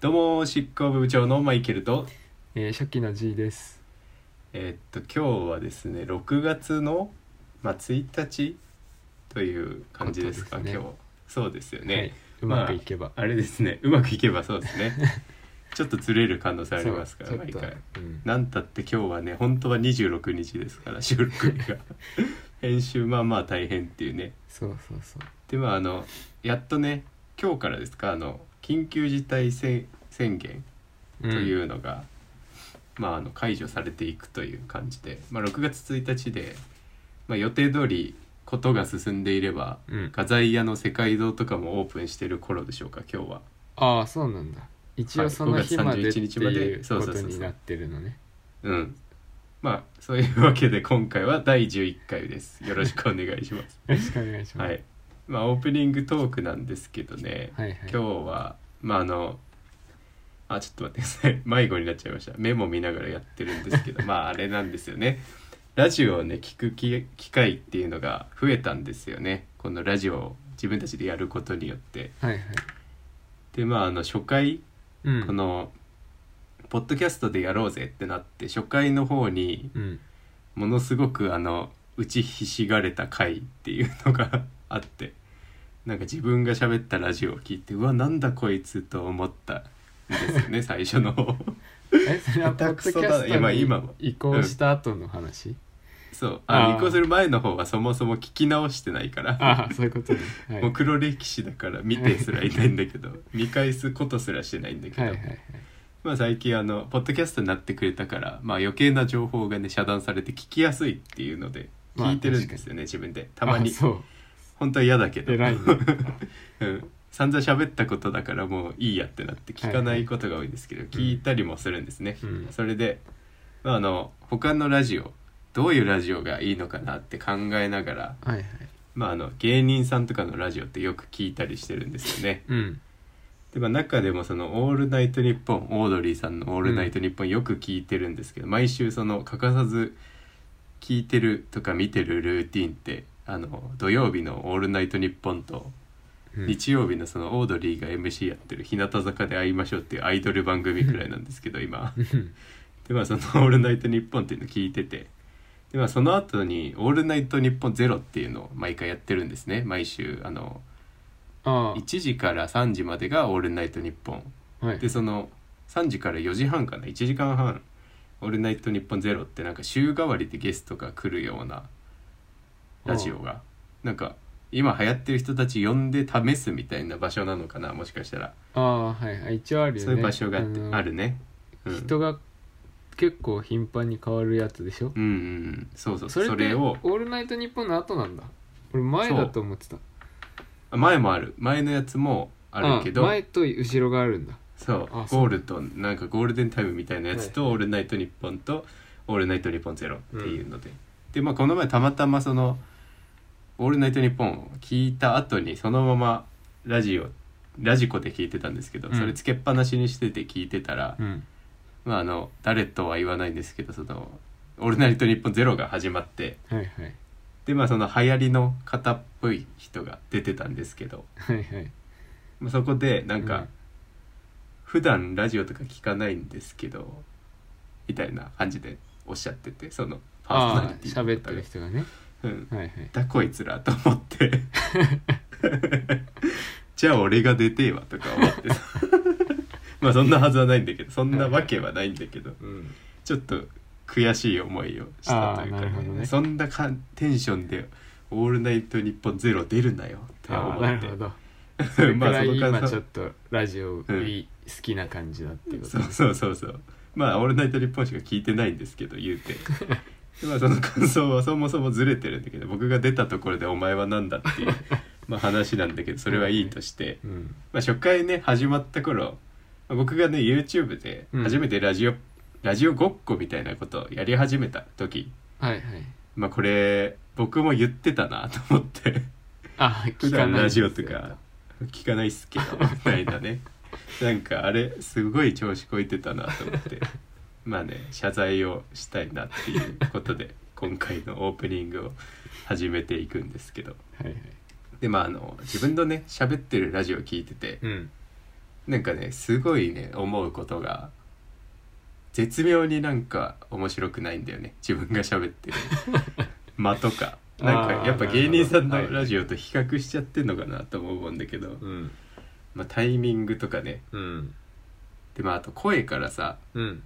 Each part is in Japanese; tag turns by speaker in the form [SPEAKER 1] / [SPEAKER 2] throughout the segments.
[SPEAKER 1] どうも執行部部長のマイケルと、
[SPEAKER 2] えー、初期の G です。
[SPEAKER 1] えーっと今日はですね6月の、まあ、1日という感じですか
[SPEAKER 2] ことです
[SPEAKER 1] 今
[SPEAKER 2] ね
[SPEAKER 1] 日そうですよね、
[SPEAKER 2] はい、うまくいけば。
[SPEAKER 1] あれですねうまくいけばそうですね ちょっとずれる可能性ありますから
[SPEAKER 2] そう
[SPEAKER 1] 毎
[SPEAKER 2] ちょっと
[SPEAKER 1] 回
[SPEAKER 2] うん
[SPEAKER 1] なんたって今日はね本当は26日ですから収録日 が編集まあまあ大変っていうね
[SPEAKER 2] そうそうそう。
[SPEAKER 1] でまああのやっとね今日からですかあの緊急事態宣宣言
[SPEAKER 2] うん
[SPEAKER 1] というのが、まあ、あの解除されていくという感じで、まあ、6月1日で、まあ、予定通りことが進んでいれば、
[SPEAKER 2] うん
[SPEAKER 1] 画材屋の世界堂とかもオープンしてる頃でしょうか今日は
[SPEAKER 2] ああ、そうなんだ。一
[SPEAKER 1] は
[SPEAKER 2] 応
[SPEAKER 1] い
[SPEAKER 2] その日まで
[SPEAKER 1] 5
[SPEAKER 2] って
[SPEAKER 1] 月31日まで
[SPEAKER 2] いう
[SPEAKER 1] そう
[SPEAKER 2] こ
[SPEAKER 1] そうそう
[SPEAKER 2] と
[SPEAKER 1] そう
[SPEAKER 2] になってるのね。
[SPEAKER 1] うんまあそういうわけで今回は第11回ですよろしくお願いします
[SPEAKER 2] よろしくお願いします。
[SPEAKER 1] はいまあオープニングトークなんですけどね、
[SPEAKER 2] はいはい
[SPEAKER 1] 今日はまああのあちょっと待ってください 迷子になっちゃいましたメモ見ながらやってるんですけ どまああれなんですよねラジオをね聞くき機会っていうのが増えたんですよねこのラジオを自分たちでやることによって
[SPEAKER 2] はいはい。
[SPEAKER 1] でまああの初回
[SPEAKER 2] うん。
[SPEAKER 1] この、ポッドキャストでやろうぜってなって初回の方に
[SPEAKER 2] うん。
[SPEAKER 1] ものすごくあの打ちひしがれた回っていうのがあってなんか自分が喋ったラジオを聞いてうわなんだこいつと思ったんです よね最初の方
[SPEAKER 2] え、それはポ
[SPEAKER 1] 下手
[SPEAKER 2] ッ
[SPEAKER 1] く
[SPEAKER 2] ド
[SPEAKER 1] そ
[SPEAKER 2] キ
[SPEAKER 1] だ
[SPEAKER 2] ャス
[SPEAKER 1] いやまあ今
[SPEAKER 2] ト
[SPEAKER 1] も
[SPEAKER 2] に移行した後の話。
[SPEAKER 1] そうあ
[SPEAKER 2] あー
[SPEAKER 1] 移行する前の方はそもそも聞き直してないから
[SPEAKER 2] ああ、そういうことね。はい。
[SPEAKER 1] もう黒歴史だから見てすらいないんだけど 見返すことすらしてないんだけど、
[SPEAKER 2] はいはいはい。
[SPEAKER 1] まあ、最近あのポッドキャストになってくれたから、まあ、余計な情報がね遮断されて聞きやすいっていうので
[SPEAKER 2] まあ
[SPEAKER 1] 聞いてるんですよね、自分でたま
[SPEAKER 2] あ
[SPEAKER 1] に
[SPEAKER 2] そう。
[SPEAKER 1] 本当は嫌だけど
[SPEAKER 2] 偉いね
[SPEAKER 1] うん、散々喋ったことだからもういいやってなって聞かないことが多いんですけど、
[SPEAKER 2] いはい
[SPEAKER 1] 聞いたりもするんですね、
[SPEAKER 2] うん
[SPEAKER 1] それで、まあ、あの他のラジオどういうラジオがいいのかなって考えながら、
[SPEAKER 2] はいはい。
[SPEAKER 1] まあ、あの芸人さんとかのラジオってよく聞いたりしてるんです よね
[SPEAKER 2] うん。
[SPEAKER 1] で、まあ、中でもその「オールナイトニッポン」オードリーさんの「オールナイトニッポン」よく聞いてるんですけど、毎週その欠かさず聞いてるとか見てるルーティンってあの土曜日の「オールナイトニッポン」と
[SPEAKER 2] うん
[SPEAKER 1] 日曜日のそのオードリーが MC やってる「日向坂で会いましょう」っていうアイドル番組くらいなんですけど今
[SPEAKER 2] うん
[SPEAKER 1] でまあその「 オールナイトニッポン」っていうの聞いててでまあその後に「オールナイトニッポンゼロっていうのを毎回やってるんですね毎週あの
[SPEAKER 2] あ
[SPEAKER 1] 1時から3時までが「オールナイトニッポン
[SPEAKER 2] あ、はい。」
[SPEAKER 1] でその3時から4時半かな1時間半「オールナイトニッポンゼロってなんか週替わりでゲストが来るようなラジオがなんか今流行ってる人たち呼んで試すみたいな場所なのかなもしかしたら。
[SPEAKER 2] ああ、はいはい。一応あるよね。
[SPEAKER 1] そういう場所があって
[SPEAKER 2] の
[SPEAKER 1] あるね。うん、
[SPEAKER 2] 人が結構頻繁に変わるやつでしょ、
[SPEAKER 1] うんうんそうそう
[SPEAKER 2] そ
[SPEAKER 1] そ
[SPEAKER 2] れ
[SPEAKER 1] れ
[SPEAKER 2] って
[SPEAKER 1] を
[SPEAKER 2] オールナイトニッポン」の後なんだ俺前だと思ってた
[SPEAKER 1] あ前もある前のやつもあるけど
[SPEAKER 2] 前と後ろがあるんだ
[SPEAKER 1] そう
[SPEAKER 2] あそう
[SPEAKER 1] ゴールとなんかゴールデンタイムみたいなやつと「オールナイトニッポン」と「オールナイトニッポンゼロっていうので、でまあこの前たまたまその「オールナイトニッポン」を聞いた後にそのままラジオラジコで聞いてたんですけど、
[SPEAKER 2] うん
[SPEAKER 1] それつけっぱなしにしてて聞いてたら、
[SPEAKER 2] うん
[SPEAKER 1] まああの誰とは言わないんですけどその「オールナイトニッポンゼロが始まって。
[SPEAKER 2] はいはい
[SPEAKER 1] でまあその流行りの方っぽい人が出てたんですけど
[SPEAKER 2] はいはい
[SPEAKER 1] まあそこでなん
[SPEAKER 2] う
[SPEAKER 1] か
[SPEAKER 2] ん
[SPEAKER 1] 普段ラジオとか聞かないんですけどみたいな感じでおっしゃっててそのパーソナ
[SPEAKER 2] あ
[SPEAKER 1] リ
[SPEAKER 2] あ
[SPEAKER 1] ティの方が
[SPEAKER 2] 喋ってる人がね
[SPEAKER 1] うん、
[SPEAKER 2] はいはい
[SPEAKER 1] だこいつらと思って じゃあ俺が出てえわとか思って さまあそんなはずはないんだけどそんなわけはないんだけど
[SPEAKER 2] うん
[SPEAKER 1] ちょっと悔しい思いをしたというか、
[SPEAKER 2] あーなるほどね
[SPEAKER 1] そんなかんテンションで「オールナイトニッポンゼロ出るなよって思
[SPEAKER 2] ああ
[SPEAKER 1] っ
[SPEAKER 2] なる
[SPEAKER 1] て
[SPEAKER 2] ほどそ
[SPEAKER 1] そ
[SPEAKER 2] れ
[SPEAKER 1] の
[SPEAKER 2] くらい
[SPEAKER 1] 感
[SPEAKER 2] 今ち
[SPEAKER 1] 想
[SPEAKER 2] ょっとラジオいい好きな感じだっていうこと
[SPEAKER 1] そうそうそうそうまあ「オールナイトニッポン」しか聞いてないんですけど言 うてでまあその感想はそもそもずれてるんだけど僕が出たところで「お前は何だ」 っていうまあ話なんだけどそれはいいとして、
[SPEAKER 2] うん
[SPEAKER 1] まあ、初回ね始まった頃まあ僕がね YouTube で
[SPEAKER 2] うん
[SPEAKER 1] 初めてラジオ、ラジオごっこみたいなことをやり始めた時
[SPEAKER 2] はいはい
[SPEAKER 1] まあこれ僕も言ってたなと思って
[SPEAKER 2] ああ
[SPEAKER 1] 普
[SPEAKER 2] 聞か
[SPEAKER 1] 段
[SPEAKER 2] ない
[SPEAKER 1] ラ
[SPEAKER 2] です
[SPEAKER 1] ジ
[SPEAKER 2] よ
[SPEAKER 1] オとか聞かないっすけどみたいなねなんかあれすごい調子こいてたなと思ってまあね謝罪をしたいなっていうことで今回のオープニングを始めていくんですけど
[SPEAKER 2] はいはい
[SPEAKER 1] でまああの自分のね喋ってるラジオ聞いてて
[SPEAKER 2] うん
[SPEAKER 1] なんかねすごいね思うことが絶妙になんか面白くないんだよね自分が喋って る間とかなん
[SPEAKER 2] あ
[SPEAKER 1] か
[SPEAKER 2] ー
[SPEAKER 1] やっぱ芸人さん
[SPEAKER 2] なるほ
[SPEAKER 1] の
[SPEAKER 2] どはい
[SPEAKER 1] ラジオと比較しちゃってんのかなとも思うんだけど、
[SPEAKER 2] うん
[SPEAKER 1] まあ、タイミングとかね
[SPEAKER 2] うん
[SPEAKER 1] でまああと声からさ
[SPEAKER 2] うん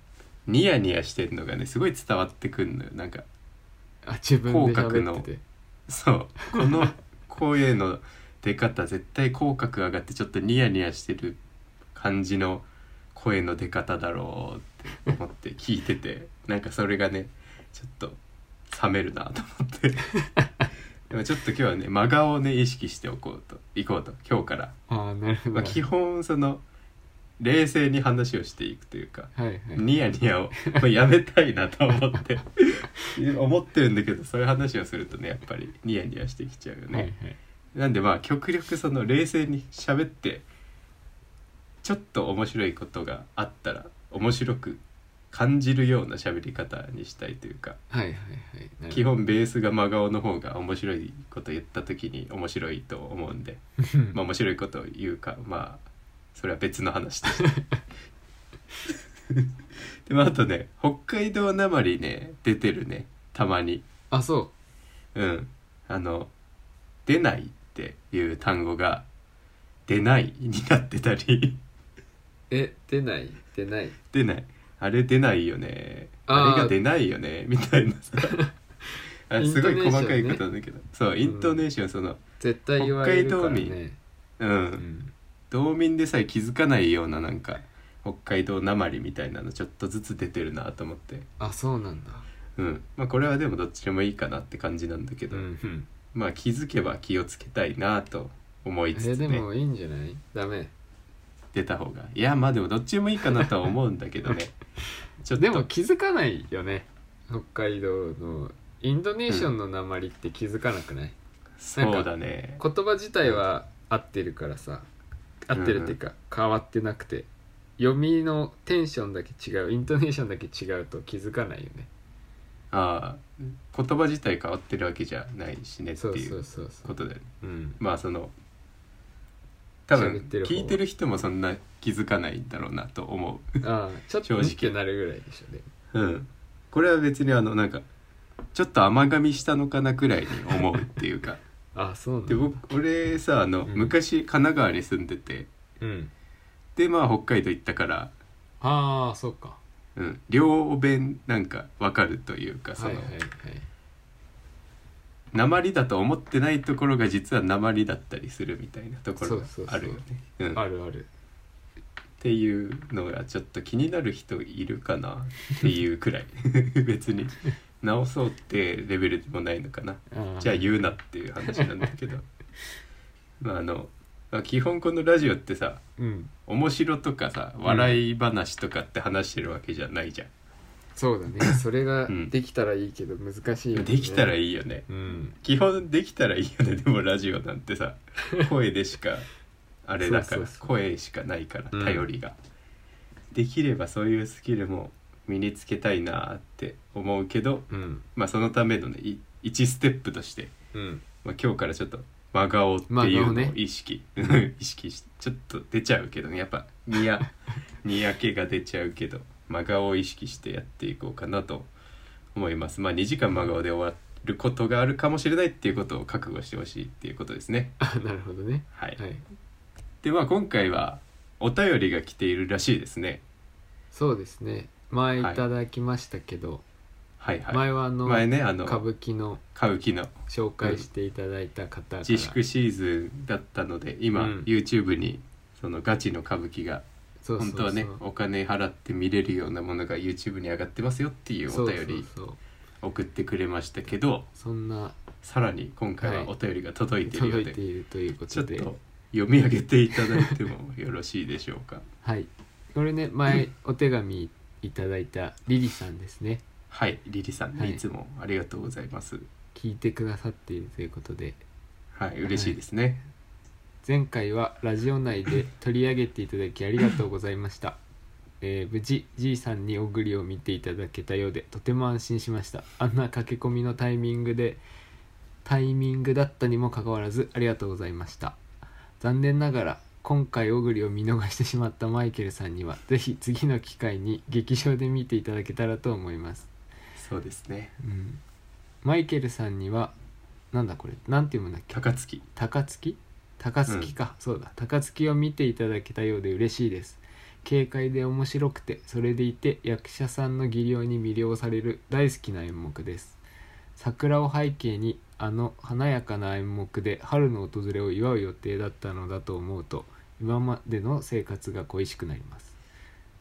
[SPEAKER 1] ニヤニヤしてんのがねすごい伝わってくんのよなんか
[SPEAKER 2] あ自分で喋ってて
[SPEAKER 1] そうこの声の出方絶対口角上がってちょっとニヤニヤしてる感じの声の出方だろうって思って聞いてて なんかそれがねちょっと冷めるなと思って でもちょっと今日はね真顔をね意識しておこうと行こうと今日から、
[SPEAKER 2] ああなるほど、
[SPEAKER 1] まあ、基本その冷静に話をしていくというか
[SPEAKER 2] はいはい
[SPEAKER 1] ニヤニヤをまあやめたいなと思って 思ってるんだけどそういう話をするとねやっぱりニヤニヤしてきちゃうよね、
[SPEAKER 2] はいはい
[SPEAKER 1] なんでまあ極力その冷静に喋ってちょっと面白いことがあったら面白く感じるような喋り方にしたいというか
[SPEAKER 2] はいはいはい
[SPEAKER 1] 基本ベースが真顔の方が面白いこと言った時に面白いと思うんで、まあ、面白いことを言うかまあそれは別の話として でもあとね北海道なまりね出てるねたまに
[SPEAKER 2] ああそ
[SPEAKER 1] うんあの「出ない」っていう単語が「出ない」になってたり
[SPEAKER 2] うえ出ない出ない
[SPEAKER 1] 「出ない」あれ出ないよね
[SPEAKER 2] あー
[SPEAKER 1] あれが出ないよねみたいな さあれすごい細かい
[SPEAKER 2] イントネーションね
[SPEAKER 1] ことなんだけど、そうイントネーションその、
[SPEAKER 2] 絶対言われるから
[SPEAKER 1] 北海道
[SPEAKER 2] ね
[SPEAKER 1] うん
[SPEAKER 2] うん
[SPEAKER 1] 道民でさえ気づかないようななんか北海道なまりみたいなのちょっとずつ出てるなと思って、
[SPEAKER 2] あそうなんだ
[SPEAKER 1] うんまあ、これはでもどっちでもいいかなって感じなんだけ
[SPEAKER 2] う
[SPEAKER 1] ど、
[SPEAKER 2] ん
[SPEAKER 1] まあ気づけば気をつけたいなと思い
[SPEAKER 2] え
[SPEAKER 1] つつ
[SPEAKER 2] で
[SPEAKER 1] ね
[SPEAKER 2] もいいんじゃないダメ
[SPEAKER 1] 出た方がいやまあでもどっちでもいいかなとは思うんだけどね ちょっと
[SPEAKER 2] でも気づかないよね北海道のインドネーションの鉛って気づかなくない、
[SPEAKER 1] そうだね
[SPEAKER 2] 言葉自体は合ってるからさ合ってるっていうか変わってなくて読みのテンションだけ違うイントネーションだけ違うと気づかないよね
[SPEAKER 1] ああ言葉自体変わってるわけじゃないしねって
[SPEAKER 2] そう
[SPEAKER 1] い
[SPEAKER 2] そううそうそ
[SPEAKER 1] こ
[SPEAKER 2] う
[SPEAKER 1] とだよね
[SPEAKER 2] うん
[SPEAKER 1] まあその多
[SPEAKER 2] 喋
[SPEAKER 1] 分
[SPEAKER 2] ってる方は
[SPEAKER 1] 聞いてる人もそんな気づかないんだろうなと思う
[SPEAKER 2] ああちょっと
[SPEAKER 1] 正
[SPEAKER 2] んっ
[SPEAKER 1] 直
[SPEAKER 2] てなるぐらいでしょうね
[SPEAKER 1] うん、これは別にあのなんかちょっと甘噛みしたのかなくらいに思うっていう か
[SPEAKER 2] ああそうなん
[SPEAKER 1] で
[SPEAKER 2] だ
[SPEAKER 1] 僕俺さあの、
[SPEAKER 2] うん
[SPEAKER 1] 昔神奈川に住んでて
[SPEAKER 2] うん
[SPEAKER 1] でまあ北海道行ったから、
[SPEAKER 2] ああそうか
[SPEAKER 1] うん、両弁なんかわかるというかそ
[SPEAKER 2] は
[SPEAKER 1] の、
[SPEAKER 2] いはいはい
[SPEAKER 1] 鉛だと思ってないところが実は鉛だったりするみたいなところが
[SPEAKER 2] そうそうそう
[SPEAKER 1] あるよね。うん
[SPEAKER 2] あ
[SPEAKER 1] っ
[SPEAKER 2] るある
[SPEAKER 1] ていうのがちょっと気になる人いるかなっていうくらい 別に直そうってレベルでもないのかな。
[SPEAKER 2] ああ
[SPEAKER 1] じゃあ言うなっていう話なんだ けどまああの、まあ基本このラジオってさ
[SPEAKER 2] うん
[SPEAKER 1] 面白とかさ笑い話とかって話してるわけじゃないじゃん、
[SPEAKER 2] そう だねそれができたらいいけど難しいよね
[SPEAKER 1] できたら
[SPEAKER 2] い
[SPEAKER 1] いいよね
[SPEAKER 2] うん
[SPEAKER 1] 基本できたらいいよねでもラジオなんて さ声でしかあれだか
[SPEAKER 2] そう
[SPEAKER 1] ら
[SPEAKER 2] そうそう
[SPEAKER 1] 声しかないから
[SPEAKER 2] うん
[SPEAKER 1] 頼りが、できればそういうスキルも身につけたいなって思うけど
[SPEAKER 2] うん
[SPEAKER 1] まあそのためのねい一ステップとして
[SPEAKER 2] うん
[SPEAKER 1] まあ、今日からちょっと真顔ってい
[SPEAKER 2] 真
[SPEAKER 1] う
[SPEAKER 2] 顔
[SPEAKER 1] の
[SPEAKER 2] ね
[SPEAKER 1] を意識、 意識してちょっと出ちゃうけどねやっぱに やにやけが出ちゃうけど真顔を意識してやっていこうかなと思いますまあ2時間真顔で終わることがあるかもしれないっていうことを覚悟してほしいっていうことですね
[SPEAKER 2] あ なるほどね
[SPEAKER 1] はい、
[SPEAKER 2] はい
[SPEAKER 1] でまあ今回はお便りが来ているらしいですね
[SPEAKER 2] そうですね前い
[SPEAKER 1] はい
[SPEAKER 2] ただきましたけど、
[SPEAKER 1] はいはい
[SPEAKER 2] 前はあの
[SPEAKER 1] 前ねあの
[SPEAKER 2] 歌舞伎の
[SPEAKER 1] 歌舞伎の
[SPEAKER 2] 紹介していただいた方から、
[SPEAKER 1] 自粛シーズンだったので今、
[SPEAKER 2] うん
[SPEAKER 1] YouTube にそのガチの歌舞伎が
[SPEAKER 2] そうそうそう
[SPEAKER 1] 本当はねお金払って見れるようなものが YouTube に上がってますよっていうお便り
[SPEAKER 2] そうそうそう
[SPEAKER 1] 送ってくれましたけど
[SPEAKER 2] そんな
[SPEAKER 1] さらに今回
[SPEAKER 2] はい
[SPEAKER 1] はお便りが届いてるよう
[SPEAKER 2] 届
[SPEAKER 1] で、
[SPEAKER 2] いているというこ
[SPEAKER 1] ちょ
[SPEAKER 2] と
[SPEAKER 1] っ
[SPEAKER 2] で
[SPEAKER 1] と読み上げていただいてもよろしいでしょうか
[SPEAKER 2] はいこれね前お手紙いただいたリリさんですね
[SPEAKER 1] はいリリさん、、
[SPEAKER 2] はいい
[SPEAKER 1] つもありがとうございます
[SPEAKER 2] 聞いてくださっているということで
[SPEAKER 1] はい嬉しいですね、
[SPEAKER 2] 前回はラジオ内で取り上げていただきありがとうございました、えー無事じいさんにおぐりを見ていただけたようでとても安心しましたあんな駆け込みのタイミングでタイミングだったにもかかわらずありがとうございました残念ながら今回小栗を見逃してしまったマイケルさんにはぜひ次の機会に劇場で見ていただけたらと思います、
[SPEAKER 1] そうですね
[SPEAKER 2] うん、マイケルさんにはなんだこれなんて読むんだっけ
[SPEAKER 1] 高槻
[SPEAKER 2] 高槻高槻か、そうだ高槻を見ていただけたようで嬉しいです軽快で面白くてそれでいて役者さんの技量に魅了される大好きな演目です桜を背景にあの華やかな演目で春の訪れを祝う予定だったのだと思うと今までの生活が恋しくなります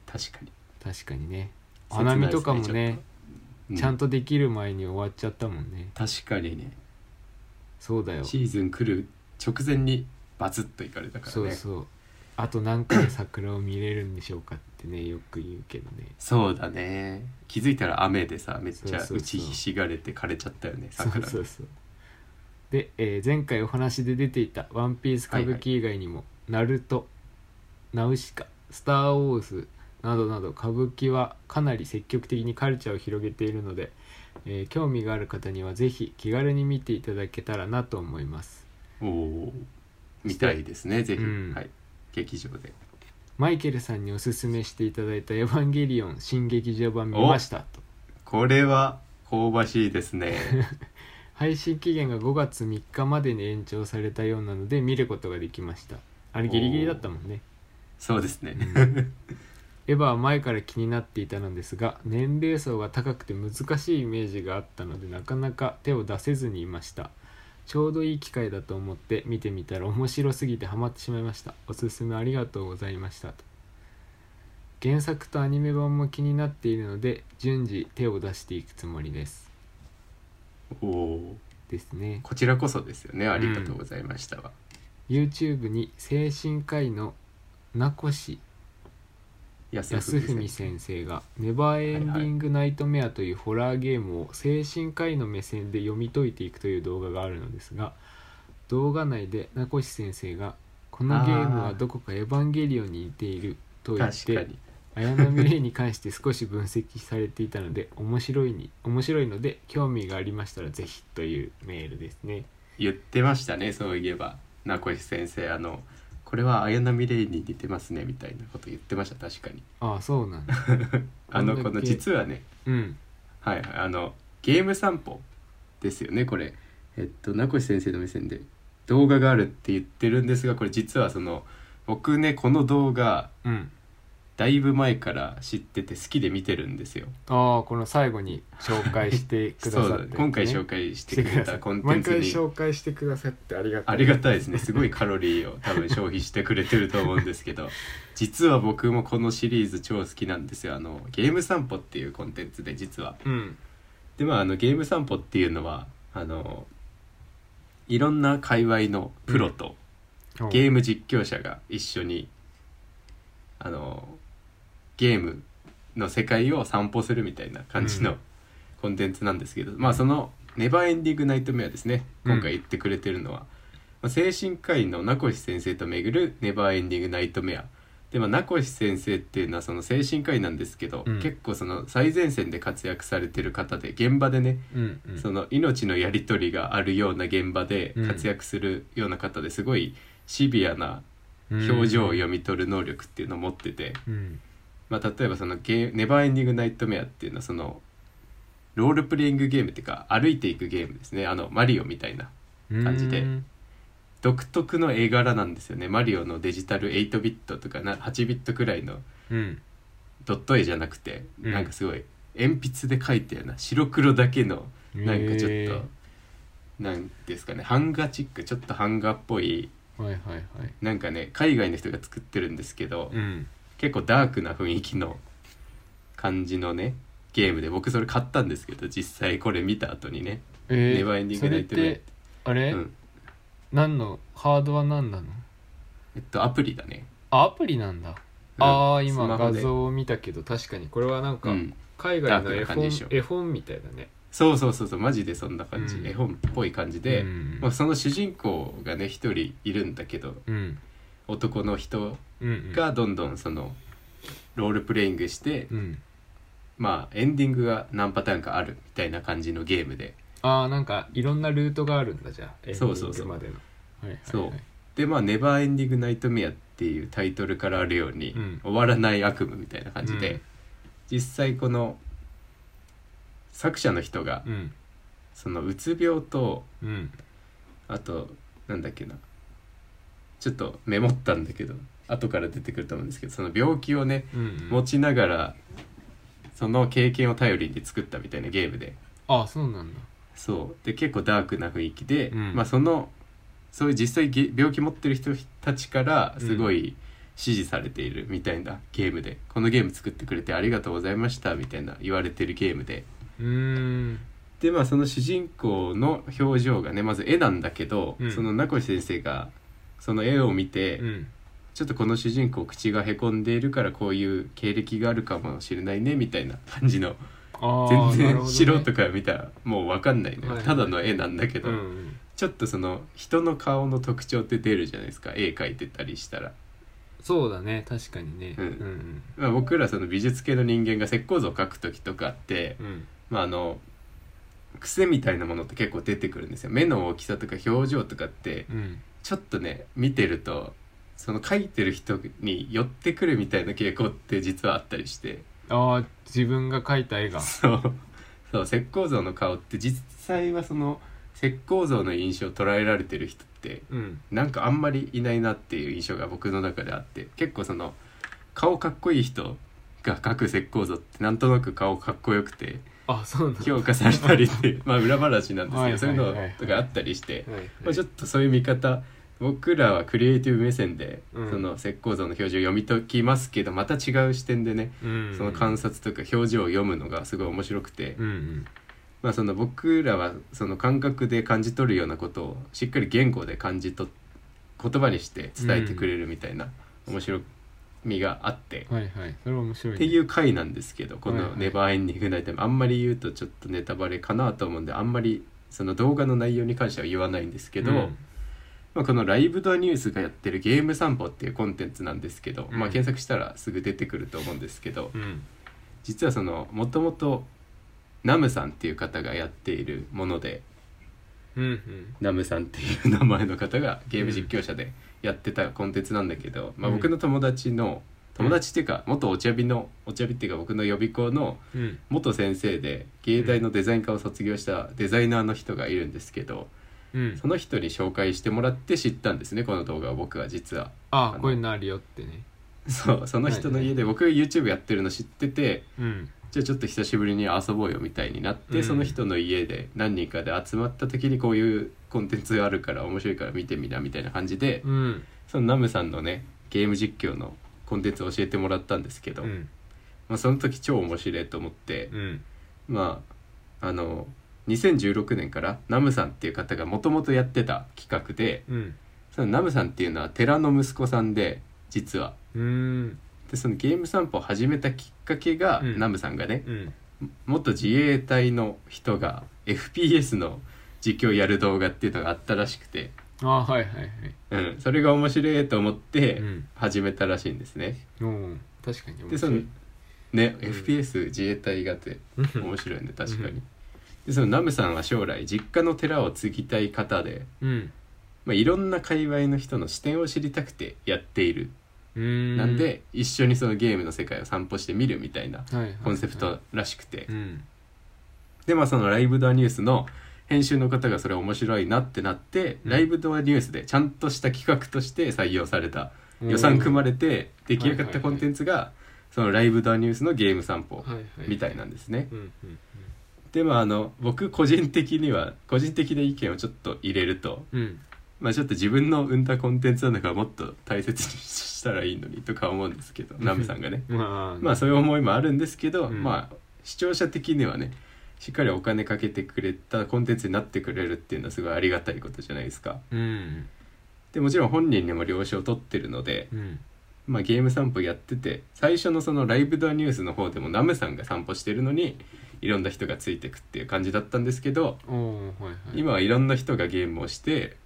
[SPEAKER 1] 確かに
[SPEAKER 2] 確かにねお
[SPEAKER 1] 切ない
[SPEAKER 2] 花
[SPEAKER 1] ですね
[SPEAKER 2] 見とかも
[SPEAKER 1] ちょっ
[SPEAKER 2] ね
[SPEAKER 1] う
[SPEAKER 2] ちゃんとできる前に終わっちゃったもんね
[SPEAKER 1] 確かにね
[SPEAKER 2] そうだよ
[SPEAKER 1] シーズン来る直前にバツッといかれたからね
[SPEAKER 2] そうそうあと何回桜を見れるんでしょうかっ てねよく言うけどね
[SPEAKER 1] そうだね気づいたら雨でさめっちゃ
[SPEAKER 2] そうそうそう
[SPEAKER 1] 打ちひしがれて枯れちゃったよね
[SPEAKER 2] そう
[SPEAKER 1] 桜
[SPEAKER 2] そうそうで、えー前回お話で出ていた「ワンピース歌舞伎以外にも「ナルト」「ナウシカ」「スター・ウォーズ」などなど歌舞伎はかなり積極的にカルチャーを広げているので、えー興味がある方にはぜひ気軽に見ていただけたらなと思います
[SPEAKER 1] おおみたいですねぜひ、
[SPEAKER 2] うん
[SPEAKER 1] はい劇場で
[SPEAKER 2] マイケルさんにおすすめしていただいた「エヴァンゲリオン」新劇場版見ましたと
[SPEAKER 1] これは香ばしいですね
[SPEAKER 2] 配信期限が5月3日までに延長されたようなので見ることができましたあれギリギリだったもんね
[SPEAKER 1] そうですね、
[SPEAKER 2] うんエヴァは前から気になっていたのですが年齢層が高くて難しいイメージがあったのでなかなか手を出せずにいましたちょうどいい機会だと思って見てみたら面白すぎてハマってしまいましたおすすめありがとうございましたと原作とアニメ版も気になっているので順次手を出していくつもりです
[SPEAKER 1] おお
[SPEAKER 2] ですね
[SPEAKER 1] こちらこそですよねありがとうございましたわ、
[SPEAKER 2] YouTube に精神科医の名越
[SPEAKER 1] 安
[SPEAKER 2] 康文先生が「ネバーエンディング・ナイトメア」というホラーゲームを精神科医の目線で読み解いていくという動画があるのですが動画内で名越先生が「このゲームはどこかエヴァンゲリオンに似ている」と言っ
[SPEAKER 1] 確か
[SPEAKER 2] て
[SPEAKER 1] に
[SPEAKER 2] 綾波レイに関して少し分析されていたので面白いに面白いので興味がありましたらぜひというメールですね。
[SPEAKER 1] 言ってましたねそういえば名越先生あのこれは綾波レイに似てますねみたいなこと言ってました確かに
[SPEAKER 2] ああそうなんだ。
[SPEAKER 1] あの
[SPEAKER 2] こん
[SPEAKER 1] この
[SPEAKER 2] だけ
[SPEAKER 1] 実はね
[SPEAKER 2] うん。
[SPEAKER 1] はいはいあのゲーム散歩ですよねこれえっと名越先生の目線で動画があるって言ってるんですがこれ実はその僕ねこの動画
[SPEAKER 2] うん。
[SPEAKER 1] だいぶ前から知ってて好きで見てるんですよ、
[SPEAKER 2] ああこの最後に紹介してくださ
[SPEAKER 1] そ
[SPEAKER 2] っ
[SPEAKER 1] う
[SPEAKER 2] た
[SPEAKER 1] だ
[SPEAKER 2] やつね、
[SPEAKER 1] 今回紹介してくれたコンテンツ
[SPEAKER 2] 毎回
[SPEAKER 1] に
[SPEAKER 2] 紹介してくださってありがたい
[SPEAKER 1] ありがたいですねすごいカロリーを 多分消費してくれてると思うんですけど実は僕もこのシリーズ超好きなんですよあのゲーム散歩っていうコンテンツで実は
[SPEAKER 2] うん
[SPEAKER 1] でまああのゲーム散歩っていうのはあのいろんな界隈のプロとゲーム実況者が一緒に、あのゲームの世界を散歩するみたいな感じ
[SPEAKER 2] う
[SPEAKER 1] の
[SPEAKER 2] ん
[SPEAKER 1] コンテンツなんですけど、まあその「ネバーエンディング・ナイトメア」ですね
[SPEAKER 2] うん
[SPEAKER 1] 今回言ってくれてるのは、まあ精神科医の名越先生と巡る「ネバーエンディング・ナイトメア」で、まあ、名越先生っていうのはその精神科医なんですけど、
[SPEAKER 2] うん
[SPEAKER 1] 結構その最前線で活躍されてる方で現場でね
[SPEAKER 2] うんうん
[SPEAKER 1] その命のやり取りがあるような現場で活躍するような方ですごいシビアな表情を読み取る能力っていうのを持ってて、
[SPEAKER 2] うん
[SPEAKER 1] まあ、例えばそのゲー「ネバーエンディング・ナイトメア」っていうのはそのロールプレイングゲームっていうか歩いていくゲームですねあのマリオみたいな感じで
[SPEAKER 2] うん
[SPEAKER 1] 独特の絵柄なんですよねマリオのデジタル8ビットとかな8ビットくらいの
[SPEAKER 2] うん
[SPEAKER 1] ドット絵じゃなくて、
[SPEAKER 2] うん
[SPEAKER 1] なんかすごい鉛筆で描いたような白黒だけのなんかちょっと、
[SPEAKER 2] へえ
[SPEAKER 1] なんですかね版画チックちょっと版画っぽい
[SPEAKER 2] はいはいはい
[SPEAKER 1] なんかね海外の人が作ってるんですけど、
[SPEAKER 2] うん
[SPEAKER 1] 結構ダークな雰囲気の感じのねゲームで僕それ買ったんですけど実際これ見た後にね、
[SPEAKER 2] えー
[SPEAKER 1] ネバーエンディング
[SPEAKER 2] そ
[SPEAKER 1] ナ
[SPEAKER 2] れっ
[SPEAKER 1] イトメア
[SPEAKER 2] てあれ、
[SPEAKER 1] うん
[SPEAKER 2] 何のハードは何なの
[SPEAKER 1] えっとアプリだね、
[SPEAKER 2] あアプリなんだ、
[SPEAKER 1] うん
[SPEAKER 2] ああ
[SPEAKER 1] ス
[SPEAKER 2] 今
[SPEAKER 1] マホ
[SPEAKER 2] 画
[SPEAKER 1] で
[SPEAKER 2] 像を見たけど確かにこれはなんか
[SPEAKER 1] うん、
[SPEAKER 2] 海外
[SPEAKER 1] ダー
[SPEAKER 2] の
[SPEAKER 1] ク
[SPEAKER 2] 絵
[SPEAKER 1] な感じ
[SPEAKER 2] 本
[SPEAKER 1] でしょ
[SPEAKER 2] 絵本みたいだね
[SPEAKER 1] そうそうそうそうマジでそんな感じ、
[SPEAKER 2] うん
[SPEAKER 1] 絵本っぽい感じで、
[SPEAKER 2] うん
[SPEAKER 1] まあ、その主人公がね一人いるんだけど
[SPEAKER 2] うん
[SPEAKER 1] 男の人
[SPEAKER 2] うんうん
[SPEAKER 1] がどんどんそのロールプレイングして、
[SPEAKER 2] うん
[SPEAKER 1] まあエンディングが何パターンかあるみたいな感じのゲームで
[SPEAKER 2] ああんかいろんなルートがあるんだじゃあ
[SPEAKER 1] そうそうそう
[SPEAKER 2] エンディングまでのはいはいはい
[SPEAKER 1] そうでまあ「ネバーエンディング・ナイトメア」っっていうタイトルからあるように、
[SPEAKER 2] うん
[SPEAKER 1] 終わらない悪夢みたいな感じで、実際この作者の人が、
[SPEAKER 2] うん
[SPEAKER 1] そのうつ病と
[SPEAKER 2] うん
[SPEAKER 1] あとなんだっけなちょっとメモったんだけど後から出てくると思うんですけどその病気をね
[SPEAKER 2] うん
[SPEAKER 1] 持ちながらその経験を頼りに作ったみたいなゲームで
[SPEAKER 2] あそうなんだ
[SPEAKER 1] そうで結構ダークな雰囲気で、
[SPEAKER 2] うん
[SPEAKER 1] まあそのそういう実際げ病気持ってる人たちからすごい支持されているみたいなゲームで、このゲーム作ってくれてありがとうございましたみたいな言われてるゲームで
[SPEAKER 2] うーん
[SPEAKER 1] でまあその主人公の表情がねまず絵なんだけど、
[SPEAKER 2] うん
[SPEAKER 1] その名越先生がその絵を見て、
[SPEAKER 2] うん
[SPEAKER 1] ちょっとこの主人公口がへこんでいるからこういう経歴があるかもしれないねみたいな感じの
[SPEAKER 2] あ
[SPEAKER 1] 全
[SPEAKER 2] あ
[SPEAKER 1] 然素人から見たらもう分かんないのよ
[SPEAKER 2] はいはい
[SPEAKER 1] ただの絵なんだけど、
[SPEAKER 2] うんうん
[SPEAKER 1] ちょっとその人の顔の特徴って出るじゃないですか絵描いてたりしたら、
[SPEAKER 2] そうだね確かにね
[SPEAKER 1] うん
[SPEAKER 2] うん
[SPEAKER 1] まあ、僕らその美術系の人間が石膏像描く時とかって、
[SPEAKER 2] うんうん
[SPEAKER 1] まあ、あの癖みたいなものって結構出てくるんですよ目の大きさとか表情とかって
[SPEAKER 2] うん
[SPEAKER 1] ちょっとね見てるとその描いてる人に寄ってくるみたいな傾向って実はあったりして
[SPEAKER 2] ああ自分が描いた絵が
[SPEAKER 1] そうそう石膏像の顔って実際はその石膏像の印象を捉えられてる人って
[SPEAKER 2] うん
[SPEAKER 1] なんかあんまりいないなっていう印象が僕の中であって結構その顔かっこいい人が描く石膏像ってなんとなく顔かっこよくて
[SPEAKER 2] あそうなんだ
[SPEAKER 1] 評価されたりって いうまあ裏話なんです
[SPEAKER 2] は
[SPEAKER 1] け
[SPEAKER 2] い
[SPEAKER 1] ど
[SPEAKER 2] はい
[SPEAKER 1] そういう
[SPEAKER 2] はいはい
[SPEAKER 1] のとかあったりして、
[SPEAKER 2] はいはい
[SPEAKER 1] まあ、ちょっとそういう見方僕らはクリエイティブ目線で
[SPEAKER 2] うん
[SPEAKER 1] その石膏像の表情を読み解きますけどまた違う視点でね
[SPEAKER 2] うん
[SPEAKER 1] その観察とか表情を読むのがすごい面白くて、
[SPEAKER 2] うんうん
[SPEAKER 1] まあ、その僕らはその感覚で感じ取るようなことをしっかり言語で感じ取っ言葉にして伝えてくれるみたいな面白みがあって、
[SPEAKER 2] はいはいそれは面白いね
[SPEAKER 1] っていう回なんですけどこ
[SPEAKER 2] はい
[SPEAKER 1] の「
[SPEAKER 2] はい
[SPEAKER 1] ネバーエンディングナイト」もあんまり言うとちょっとネタバレかなと思うんであんまりその動画の内容に関しては言わないんですけど、
[SPEAKER 2] うん
[SPEAKER 1] まあ、このライブドアニュースがやってる「ゲーム散歩」っていうコンテンツなんですけど、ま
[SPEAKER 2] う
[SPEAKER 1] あ、
[SPEAKER 2] ん
[SPEAKER 1] 検索したらすぐ出てくると思うんですけど、
[SPEAKER 2] うん
[SPEAKER 1] 実はそのもともとナムさんっていう方がやっているもので
[SPEAKER 2] うんうん
[SPEAKER 1] ナムさんっていう名前の方がゲーム実況者でやってたコンテンツなんだけど、まあ、
[SPEAKER 2] うん
[SPEAKER 1] 僕の友達の友達っていうか元お茶日のお茶日っていうか僕の予備校の
[SPEAKER 2] うん
[SPEAKER 1] 元先生で芸大のデザイン科を卒業したデザイナーの人がいるんですけど
[SPEAKER 2] うん
[SPEAKER 1] その人に紹介してもらって知ったんですねこの動画を僕は実は。
[SPEAKER 2] あ
[SPEAKER 1] あ
[SPEAKER 2] あ
[SPEAKER 1] の
[SPEAKER 2] こういうのあるよってね
[SPEAKER 1] そうその人の家で僕 YouTube やってるの知ってて
[SPEAKER 2] うん
[SPEAKER 1] じゃあちょっと久しぶりに遊ぼうよみたいになって、
[SPEAKER 2] うん
[SPEAKER 1] その人の家で何人かで集まった時にこういうコンテンツがあるから面白いから見てみなみたいな感じで、
[SPEAKER 2] うん
[SPEAKER 1] そのナムさんのねゲーム実況のコンテンツを教えてもらったんですけ
[SPEAKER 2] う
[SPEAKER 1] ど、
[SPEAKER 2] ん
[SPEAKER 1] まあ、その時超面白いと思って、
[SPEAKER 2] うん
[SPEAKER 1] まああの2016年からナムさんっていう方がもともとやってた企画で
[SPEAKER 2] うん
[SPEAKER 1] そのナムさんっていうのは寺の息子さんで実は。
[SPEAKER 2] うん
[SPEAKER 1] でそのゲーム散歩を始めたきっかけが、
[SPEAKER 2] うん
[SPEAKER 1] ナムさんがね
[SPEAKER 2] うん
[SPEAKER 1] 元自衛隊の人が FPS の実況やる動画っていうのがあったらしくて、
[SPEAKER 2] ああはいはいはい
[SPEAKER 1] うん、それが面白いと思って
[SPEAKER 2] うん
[SPEAKER 1] 始めたらしいんですね。
[SPEAKER 2] うん確かに
[SPEAKER 1] で
[SPEAKER 2] 面
[SPEAKER 1] そ
[SPEAKER 2] 白
[SPEAKER 1] の
[SPEAKER 2] い
[SPEAKER 1] ね、
[SPEAKER 2] うん
[SPEAKER 1] FPS 自衛隊がって面白いね確か
[SPEAKER 2] う
[SPEAKER 1] に
[SPEAKER 2] ん。
[SPEAKER 1] でそのナムさんは将来実家の寺を継ぎたい方で、
[SPEAKER 2] うん
[SPEAKER 1] まあ、いろんな界隈の人の視点を知りたくてやっている、
[SPEAKER 2] うん
[SPEAKER 1] なんで一緒にそのゲームの世界を散歩してみるみたいな
[SPEAKER 2] はいはいはい
[SPEAKER 1] コンセプトらしくて
[SPEAKER 2] う。ん
[SPEAKER 1] でまあそのライブドアニュースの編集の方がそれ面白いなってなって、
[SPEAKER 2] うん
[SPEAKER 1] ライブドアニュースでちゃんとした企画として採用された予算組まれて出来上がったコンテンツがそのライブドアニュースのゲーム散歩
[SPEAKER 2] はいはい
[SPEAKER 1] みたいなんですね。
[SPEAKER 2] うんうん
[SPEAKER 1] でまああの僕個人的には個人的な意見をちょっと入れると、
[SPEAKER 2] うん
[SPEAKER 1] まあ、ちょっと自分の生んだコンテンツなんかもっと大切にしたらいいのにとか思うんですけどナムさんがね。
[SPEAKER 2] うんまあ
[SPEAKER 1] まあそういう思いもあるんですけど、
[SPEAKER 2] うん
[SPEAKER 1] まあ視聴者的にはねしっかりお金かけてくれたコンテンツになってくれるっていうのはすごいありがたいことじゃないですか。
[SPEAKER 2] うん
[SPEAKER 1] でもちろん本人にも了承を取ってるので、
[SPEAKER 2] うん
[SPEAKER 1] まあ、ゲーム散歩やってて最初のそのライブドアニュースの方でもナムさんが散歩してるのにいろんな人がついてくっていう感じだったんですけど
[SPEAKER 2] おおはいはい
[SPEAKER 1] 今はいろんな人がゲームをして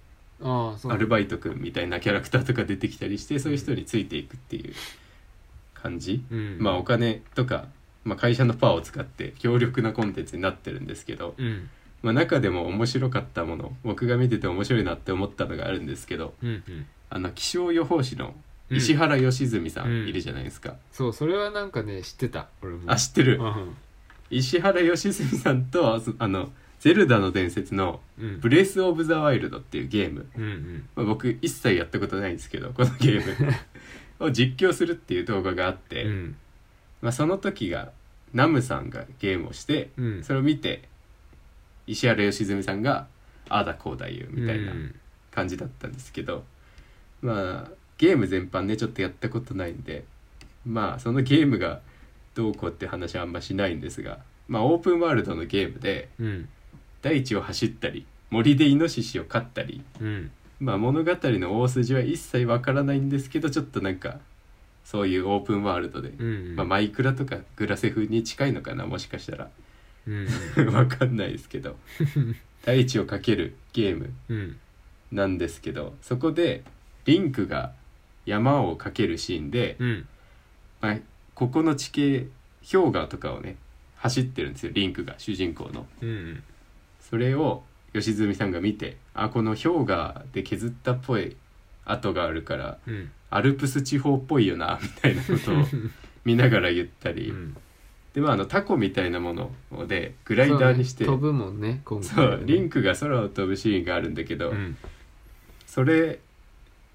[SPEAKER 2] ああそう
[SPEAKER 1] アル
[SPEAKER 2] バ
[SPEAKER 1] バイト君みたいなキャラクターとか出てきたりしてそういう人についていくっていう感じ。
[SPEAKER 2] うん
[SPEAKER 1] まあお金とか、まあ、会社のパワーを使って強力なコンテンツになってるんですけど、
[SPEAKER 2] うん
[SPEAKER 1] まあ、中でも面白かったもの僕が見てて面白いなって思ったのがあるんですけど
[SPEAKER 2] うんうん
[SPEAKER 1] あの気象予報士の
[SPEAKER 2] うん
[SPEAKER 1] 石原良純さん
[SPEAKER 2] うん
[SPEAKER 1] いるじゃないですか、
[SPEAKER 2] そうそれはなんかね知ってた俺も
[SPEAKER 1] あ知ってる、
[SPEAKER 2] うん
[SPEAKER 1] 石原良純さんとあそあの「ゼルダの伝説」の
[SPEAKER 2] う
[SPEAKER 1] 「
[SPEAKER 2] ん
[SPEAKER 1] ブレイス・オブ・ザ・ワイルド」っていうゲーム、
[SPEAKER 2] うんうん
[SPEAKER 1] まあ、僕一切やったことないんですけどこのゲーム を実況するっていう動画があって、
[SPEAKER 2] うん
[SPEAKER 1] まあ、その時がナムさんがゲームをして、
[SPEAKER 2] うん
[SPEAKER 1] それを見て石原良純さんが「ああだこうだ言う」みたいな
[SPEAKER 2] うん
[SPEAKER 1] 感じだったんですけど、まあゲーム全般ねちょっとやったことないんでまあそのゲームがどうこうって話はあんましないんですがまあオープンワールドのゲームで
[SPEAKER 2] うん
[SPEAKER 1] 大地を走ったり森でイノシシを飼ったり
[SPEAKER 2] うん
[SPEAKER 1] まあ物語の大筋は一切わからないんですけどちょっとなんかそういうオープンワールドで、
[SPEAKER 2] うん
[SPEAKER 1] まあ、マイクラとかグラセフに近いのかなもしかしたら
[SPEAKER 2] うん
[SPEAKER 1] わかんないですけど大地をかけるゲーム
[SPEAKER 2] うん
[SPEAKER 1] なんですけどそこでリンクが山をかけるシーンで、
[SPEAKER 2] うん
[SPEAKER 1] まあ、ここの地形氷河とかをね走ってるんですよリンクが主人公の。
[SPEAKER 2] うん
[SPEAKER 1] それを良純さんが見てあこの氷河で削ったっぽい跡があるから
[SPEAKER 2] うん
[SPEAKER 1] アルプス地方っぽいよな みたいなこと を見ながら言ったり、
[SPEAKER 2] うん
[SPEAKER 1] でまああのタコみたいなものでグライダーにして
[SPEAKER 2] そ
[SPEAKER 1] そう
[SPEAKER 2] ね
[SPEAKER 1] う,、
[SPEAKER 2] 飛ぶもんね今回はね
[SPEAKER 1] リンクが空を飛ぶシーンがあるんだけど、
[SPEAKER 2] うん
[SPEAKER 1] それ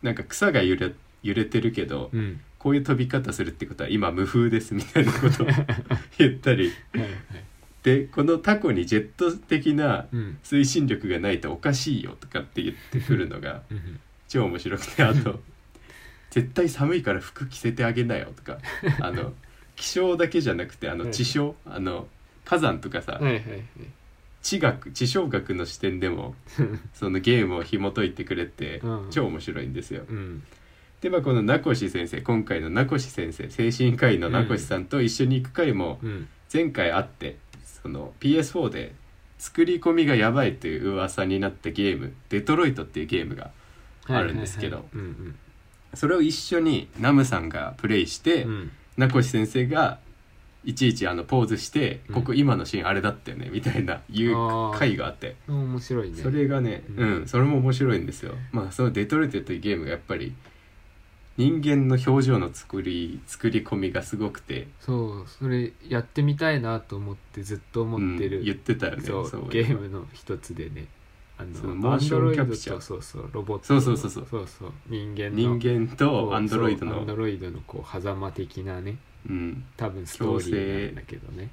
[SPEAKER 1] なんか草が揺れ揺れてるけど、
[SPEAKER 2] うん
[SPEAKER 1] こういう飛び方するってことは今無風ですみたいなことを 言ったり
[SPEAKER 2] はいはい
[SPEAKER 1] でこのタコにジェット的な
[SPEAKER 2] うん
[SPEAKER 1] 推進力がないとおかしいよとかって言ってくるのが
[SPEAKER 2] うん
[SPEAKER 1] 超面白くてあ と絶対寒いから服着せてあげなよとか あの気象だけじゃなくてあの
[SPEAKER 2] はい
[SPEAKER 1] 地象あの火山とかさ
[SPEAKER 2] はいはいはい
[SPEAKER 1] 地学地象学の視点でもそのゲームを紐解いてくれて
[SPEAKER 2] うん
[SPEAKER 1] 超面白いんですよ。
[SPEAKER 2] うん
[SPEAKER 1] でまあこの名越先生今回の名越先生精神科医の名越さんと一緒に行く回も
[SPEAKER 2] うん
[SPEAKER 1] 前回あってその PS4 で作り込みがやばいという噂になったゲーム「デトロイト」っていうゲームがあるんですけど
[SPEAKER 2] はいはいはいうん
[SPEAKER 1] それを一緒にナムさんがプレイして、
[SPEAKER 2] うんうん
[SPEAKER 1] 名越先生がいちいちあのポーズして、
[SPEAKER 2] うん
[SPEAKER 1] ここ今のシーンあれだったよねみたいないう
[SPEAKER 2] あー
[SPEAKER 1] 回があって
[SPEAKER 2] 面白いね
[SPEAKER 1] それがね、
[SPEAKER 2] う
[SPEAKER 1] うんん、それも面白いんですよ。まあそのデトロイトというゲームがやっぱり人間の表情の作り作り込みがすごくて、
[SPEAKER 2] そうそれやってみたいなと思ってずっと思って
[SPEAKER 1] うん言っ
[SPEAKER 2] る、
[SPEAKER 1] てたよね。
[SPEAKER 2] そう
[SPEAKER 1] そう
[SPEAKER 2] ゲームの一つでねあ
[SPEAKER 1] そ
[SPEAKER 2] の
[SPEAKER 1] うモーションキャプチャー
[SPEAKER 2] Android とそうそうロボット
[SPEAKER 1] そうそうそうそう
[SPEAKER 2] そうそう人間の
[SPEAKER 1] 人間とアンドロイド
[SPEAKER 2] アンド
[SPEAKER 1] の、
[SPEAKER 2] ロイドのこう狭間的なね
[SPEAKER 1] うん、
[SPEAKER 2] 多分ストーリーなんだけどね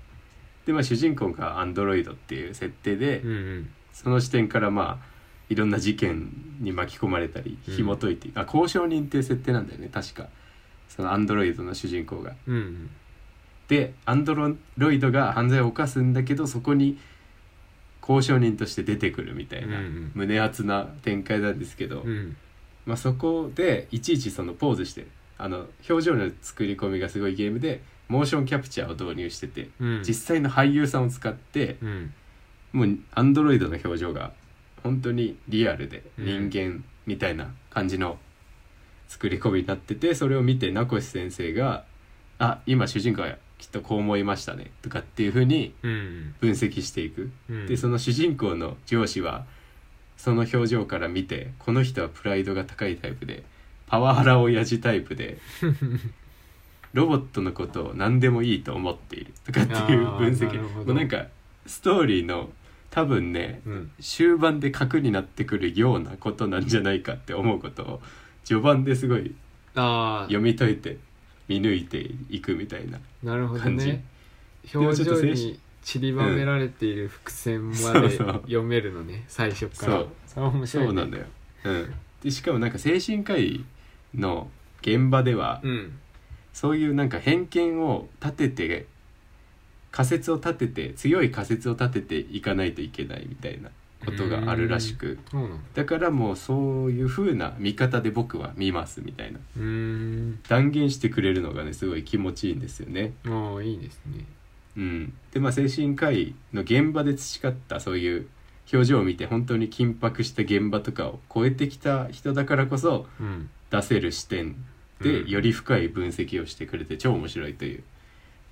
[SPEAKER 1] でまあ主人公がアンドロイドっていう設定で、
[SPEAKER 2] うんうん
[SPEAKER 1] その視点からまあいろんな事件に巻き込まれたり
[SPEAKER 2] うん
[SPEAKER 1] 紐解いて、あ交渉人っていう設定なんだよね確かそのアンドロイドの主人公が。
[SPEAKER 2] うんうん
[SPEAKER 1] でアンドロイドが犯罪を犯すんだけどそこに交渉人として出てくるみたいな、
[SPEAKER 2] うんうん
[SPEAKER 1] 胸熱な展開なんですけど、
[SPEAKER 2] うん
[SPEAKER 1] まあ、そこでいちいちそのポーズしてあの表情の作り込みがすごいゲームでモーションキャプチャーを導入してて、
[SPEAKER 2] うん
[SPEAKER 1] 実際の俳優さんを使って、
[SPEAKER 2] うん
[SPEAKER 1] もうアンドロイドの表情が本当にリアルで
[SPEAKER 2] うん
[SPEAKER 1] 人間みたいな感じの作り込みになっててそれを見て名越先生が「あ今主人公はきっとこう思いましたね」とかっていうふうに
[SPEAKER 2] うん
[SPEAKER 1] 分析していく。
[SPEAKER 2] うん
[SPEAKER 1] でその主人公の上司はその表情から見てこの人はプライドが高いタイプでパワハラ親父タイプ でロボットのことを何でもいいと思っているとかっていう
[SPEAKER 2] あー
[SPEAKER 1] 分析
[SPEAKER 2] なるほど
[SPEAKER 1] もうなんかストーリーの多分ね
[SPEAKER 2] うん
[SPEAKER 1] 終盤で核になってくるようなことなんじゃないかって思うことを序盤ですごい
[SPEAKER 2] あ
[SPEAKER 1] 読み解いて見抜いていくみたいな
[SPEAKER 2] あなるほど
[SPEAKER 1] 感じ
[SPEAKER 2] ね。表
[SPEAKER 1] でもちょっ
[SPEAKER 2] 情
[SPEAKER 1] と精神
[SPEAKER 2] に散りばめられている伏線ま
[SPEAKER 1] うん
[SPEAKER 2] で
[SPEAKER 1] そうそう
[SPEAKER 2] 読めるのね最初から
[SPEAKER 1] そう
[SPEAKER 2] それは面白い、ね、
[SPEAKER 1] そうなんだよ、うん、でしかもなんか精神科医の現場では、
[SPEAKER 2] うん
[SPEAKER 1] そういうなんか偏見を立てて仮説を立てて強い仮説を立てていかないといけないみたいなことがあるらしく
[SPEAKER 2] そうなんだ
[SPEAKER 1] だからもうそういう風な見方で僕は見ますみたいな
[SPEAKER 2] うーん
[SPEAKER 1] 断言してくれるのがねすごい気持ちいいんですよね。
[SPEAKER 2] もういいですね
[SPEAKER 1] うん、でまあ精神科医の現場で培ったそういう表情を見て本当に緊迫した現場とかを超えてきた人だからこそ
[SPEAKER 2] うん
[SPEAKER 1] 出せる視点
[SPEAKER 2] うん
[SPEAKER 1] でより深い分析をしてくれて超面白いという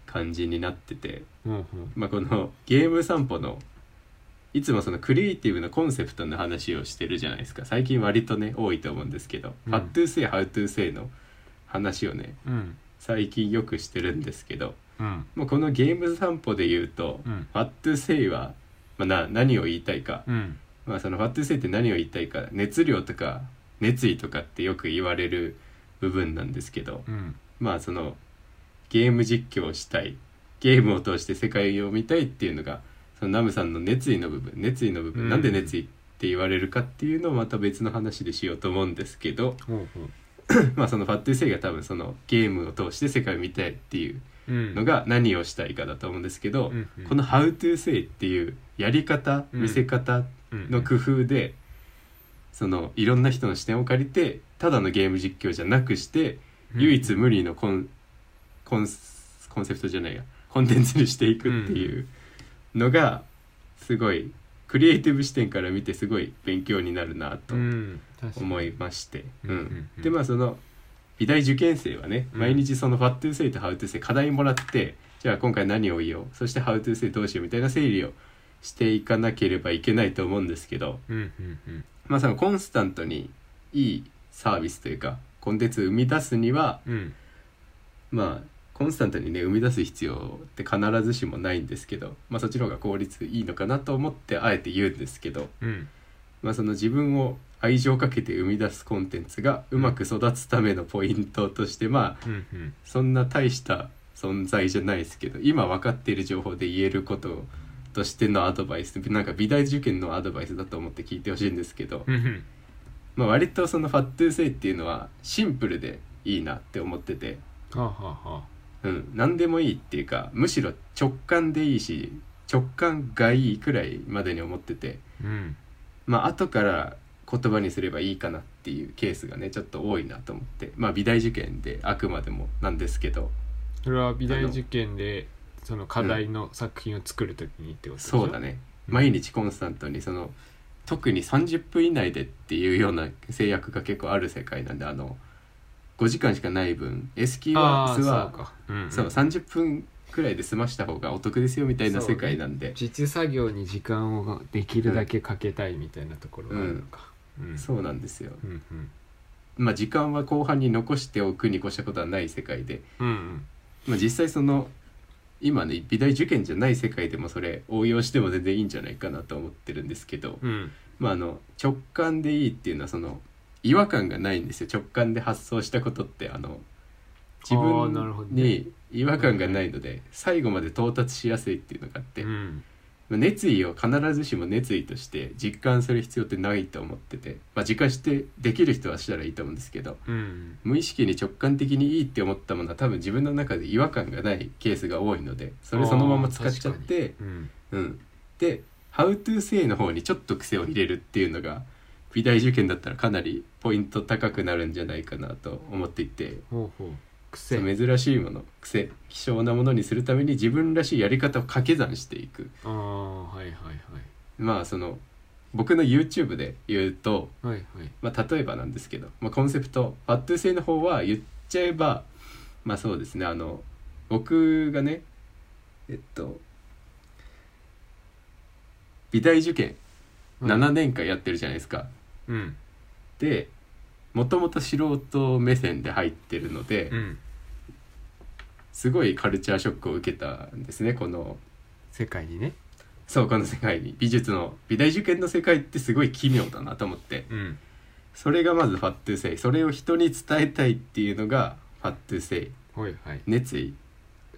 [SPEAKER 1] 感じになってて、
[SPEAKER 2] ほうほう
[SPEAKER 1] まあ、この「ゲーム散歩の」いつもそのクリエイティブなコンセプトの話をしてるじゃないですか最近割とね多いと思うんですけど「
[SPEAKER 2] うん
[SPEAKER 1] How to say how to say」の話をね
[SPEAKER 2] うん
[SPEAKER 1] 最近よくしてるんですけど
[SPEAKER 2] うん
[SPEAKER 1] もうこのゲーム散歩で言うと
[SPEAKER 2] うん
[SPEAKER 1] 「What to say は」まあ、な何を言いたいか、
[SPEAKER 2] うん
[SPEAKER 1] まあ、その「What to say」って何を言いたいか熱量とか熱意とかってよく言われる部分なんですけど
[SPEAKER 2] うん
[SPEAKER 1] まあそのゲーム実況をしたいゲームを通して世界を見たいっていうのがそのナムさんの熱意の部分熱意の部分、
[SPEAKER 2] うん
[SPEAKER 1] なんで熱意って言われるかっていうのをまた別の話でしようと思うんですけど
[SPEAKER 2] ほうほう
[SPEAKER 1] まあそのファットゥーセイが多分そのゲームを通して世界を見たいっていう
[SPEAKER 2] うん
[SPEAKER 1] のが何をしたいかだと思うんですけど、
[SPEAKER 2] うんうん
[SPEAKER 1] この「How to say」っていうやり方
[SPEAKER 2] うん
[SPEAKER 1] 見せ方の工夫で、そのいろんな人の視点を借りてただのゲーム実況じゃなくして
[SPEAKER 2] うん
[SPEAKER 1] 唯一無二のコンコンスコンセプトじゃないやコンテンツにしていくっていうのがすごいクリエイティブ視点から見てすごい勉強になるなと
[SPEAKER 2] うん確かに
[SPEAKER 1] 思いまして、
[SPEAKER 2] うん
[SPEAKER 1] う
[SPEAKER 2] うん
[SPEAKER 1] ん
[SPEAKER 2] うん
[SPEAKER 1] でまあその美大受験生はね
[SPEAKER 2] うん
[SPEAKER 1] 毎日その「ファットゥーセイ」と「ハウトゥーセイ」課題もらってじゃあ今回何を言おうそして「ハウトゥーセイ」どうしようみたいな整理をしていかなければいけないと思うんですけど
[SPEAKER 2] うんうんうん
[SPEAKER 1] まあそのコンスタントにいいサービスというかコンテンツを生み出すには
[SPEAKER 2] うん
[SPEAKER 1] まあコンスタントにね生み出す必要って必ずしもないんですけど、まあ、そっちの方が効率いいのかなと思ってあえて言うんですけど、
[SPEAKER 2] うん
[SPEAKER 1] まあ、その自分を愛情をかけて生み出すコンテンツがうまく育つためのポイントとしてまあ
[SPEAKER 2] うんうん
[SPEAKER 1] そんな大した存在じゃないですけど今分かっている情報で言えることとしてのアドバイスなんか美大受験のアドバイスだと思って聞いてほしいんですけど、
[SPEAKER 2] うんうん
[SPEAKER 1] まあ、割とその「ファットゥーセイ」っていうのはシンプルでいいなって思ってて。
[SPEAKER 2] はあはあはあ
[SPEAKER 1] うん、何でもいいっていうかむしろ直感でいいし直感がいいくらいまでに思ってて
[SPEAKER 2] うん
[SPEAKER 1] まあ後から言葉にすればいいかなっていうケースがねちょっと多いなと思ってまあ美大受験であくまでもなんですけど
[SPEAKER 2] それは美大受験でその課題の作品を作るときにってことでしょ
[SPEAKER 1] そうだね
[SPEAKER 2] うん
[SPEAKER 1] 毎日コンスタントにその特に30分以内でっていうような制約が結構ある世界なんであの5時間しかない分 S キー
[SPEAKER 2] あ
[SPEAKER 1] ワ
[SPEAKER 2] あ
[SPEAKER 1] ースは
[SPEAKER 2] そうか、うんうん
[SPEAKER 1] そう30分くらいで済ました方がお得ですよみたいな世界なんで。
[SPEAKER 2] 実作業に時間をできるだけかけたいみたいなところがあるのか、うん
[SPEAKER 1] そうなんですよ、
[SPEAKER 2] うんうん
[SPEAKER 1] まあ、時間は後半に残しておくに越したことはない世界で、
[SPEAKER 2] うんうん
[SPEAKER 1] まあ、実際その今ね美大受験じゃない世界でもそれ応用しても全然いいんじゃないかなと思ってるんですけど、
[SPEAKER 2] うん
[SPEAKER 1] まあ、あの直感でいいっていうのはその違和感がないんですよ直感で発想したことってあの自
[SPEAKER 2] あーなるほど
[SPEAKER 1] 分
[SPEAKER 2] ね
[SPEAKER 1] に違和感がないので、最後まで到達しやすいっていうのがあって、
[SPEAKER 2] うん
[SPEAKER 1] まあ熱意を必ずしも熱意として実感する必要ってないと思ってて、まあ、実感してできる人はしたらいいと思うんですけど
[SPEAKER 2] うん
[SPEAKER 1] 無意識に直感的にいいって思ったものは多分自分の中で違和感がないケースが多いのでそれそのまま使っちゃって、
[SPEAKER 2] うん
[SPEAKER 1] うん、で「How to say」の方にちょっと癖を入れるっていうのが美大受験だったらかなりポイント高くなるんじゃないかなと思っていて
[SPEAKER 2] ほうほう癖
[SPEAKER 1] そう珍しいもの癖希少なものにするために自分らしいやり方を掛け算していく。
[SPEAKER 2] ああはいはい
[SPEAKER 1] まあその僕の YouTube で言うと、
[SPEAKER 2] はいはいはい
[SPEAKER 1] まあ、例えばなんですけど、まあ、コンセプトファットゥー性の方は言っちゃえばまあそうですねあの僕がねえっと美大受験7年間やってるじゃないですか。
[SPEAKER 2] うん
[SPEAKER 1] でもともと素人目線で入ってるので
[SPEAKER 2] うん
[SPEAKER 1] すごいカルチャーショックを受けたんですねこの
[SPEAKER 2] 世界にね
[SPEAKER 1] そうこの世界に美術の美大受験の世界ってすごい奇妙だなと思って。
[SPEAKER 2] うん
[SPEAKER 1] それがまずファットゥーセイそれを人に伝えたいっていうのがファットゥーセイ
[SPEAKER 2] はいはい
[SPEAKER 1] 熱意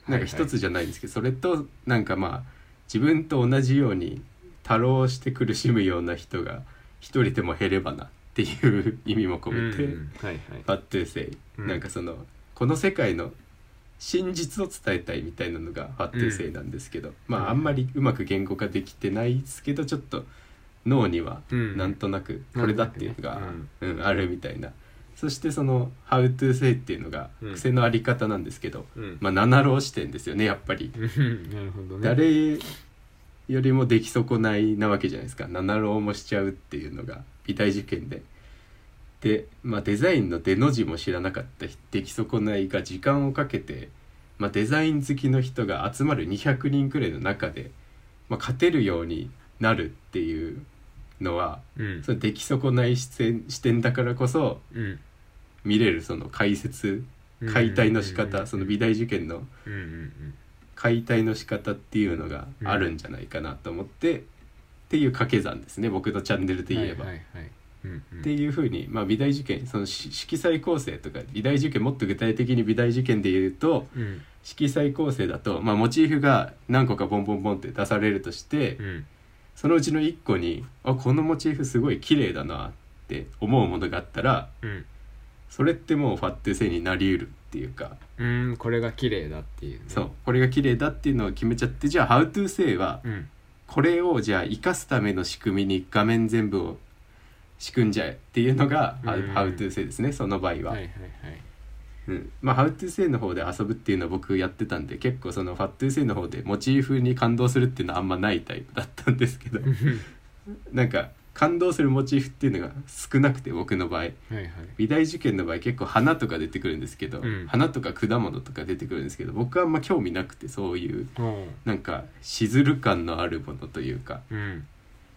[SPEAKER 1] なんか一
[SPEAKER 2] はいはい
[SPEAKER 1] つじゃないんですけど、それとなんかまあ自分と同じように多労して苦しむような人が一人でも減ればなっていう意味も込めて、
[SPEAKER 2] うんう
[SPEAKER 1] フ
[SPEAKER 2] んはいはい
[SPEAKER 1] ァットゥーセイ、
[SPEAKER 2] うん
[SPEAKER 1] なんかそのこの世界の真実を伝えたいみたいなのがファットゥーセイなんですけど、まああんまりうまく言語化できてないですけどちょっと脳には
[SPEAKER 2] うん
[SPEAKER 1] なんとなくこれだっていうのが、
[SPEAKER 2] うん
[SPEAKER 1] うんあるみたいなそしてその「How to say」っていうのが
[SPEAKER 2] うん
[SPEAKER 1] 癖のあり方なんですけど、
[SPEAKER 2] うん
[SPEAKER 1] まあ七郎視点ですよねやっぱり、
[SPEAKER 2] うん なるほどね
[SPEAKER 1] 誰よりも出来損ないなわけじゃないですか七郎もしちゃうっていうのが美大受験で。で、まあ、デザインの出の字も知らなかった出来損ないが時間をかけて、まあ、デザイン好きの人が集まる200人くらいの中で、まあ、勝てるようになるっていうのは
[SPEAKER 2] うん
[SPEAKER 1] その出来損ない視点視点だからこそ
[SPEAKER 2] うん
[SPEAKER 1] 見れるその解説
[SPEAKER 2] うん
[SPEAKER 1] 解体の仕
[SPEAKER 2] うんうんう
[SPEAKER 1] 方
[SPEAKER 2] ん
[SPEAKER 1] その美大受験の
[SPEAKER 2] うんうん
[SPEAKER 1] 解体の仕方っていうのがあるんじゃないかなと思って、っていう掛け算ですね僕のチャンネル
[SPEAKER 2] う
[SPEAKER 1] で
[SPEAKER 2] ん
[SPEAKER 1] 言えば。
[SPEAKER 2] はいはいはいうんうん
[SPEAKER 1] っていうふうに、まあ、美大受験そのし色彩構成とか美大受験もっと具体的に美大受験で言うと
[SPEAKER 2] うん
[SPEAKER 1] 色彩構成だと、まあ、モチーフが何個かボンボンボンって出されるとして、
[SPEAKER 2] うん
[SPEAKER 1] そのうちの1個にあこのモチーフすごい綺麗だなって思うものがあったら
[SPEAKER 2] うん
[SPEAKER 1] それってもうファッテ性になりうるっていうか、
[SPEAKER 2] うんこれが綺麗だっていうね
[SPEAKER 1] そうこれが綺麗だっていうのを決めちゃってじゃあ「How to 性」は
[SPEAKER 2] うん
[SPEAKER 1] これをじゃあ生かすための仕組みに画面全部を仕組んじゃえっていうのが「
[SPEAKER 2] うん
[SPEAKER 1] How to 性」ですねその場合は。
[SPEAKER 2] はいはいはい
[SPEAKER 1] うん、まあ「ハウトゥーセイ」の方で遊ぶっていうのは僕やってたんで結構その「ファットゥーセイ」の方でモチーフに感動するっていうのはあんまないタイプだったんですけど なんか感動するモチーフっていうのが少なくて僕の場合
[SPEAKER 2] はいはい
[SPEAKER 1] 美大受験の場合結構花とか出てくるんですけど、
[SPEAKER 2] うん
[SPEAKER 1] 花とか果物とか出てくるんですけど僕はあんま興味なくてそういう
[SPEAKER 2] おう
[SPEAKER 1] なんかしずる感のあるものというか
[SPEAKER 2] うん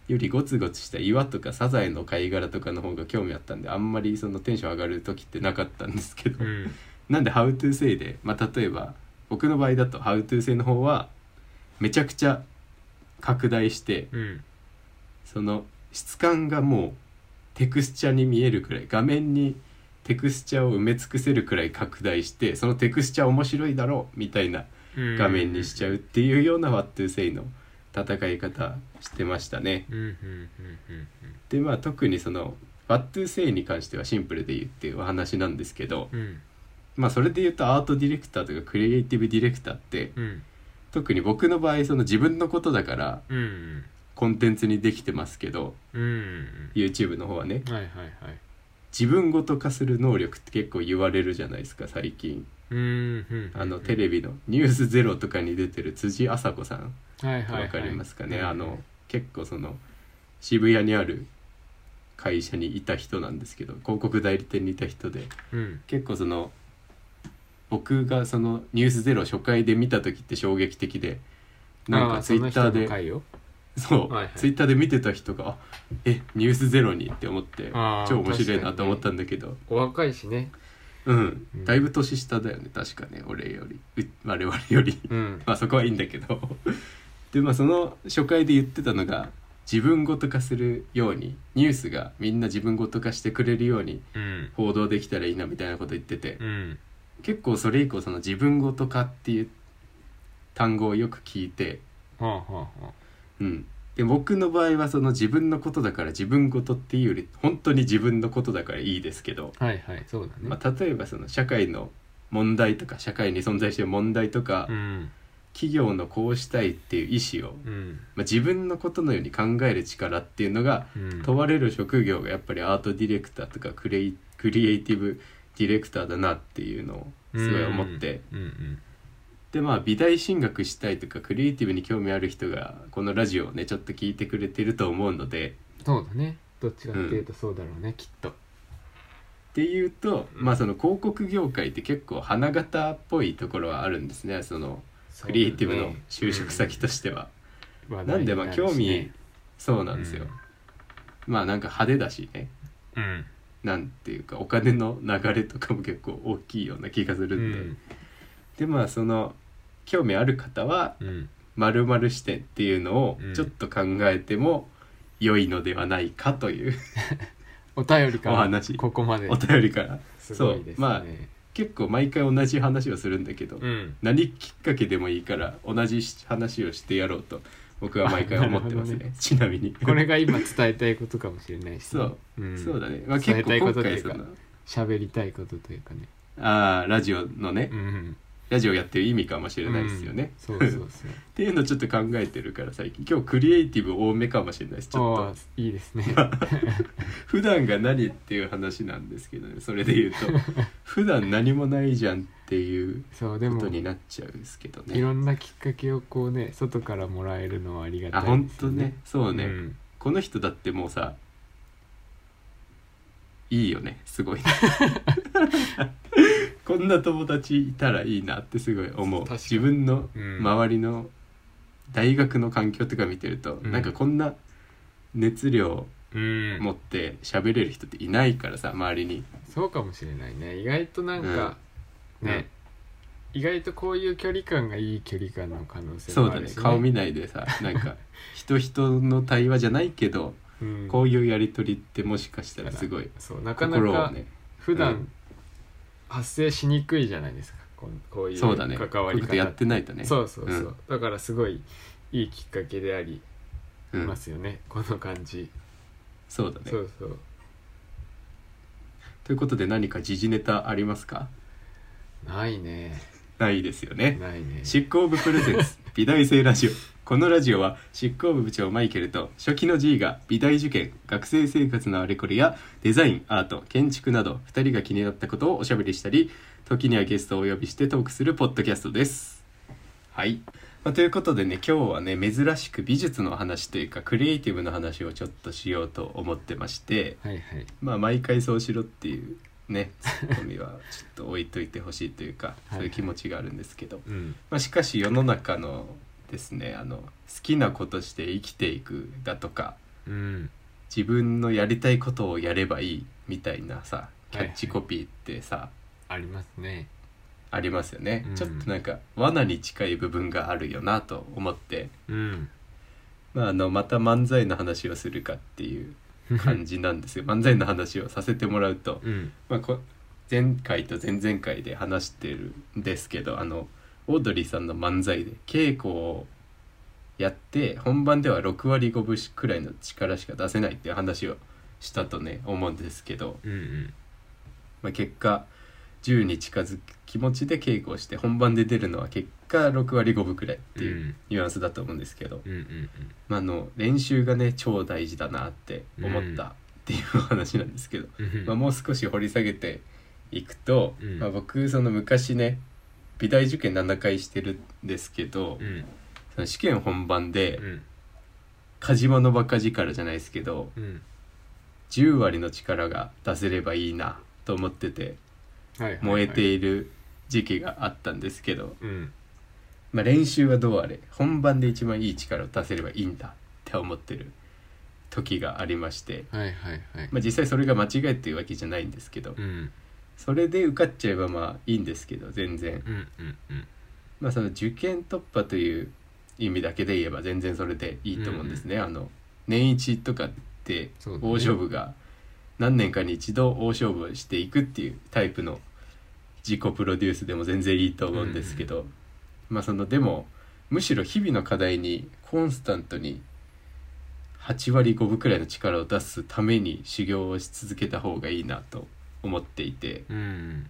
[SPEAKER 1] よりゴツゴツした岩とかサザエの貝殻とかの方が興味あったんであんまりそのテンション上がる時ってなかったんですけど。
[SPEAKER 2] うん
[SPEAKER 1] なんで「How to say で」まあ、例えば僕の場合だと「How to say」の方はめちゃくちゃ拡大して
[SPEAKER 2] うん
[SPEAKER 1] その質感がもうテクスチャに見えるくらい画面にテクスチャを埋め尽くせるくらい拡大してそのテクスチャ面白いだろうみたいな
[SPEAKER 2] うん
[SPEAKER 1] 画面にしちゃうっていうような「What to say」の戦い方してましたね。
[SPEAKER 2] うんうんうんうん
[SPEAKER 1] でまあ特にその「What to say」に関してはシンプルで言うっていうお話なんですけど、
[SPEAKER 2] うん
[SPEAKER 1] まあ、それで言うとアートディレクターとかクリエイティブディレクターって
[SPEAKER 2] うん
[SPEAKER 1] 特に僕の場合その自分のことだから
[SPEAKER 2] うんうん
[SPEAKER 1] コンテンツにできてますけど
[SPEAKER 2] うん
[SPEAKER 1] YouTube の方はね
[SPEAKER 2] はいはいはい
[SPEAKER 1] 自分ごと化する能力って結構言われるじゃないですか最近
[SPEAKER 2] うんうん
[SPEAKER 1] あのテレビの「ニュースゼロとかに出てる辻麻子さん
[SPEAKER 2] はいはいはい
[SPEAKER 1] わかりますかね、
[SPEAKER 2] はいはい
[SPEAKER 1] あの結構その渋谷にある会社にいた人なんですけど広告代理店にいた人で
[SPEAKER 2] うん
[SPEAKER 1] 結構その僕がその「ニュースゼロ初回で見た時って衝撃的でなん
[SPEAKER 2] あ
[SPEAKER 1] か
[SPEAKER 2] ー
[SPEAKER 1] ツイッターで
[SPEAKER 2] その人の回を
[SPEAKER 1] そう、
[SPEAKER 2] はいはい
[SPEAKER 1] ツイッターで見てた人が「あえニュースゼロに」って思って
[SPEAKER 2] あー
[SPEAKER 1] 超面白いなと思ったんだけど、
[SPEAKER 2] お若いしね
[SPEAKER 1] うん
[SPEAKER 2] うん
[SPEAKER 1] だいぶ年下だよね確かね俺よりう我々より
[SPEAKER 2] うん
[SPEAKER 1] まあそこはいいんだけど でまあその初回で言ってたのが自分ごと化するようにニュースがみんな自分ごと化してくれるように
[SPEAKER 2] うん
[SPEAKER 1] 報道できたらいいなみたいなこと言ってて、
[SPEAKER 2] うん
[SPEAKER 1] 結構それ以降その自分ごと化っていう単語をよく聞いて、
[SPEAKER 2] はあはあはあ
[SPEAKER 1] うん、で僕の場合はその自分のことだから自分事っていうより本当に自分のことだからいいですけど、
[SPEAKER 2] はいはいそうだね、
[SPEAKER 1] まあ、例えばその社会の問題とか社会に存在している問題とか、
[SPEAKER 2] うん
[SPEAKER 1] 企業のこうしたいっていう意思を、
[SPEAKER 2] うん
[SPEAKER 1] まあ、自分のことのように考える力っていうのが
[SPEAKER 2] うん
[SPEAKER 1] 問われる職業がやっぱりアートディレクターとかクレイクリエイティブディレクターだなっていうのをすごい思って。
[SPEAKER 2] うんうん
[SPEAKER 1] でまあ美大進学したいとかクリエイティブに興味ある人がこのラジオをねちょっと聞いてくれてると思うので
[SPEAKER 2] そうだねどっちかっていうとそうだろうね、きっと
[SPEAKER 1] っていうとまあその広告業界って結構花形っぽいところはあるんですねそのクリエイティブの就職先としては。
[SPEAKER 2] 話
[SPEAKER 1] な
[SPEAKER 2] 題
[SPEAKER 1] ん
[SPEAKER 2] に
[SPEAKER 1] で
[SPEAKER 2] るしね、
[SPEAKER 1] まあ興味そうなんですよ。まあなんか派手だしね
[SPEAKER 2] うん
[SPEAKER 1] なんていうかお金の流れとかも結構大きいような気がす
[SPEAKER 2] う
[SPEAKER 1] るんで、
[SPEAKER 2] ん
[SPEAKER 1] でまあその興味ある方は
[SPEAKER 2] うん
[SPEAKER 1] 〇〇視点っていうのを
[SPEAKER 2] うん
[SPEAKER 1] ちょっと考えても良いのではないかという
[SPEAKER 2] お便りか
[SPEAKER 1] お
[SPEAKER 2] ら
[SPEAKER 1] 話
[SPEAKER 2] ここまで
[SPEAKER 1] お便りから、
[SPEAKER 2] す
[SPEAKER 1] そ
[SPEAKER 2] ごいうですね
[SPEAKER 1] まあ結構毎回同じ話をするんだけど、
[SPEAKER 2] うん
[SPEAKER 1] 何きっかけでもいいから同じ話をしてやろうと僕は毎回思ってます
[SPEAKER 2] あ
[SPEAKER 1] ね
[SPEAKER 2] なる
[SPEAKER 1] ちなみに
[SPEAKER 2] これが今伝えたいことかもしれないしね、
[SPEAKER 1] そう、
[SPEAKER 2] うん、
[SPEAKER 1] そうだね、まあ、
[SPEAKER 2] 伝
[SPEAKER 1] 結
[SPEAKER 2] えた
[SPEAKER 1] 構今
[SPEAKER 2] いこととい
[SPEAKER 1] 回
[SPEAKER 2] う
[SPEAKER 1] そ
[SPEAKER 2] か
[SPEAKER 1] の
[SPEAKER 2] 喋りたいことというかね
[SPEAKER 1] あーラジオのね、
[SPEAKER 2] うん
[SPEAKER 1] ラジオやってる意味かもしれないですよね、
[SPEAKER 2] うんそうそうそう
[SPEAKER 1] っていうのをちょっと考えてるから最近今日クリエイティブ多めかもしれないですちょっと
[SPEAKER 2] ああ いいですね
[SPEAKER 1] 普段が何っていう話なんですけどねそれで 言うと普段何もないじゃんっていう
[SPEAKER 2] そうで
[SPEAKER 1] こ
[SPEAKER 2] も
[SPEAKER 1] とになっちゃうんですけど
[SPEAKER 2] い
[SPEAKER 1] ね
[SPEAKER 2] ろんなきっかけをこうね外からもらえるのはありが
[SPEAKER 1] あ
[SPEAKER 2] たい
[SPEAKER 1] 本
[SPEAKER 2] です
[SPEAKER 1] 当
[SPEAKER 2] よ
[SPEAKER 1] ねそうね、
[SPEAKER 2] うん
[SPEAKER 1] この人だってもうさいいよねす ごいねこんな友達いたらいいなってすごい思
[SPEAKER 2] 確
[SPEAKER 1] う
[SPEAKER 2] かに
[SPEAKER 1] 自分の
[SPEAKER 2] うん
[SPEAKER 1] 周りの大学の環境とか見てると、
[SPEAKER 2] うん
[SPEAKER 1] なんかこんな熱量
[SPEAKER 2] うん
[SPEAKER 1] 持って喋れる人っていないからさ周りに
[SPEAKER 2] そうかもしれないね意外となんか、ね、意外とこういう距離感がいい距離感の可能性
[SPEAKER 1] そう
[SPEAKER 2] もあ
[SPEAKER 1] だ
[SPEAKER 2] る
[SPEAKER 1] ね
[SPEAKER 2] し、
[SPEAKER 1] 顔見ないでさなん か人人の対話じゃないけど、
[SPEAKER 2] うん
[SPEAKER 1] こういうやり取りってもしかしたらすごい
[SPEAKER 2] そうなかな
[SPEAKER 1] 心を
[SPEAKER 2] か
[SPEAKER 1] ね
[SPEAKER 2] 普
[SPEAKER 1] う
[SPEAKER 2] 段
[SPEAKER 1] ん
[SPEAKER 2] 発生しにくいじゃないですかこんこういう
[SPEAKER 1] そうだね
[SPEAKER 2] 関
[SPEAKER 1] こう
[SPEAKER 2] わ
[SPEAKER 1] いう
[SPEAKER 2] り
[SPEAKER 1] ことやっ
[SPEAKER 2] 方
[SPEAKER 1] てないとね
[SPEAKER 2] そうそうそう、
[SPEAKER 1] うん
[SPEAKER 2] だからすごいいいきっかけであり
[SPEAKER 1] うん
[SPEAKER 2] ますよね、この感じ、
[SPEAKER 1] そうだね
[SPEAKER 2] そうそう
[SPEAKER 1] ということで何か時事ネタありますか
[SPEAKER 2] ないね
[SPEAKER 1] ないですよね
[SPEAKER 2] ないね
[SPEAKER 1] 執行部プレゼン ツ美大生ラジオこのラジオは執行部部長マイケルと初期の G が美大受験学生生活のあれこれやデザインアート建築など2人が気になったことをおしゃべりしたり時にはゲストをお呼びしてトークするポッドキャストです。はい、まあということでね今日はね珍しく美術の話というかクリエイティブの話をちょっとしようと思ってまして
[SPEAKER 2] はいはい
[SPEAKER 1] まあ毎回そうしろっていうねツッコミはちょっと置いといてほしいというか
[SPEAKER 2] いはい
[SPEAKER 1] そういう気持ちがあるんですけど。
[SPEAKER 2] うん
[SPEAKER 1] まあ、しかし世の中のですねあの好きなことして生きていくだとか
[SPEAKER 2] うん
[SPEAKER 1] 自分のやりたいことをやればいいみたいなさキャッチコピーってさ、
[SPEAKER 2] ありますね
[SPEAKER 1] ありますよね、
[SPEAKER 2] うん
[SPEAKER 1] ちょっとなんか罠に近い部分があるよなと思って、
[SPEAKER 2] うん
[SPEAKER 1] まあ、あのまた漫才の話をするかっていう感じなんですよ漫才の話をさせてもらうと、
[SPEAKER 2] うん
[SPEAKER 1] まあ、こ前回と前々回で話してるんですけどあのオードリーさんの漫才で稽古をやって本番では6割5分くらいの力しか出せないっていう話をしたとね思うんですけど、
[SPEAKER 2] うんうん
[SPEAKER 1] まあ、結果10に近づく気持ちで稽古をして本番で出るのは結果6割5分くらいっていう
[SPEAKER 2] うん
[SPEAKER 1] ニュアンスだと思うんですけど、
[SPEAKER 2] うんうん
[SPEAKER 1] まあ、あの練習がね超大事だなって思ったっていう話なんですけど、
[SPEAKER 2] うんうん
[SPEAKER 1] まあ、もう少し掘り下げていくと、
[SPEAKER 2] うん
[SPEAKER 1] まあ、僕その昔ね美大受験7回してるんですけど、
[SPEAKER 2] うん
[SPEAKER 1] その試験本番で
[SPEAKER 2] うん
[SPEAKER 1] カジマのバカ力じゃないですけど
[SPEAKER 2] うん
[SPEAKER 1] 10割の力が出せればいいなと思ってて
[SPEAKER 2] はいはいはい
[SPEAKER 1] 燃えている時期があったんですけど、
[SPEAKER 2] うん
[SPEAKER 1] まあ、練習はどうあれ本番で一番いい力を出せればいいんだって思ってる時がありまして、
[SPEAKER 2] はいはいはい
[SPEAKER 1] まあ、実際それが間違いっていうわけじゃないんですけど、
[SPEAKER 2] うん
[SPEAKER 1] それで受かっちゃえばまあいいんですけど全然
[SPEAKER 2] うんうんうん
[SPEAKER 1] まあその受験突破という意味だけで言えば全然それでいいと思うんですね、あの年一とかって
[SPEAKER 2] そうだね
[SPEAKER 1] 大勝負が何年かに一度大勝負していくっていうタイプの自己プロデュースでも全然いいと思うんですけど、まあそのでもむしろ日々の課題にコンスタントに8割5分くらいの力を出すために修行をし続けた方がいいなと思っていて。
[SPEAKER 2] うん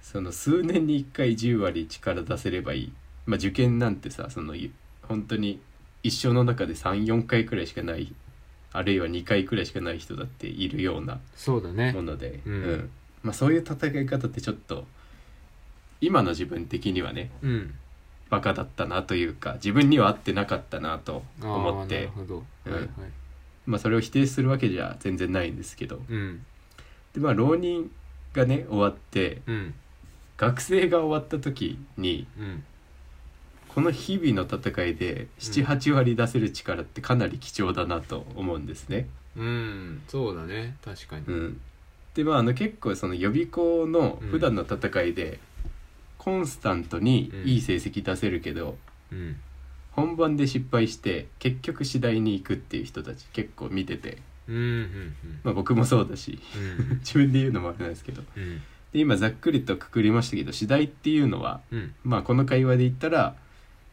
[SPEAKER 1] その数年に1回10割力出せればいい、まあ、受験なんてさそのい本当に一生の中で34回くらいしかないあるいは2回くらいしかない人だっているような
[SPEAKER 2] そうだね
[SPEAKER 1] もので、
[SPEAKER 2] うん
[SPEAKER 1] まあ、そういう戦い方ってちょっと今の自分的にはね
[SPEAKER 2] うん
[SPEAKER 1] バカだったなというか自分には合ってなかったなと
[SPEAKER 2] あー
[SPEAKER 1] 思っ
[SPEAKER 2] なる
[SPEAKER 1] て
[SPEAKER 2] ほど、
[SPEAKER 1] うん
[SPEAKER 2] はいはい
[SPEAKER 1] まあ、それを否定するわけじゃ全然ないんですけど
[SPEAKER 2] うん
[SPEAKER 1] で、まあ、浪人がね終わって
[SPEAKER 2] うん
[SPEAKER 1] 学生が終わった時に
[SPEAKER 2] うん
[SPEAKER 1] この日々の戦いで78割出せる力ってかなり貴重だなと思うんですね。
[SPEAKER 2] うんそうだね確かに
[SPEAKER 1] うん、でまああの結構その予備校の普段の戦いでコンスタントにいい成績出せるけど、
[SPEAKER 2] うん
[SPEAKER 1] 本番で失敗して結局次第に行くっていう人たち結構見てて、
[SPEAKER 2] うんうん
[SPEAKER 1] まあ、僕もそうだし
[SPEAKER 2] うんうん
[SPEAKER 1] 自分で言うのもあれなんですけど
[SPEAKER 2] うん
[SPEAKER 1] で今ざっくりとくくりましたけど次第っていうのは、
[SPEAKER 2] うん
[SPEAKER 1] まあ、この会話で言ったら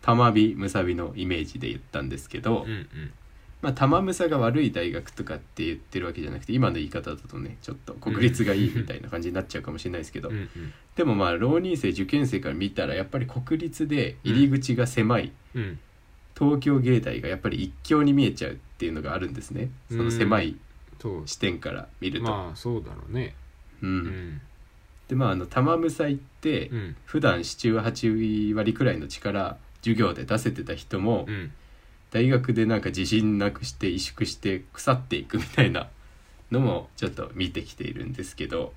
[SPEAKER 1] 玉火むさびのイメージで言ったんですけど。
[SPEAKER 2] うんうん
[SPEAKER 1] まあ、玉むさが悪い大学とかって言ってるわけじゃなくて今の言い方だとねちょっと国立がいいみたいな感じになっちゃうかもしれないですけど、
[SPEAKER 2] うんうん
[SPEAKER 1] でもまあ浪人生受験生から見たらやっぱり国立で入り口が狭い、
[SPEAKER 2] うん
[SPEAKER 1] 東京芸大がやっぱり一強に見えちゃうっていうのがあるんですねその狭い
[SPEAKER 2] そう
[SPEAKER 1] 視点から見ると。
[SPEAKER 2] まあそうだろうね
[SPEAKER 1] う、
[SPEAKER 2] うんん
[SPEAKER 1] でまああの玉むさ行って、
[SPEAKER 2] うん
[SPEAKER 1] 普段78割くらいの力授業で出せてた人も、
[SPEAKER 2] うん
[SPEAKER 1] 大学でなんか自信なくして萎縮して腐っていくみたいなのもちょっと見てきているんですけど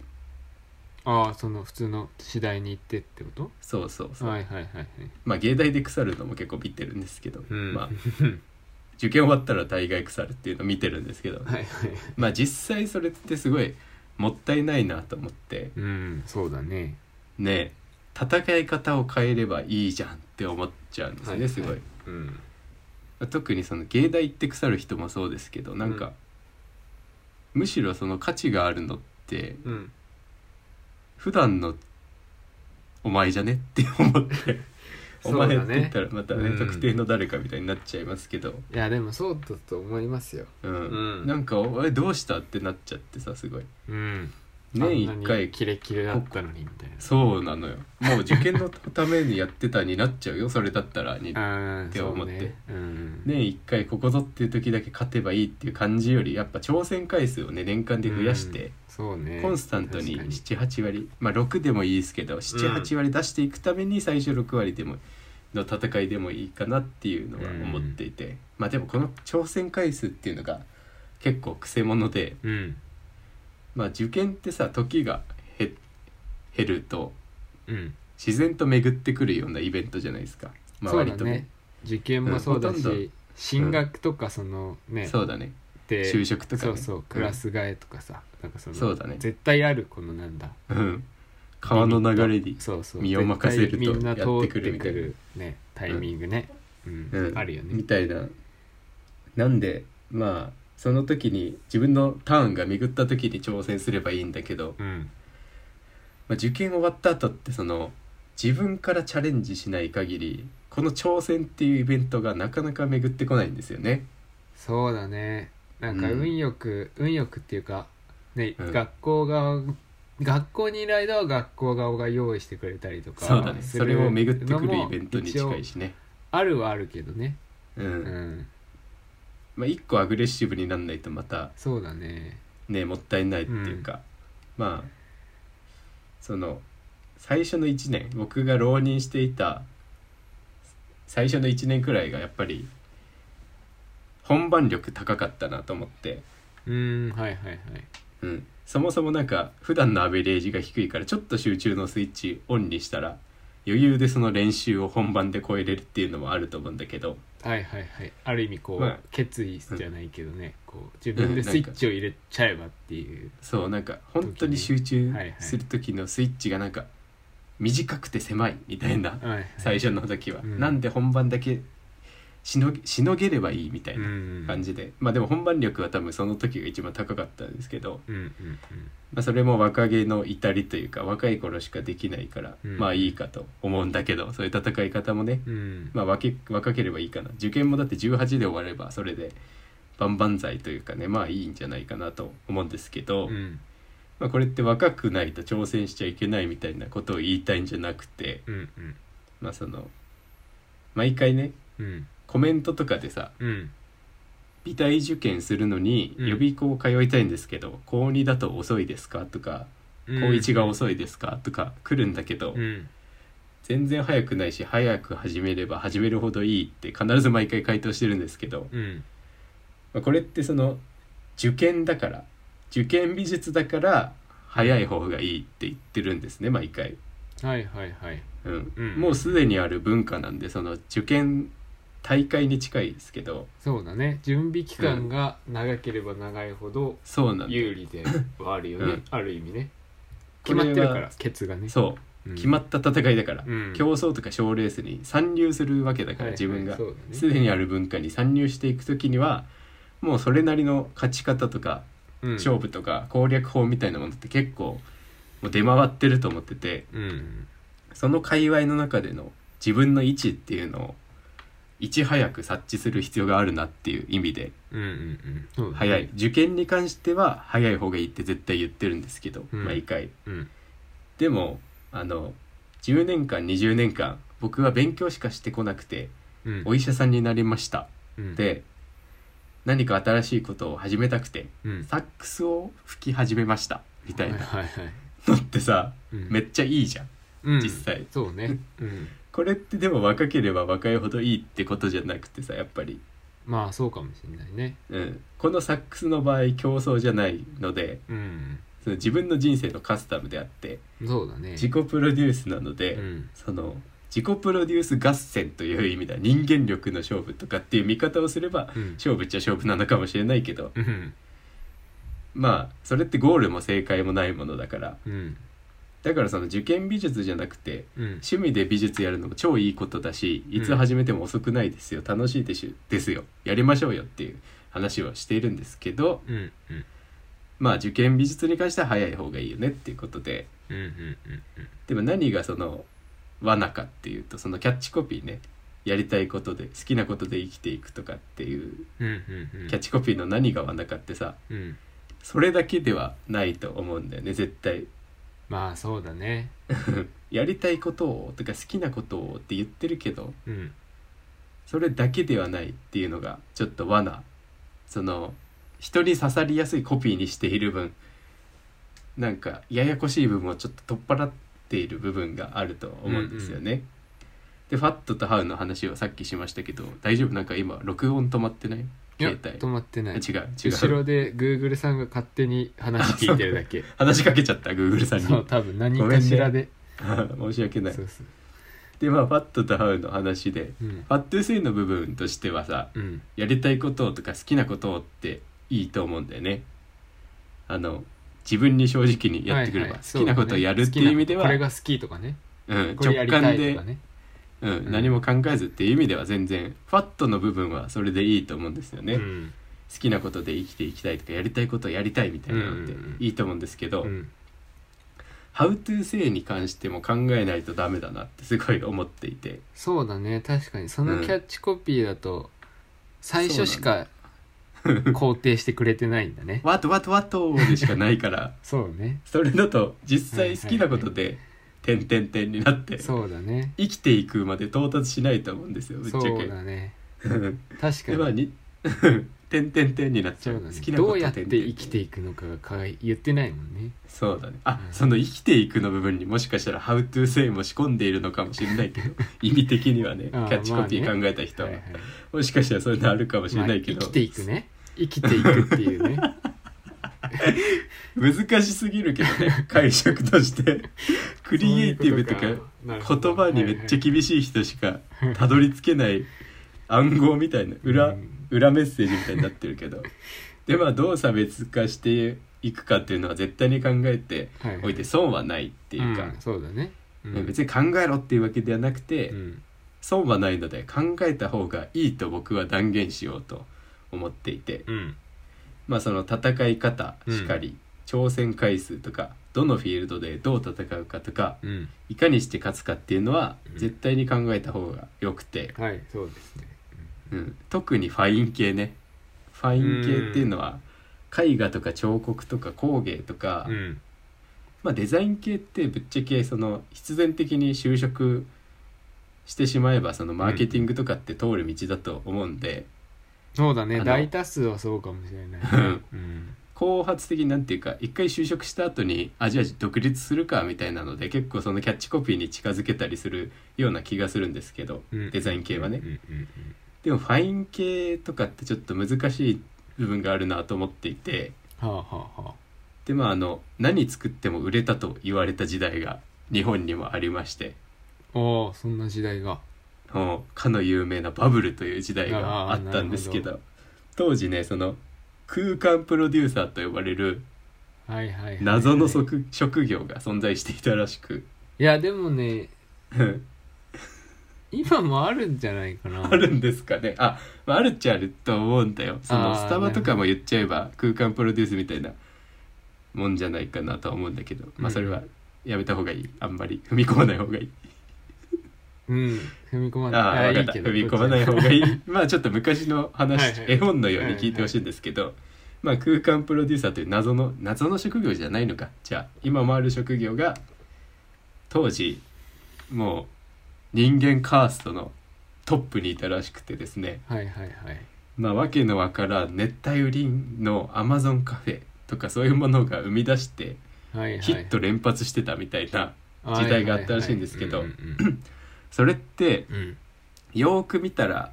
[SPEAKER 2] ああその普通の次第に行ってってこ
[SPEAKER 1] そうそう
[SPEAKER 2] と
[SPEAKER 1] そう、
[SPEAKER 2] はいはいはいはい
[SPEAKER 1] まあ芸大で腐るのも結構見てるんですけど、
[SPEAKER 2] うん
[SPEAKER 1] まあ受験終わったら大概腐るっていうの見てるんですけど
[SPEAKER 2] はいはい
[SPEAKER 1] まあ実際それってすごいもったいないなと思って
[SPEAKER 2] うんそうだね
[SPEAKER 1] ねえ戦い方を変えればいいじゃんって思っちゃうんですね、
[SPEAKER 2] はい
[SPEAKER 1] すごい、
[SPEAKER 2] うん
[SPEAKER 1] 特にその芸大行って腐る人もそうですけどなんか、むしろその価値があるのって
[SPEAKER 2] うん
[SPEAKER 1] 普段のお前じゃねって思ってお
[SPEAKER 2] そう
[SPEAKER 1] 前
[SPEAKER 2] だ
[SPEAKER 1] って言っ
[SPEAKER 2] ね
[SPEAKER 1] たらまたね
[SPEAKER 2] うん
[SPEAKER 1] 特定の誰かみたいになっちゃいますけど、
[SPEAKER 2] いやでもそうだと思いますよ
[SPEAKER 1] うん
[SPEAKER 2] うん
[SPEAKER 1] なんか「おいどうした?」ってなっちゃってさすごい
[SPEAKER 2] うん
[SPEAKER 1] 年
[SPEAKER 2] あん
[SPEAKER 1] 一
[SPEAKER 2] なに
[SPEAKER 1] 回
[SPEAKER 2] キレキレだったのにみたい
[SPEAKER 1] そうな のよもう受験のためにやってたになっちゃうよそれだったらに
[SPEAKER 2] なうん
[SPEAKER 1] って
[SPEAKER 2] そう
[SPEAKER 1] 思って
[SPEAKER 2] ねうん
[SPEAKER 1] 年1回ここぞっていう時だけ勝てばいいっていう感じよりやっぱ挑戦回数をね年間で増やして、
[SPEAKER 2] そうね
[SPEAKER 1] コンスタントに
[SPEAKER 2] 確か
[SPEAKER 1] 78割まあ6でもいいですけど78割出していくために最初6割でもの戦いでもいいかなっていうのは思っていて、まあでもこの挑戦回数っていうのが結構くせ者で
[SPEAKER 2] うん
[SPEAKER 1] まあ受験ってさ時が減減ると
[SPEAKER 2] うん
[SPEAKER 1] 自然と巡ってくるようなイベントじゃないですか
[SPEAKER 2] そう
[SPEAKER 1] 周り
[SPEAKER 2] だ
[SPEAKER 1] とも
[SPEAKER 2] ね受験もそうだ
[SPEAKER 1] うんほとん
[SPEAKER 2] し進学とかそのね
[SPEAKER 1] そうだね
[SPEAKER 2] で
[SPEAKER 1] 就職とかね、
[SPEAKER 2] そうそうクラス替えとかさなんかその
[SPEAKER 1] そうだね
[SPEAKER 2] 絶対あるこのなんだ
[SPEAKER 1] うん川の流れに
[SPEAKER 2] そうそう
[SPEAKER 1] 身を任せると
[SPEAKER 2] 絶対みんな通ってく
[SPEAKER 1] やってくるみたいな
[SPEAKER 2] るねタイミングねうん
[SPEAKER 1] うん
[SPEAKER 2] あるよね
[SPEAKER 1] みたいななんでまあその時に自分のターンが巡った時に挑戦すればいいんだけど、
[SPEAKER 2] うん
[SPEAKER 1] まあ、受験終わった後ってその自分からチャレンジしない限りこの挑戦っていうイベントがなかなか巡ってこないんですよね。
[SPEAKER 2] そうだねなんか
[SPEAKER 1] うん
[SPEAKER 2] 運よく運よくっていうかね
[SPEAKER 1] うん
[SPEAKER 2] 学校側学校にいる間は学校側が用意してくれたりとか
[SPEAKER 1] そうだね
[SPEAKER 2] す
[SPEAKER 1] そ
[SPEAKER 2] る
[SPEAKER 1] れを巡ってくるイベントに
[SPEAKER 2] のも
[SPEAKER 1] 近い
[SPEAKER 2] 一応
[SPEAKER 1] しね。
[SPEAKER 2] あるはあるけどね
[SPEAKER 1] う
[SPEAKER 2] うんん
[SPEAKER 1] まあ、一個アグレッシブになんないとまた
[SPEAKER 2] そうだね
[SPEAKER 1] ねもったいないっていうか、まあその最初の1年僕が浪人していた最初の1年くらいがやっぱり本番力高かったなと思って、
[SPEAKER 2] うんはいはいはい
[SPEAKER 1] うん、そもそもなんか普段のアベレージが低いからちょっと集中のスイッチオンにしたら余裕でその練習を本番で超えれるっていうのもあると思うんだけど
[SPEAKER 2] はいはいはいある意味こう、
[SPEAKER 1] まあ
[SPEAKER 2] 決意じゃないけどね、こう自分でスイッチを入れちゃえばっていう、
[SPEAKER 1] そうなんか本当に集中する時のスイッチがなんか短くて狭いみたいな
[SPEAKER 2] はいはい、
[SPEAKER 1] 最初の時は、
[SPEAKER 2] うん
[SPEAKER 1] なんで本番だけしのぎしのげればいいみたいな感
[SPEAKER 2] 感
[SPEAKER 1] じで、まあでも本番力は多分その時が一番高かったんですけど、
[SPEAKER 2] うんうん
[SPEAKER 1] まあ、それも若気の至りというか若い頃しかできないから、
[SPEAKER 2] うん
[SPEAKER 1] まあいいかと思うんだけどそういう戦い方もね、
[SPEAKER 2] うんうん、
[SPEAKER 1] まあ、若け若ければいいかな受験もだって18で終わればそれで万々歳というかねまあいいんじゃないかなと思うんですけど、
[SPEAKER 2] うん
[SPEAKER 1] まあ、これって若くないと挑戦しちゃいけないみたいなことを言いたいんじゃなくて、
[SPEAKER 2] うんうん
[SPEAKER 1] まあその毎回ね
[SPEAKER 2] うん
[SPEAKER 1] コメントとかでさ
[SPEAKER 2] うん
[SPEAKER 1] 美大受験するのに
[SPEAKER 2] うん
[SPEAKER 1] 予備校通いたいんですけど、高2だと遅いですかとか高
[SPEAKER 2] うん
[SPEAKER 1] 1が遅いですかとか来るんだけど、
[SPEAKER 2] うん
[SPEAKER 1] 全然早くないし早く始めれば始めるほどいいって必ず毎回回答してるんですけど、
[SPEAKER 2] うん
[SPEAKER 1] まあ、これってその受験だから受験美術だから早い方がいいって言ってるんですね毎回、
[SPEAKER 2] はいはいはい
[SPEAKER 1] うん
[SPEAKER 2] うん
[SPEAKER 1] もうすでにある文化なんでその受験大会に近いですけど
[SPEAKER 2] そうだね準備期間が長ければ長いほど
[SPEAKER 1] そうなんで
[SPEAKER 2] 有利ではあるよね、
[SPEAKER 1] うん
[SPEAKER 2] ある意味ね
[SPEAKER 1] こ
[SPEAKER 2] 決
[SPEAKER 1] れ
[SPEAKER 2] ま
[SPEAKER 1] は
[SPEAKER 2] ってるからケツがね
[SPEAKER 1] そう
[SPEAKER 2] う、
[SPEAKER 1] 決まった戦いだから、
[SPEAKER 2] うん
[SPEAKER 1] 競争とか賞レースに参入するわけだから、
[SPEAKER 2] はいはい
[SPEAKER 1] 自分が
[SPEAKER 2] そうだね
[SPEAKER 1] すで、にある文化に参入していく時にはもうそれなりの勝ち方とか
[SPEAKER 2] うん
[SPEAKER 1] 勝負とか攻略法みたいなものって結構もう出回ってると思ってて
[SPEAKER 2] うん
[SPEAKER 1] その界隈の中での自分の位置っていうのをいち早く察知する必要があるなっていう意味で
[SPEAKER 2] うんうんうんそうだね
[SPEAKER 1] 早い受験に関しては早い方がいいって絶対言ってるんですけど、
[SPEAKER 2] うん
[SPEAKER 1] 毎回
[SPEAKER 2] うん
[SPEAKER 1] でもあの10年間20年間僕は勉強しかしてこなくて
[SPEAKER 2] うん
[SPEAKER 1] お医者さんになりました
[SPEAKER 2] うん
[SPEAKER 1] で何か新しいことを始めたくて
[SPEAKER 2] うん
[SPEAKER 1] サックスを吹き始めましたみたいな
[SPEAKER 2] はいはいはい
[SPEAKER 1] のってさ
[SPEAKER 2] うん
[SPEAKER 1] めっちゃいいじゃん
[SPEAKER 2] うん
[SPEAKER 1] 実際
[SPEAKER 2] そうね、うん、
[SPEAKER 1] これってでも若ければ若いほどいいってことじゃなくてさやっぱり、
[SPEAKER 2] まあそうかもしれないね
[SPEAKER 1] うん、このサックスの場合競争じゃないので
[SPEAKER 2] うん
[SPEAKER 1] その自分の人生のカスタムであって
[SPEAKER 2] そうだね
[SPEAKER 1] 自己プロデュースなので、
[SPEAKER 2] うん
[SPEAKER 1] その自己プロデュース合戦という意味だ人間力の勝負とかっていう見方をすれば
[SPEAKER 2] うん
[SPEAKER 1] 勝負っちゃ勝負なのかもしれないけど
[SPEAKER 2] うん
[SPEAKER 1] まあそれってゴールも正解もないものだから
[SPEAKER 2] うん
[SPEAKER 1] だだからその受験美術じゃなくて
[SPEAKER 2] うん
[SPEAKER 1] 趣味で美術やるのも超いいことだしいつ始めても遅くないですよ、楽しいでしゅですよやりましょうよっていう話はしているんですけど
[SPEAKER 2] うんうん
[SPEAKER 1] まあ受験美術に関しては早い方がいいよねっていうことで
[SPEAKER 2] うんうんうんうん
[SPEAKER 1] でも何がその罠かっていうとそのキャッチコピーねやりたいことで好きなことで生きていくとかっていう
[SPEAKER 2] うんうんうん
[SPEAKER 1] キャッチコピーの何が罠かってさ
[SPEAKER 2] うん
[SPEAKER 1] それだけではないと思うんだよね絶対。
[SPEAKER 2] まあそうだね
[SPEAKER 1] やりたいことをとか好きなことをって言ってるけど
[SPEAKER 2] うん
[SPEAKER 1] それだけではないっていうのがちょっと罠その人に刺さりやすいコピーにしている分なんかややこしい部分をちょっと取っ払っている部分があると思うんですよね。でファットとハウの話をさっきしましたけど大丈夫なんか今録音止まってない
[SPEAKER 2] いや
[SPEAKER 1] 携
[SPEAKER 2] 止
[SPEAKER 1] 帯
[SPEAKER 2] まってない
[SPEAKER 1] 違う違
[SPEAKER 2] 後
[SPEAKER 1] う
[SPEAKER 2] ろで Google さんが勝手に話聞いてるだけ
[SPEAKER 1] 話しかけちゃった Google さんに
[SPEAKER 2] そう多分何かしらで、
[SPEAKER 1] 申し訳ない
[SPEAKER 2] そうそう
[SPEAKER 1] でまあファットとハウの話で
[SPEAKER 2] うん
[SPEAKER 1] ファットゥーセイの部分としてはさ
[SPEAKER 2] うん
[SPEAKER 1] やりたいこととか好きなことをっていいと思うんだよね。あの自分に正直にやってくれば、
[SPEAKER 2] はいはい
[SPEAKER 1] 好きなことをやるっていう意味では
[SPEAKER 2] 好きなこれが好きとかね
[SPEAKER 1] うん、
[SPEAKER 2] これ
[SPEAKER 1] 直
[SPEAKER 2] やりた
[SPEAKER 1] 感
[SPEAKER 2] い
[SPEAKER 1] で、
[SPEAKER 2] とかね
[SPEAKER 1] うん
[SPEAKER 2] ん
[SPEAKER 1] 何も考えずっていう意味では全然ファットの部分はそれでいいと思うんですよね。
[SPEAKER 2] う
[SPEAKER 1] 好
[SPEAKER 2] ん
[SPEAKER 1] きなことで生きていきたいとかやりたいことをやりたいみたいなのって
[SPEAKER 2] うんうんうん
[SPEAKER 1] いいと思うんですけど、
[SPEAKER 2] うん
[SPEAKER 1] ハウトゥー性に関しても考えないとダメだなってすごい思っていて
[SPEAKER 2] そうだね確かにその
[SPEAKER 1] うん
[SPEAKER 2] キャッチコピーだと、最初しか肯定してくれてないん
[SPEAKER 1] 「
[SPEAKER 2] だね
[SPEAKER 1] ワットワットワット」でしかない から。
[SPEAKER 2] そうね
[SPEAKER 1] それだと実際好きなことで点点点になって
[SPEAKER 2] そうだね
[SPEAKER 1] 生きていくまで到達しないと思うんですよぶっちゃ
[SPEAKER 2] そ
[SPEAKER 1] け
[SPEAKER 2] うだね確か
[SPEAKER 1] でまあ
[SPEAKER 2] に
[SPEAKER 1] に 点点点になっち
[SPEAKER 2] そ
[SPEAKER 1] ゃ
[SPEAKER 2] う
[SPEAKER 1] う
[SPEAKER 2] だね
[SPEAKER 1] 好きなこと
[SPEAKER 2] どうやって生きて
[SPEAKER 1] いく
[SPEAKER 2] いくのかがか言ってないもんね
[SPEAKER 1] そうだねあ、
[SPEAKER 2] うん
[SPEAKER 1] その生きていくの部分にもしかしたら「How to say」も仕込んでいるのかもしれない けど意味的にはねキ
[SPEAKER 2] あー
[SPEAKER 1] ャッチコピ
[SPEAKER 2] まあ
[SPEAKER 1] ー
[SPEAKER 2] ね
[SPEAKER 1] 考えた人は、
[SPEAKER 2] はいはい
[SPEAKER 1] もしかしたらそういうのあるかもしれないけ
[SPEAKER 2] まあ
[SPEAKER 1] ど、
[SPEAKER 2] 生きていくね生きていくっ ていうね
[SPEAKER 1] 難しすぎるけど ね解釈としてクリエイティブと
[SPEAKER 2] そうい
[SPEAKER 1] か
[SPEAKER 2] うことなるほど
[SPEAKER 1] 言葉にめっちゃ
[SPEAKER 2] はい
[SPEAKER 1] 厳しい人しかたどり着けない暗号みたいな裏
[SPEAKER 2] うん
[SPEAKER 1] 裏メッセージみたいになってるけ どでまあどう差別化していくかっていうのは絶対に考えて
[SPEAKER 2] はいはい
[SPEAKER 1] おいて損はないっていうか
[SPEAKER 2] ん、そうだね、うん
[SPEAKER 1] 別に考えろっていうわけではなくて
[SPEAKER 2] うん
[SPEAKER 1] 損はないので考えた方がいいと僕は断言しようと思っていて
[SPEAKER 2] うん
[SPEAKER 1] まあその戦い方しかり挑戦回数とかどのフィールドでどう戦うかとか
[SPEAKER 2] うん
[SPEAKER 1] いかにして勝つかっていうのは
[SPEAKER 2] うん
[SPEAKER 1] 絶対に考えた方が良くて、
[SPEAKER 2] はいそうですね
[SPEAKER 1] うん、特にファイン系ねファイン系っていうのは絵画とか彫刻とか工芸とか、
[SPEAKER 2] うん
[SPEAKER 1] まあ、デザイン系ってぶっちゃけその必然的に就職してしまえばそのマーケティングとかって通る道だと思うんで、
[SPEAKER 2] そうだ
[SPEAKER 1] あ
[SPEAKER 2] ね
[SPEAKER 1] の
[SPEAKER 2] 大多数はそうかもしれないね、うん
[SPEAKER 1] 後発的になんていうか一回就職した後にあじゃあ独立するかみたいなので結構そのキャッチコピーに近づけたりするような気がするんですけど、
[SPEAKER 2] うん
[SPEAKER 1] デザイン系はね
[SPEAKER 2] う。んうん
[SPEAKER 1] でもファイン系とかってちょっと難しい部分があるなと思っていて
[SPEAKER 2] うんはあはあはあ
[SPEAKER 1] でまああの何作っても売れたと言われた時代が日本にもありまして
[SPEAKER 2] おーそんな時代が
[SPEAKER 1] もうかの有名なバブルという時代があったんですけど当時ねその空間プロデューサーと呼ばれる
[SPEAKER 2] はいはいはい、はい、
[SPEAKER 1] 謎の職職業が存在していたらしく
[SPEAKER 2] いやで もね今もあるんじゃないかな
[SPEAKER 1] あるんですかねあ、まあ、あるっちゃあると思うんだよその
[SPEAKER 2] あー
[SPEAKER 1] スタバとかも言っちゃえば空間プロデュースみたいなもんじゃないかなとは思うんだけど、まあそれはやめた方がいいあんまり踏み込まない方がいい
[SPEAKER 2] うん踏み込まない
[SPEAKER 1] ああ
[SPEAKER 2] い
[SPEAKER 1] 分かっ
[SPEAKER 2] やいい
[SPEAKER 1] た
[SPEAKER 2] けど
[SPEAKER 1] 踏み込まない方がいい まあちょっと昔の話、
[SPEAKER 2] はいはい
[SPEAKER 1] 絵本のように聞いてほしいんですけど、まあ、空間プロデューサーという謎の謎の職業じゃないのかじゃあ今もある職業が当時もう人間カーストのトップにいたらしくてですね
[SPEAKER 2] はいはいはい
[SPEAKER 1] まあ訳のわからん熱帯雨林のアマゾンカフェとかそういうものが生み出して
[SPEAKER 2] はいはい
[SPEAKER 1] ヒット連発してたみたいな、時代があったらしいんですけど
[SPEAKER 2] はいはいはいうん
[SPEAKER 1] それって
[SPEAKER 2] うんうん
[SPEAKER 1] よーく見たら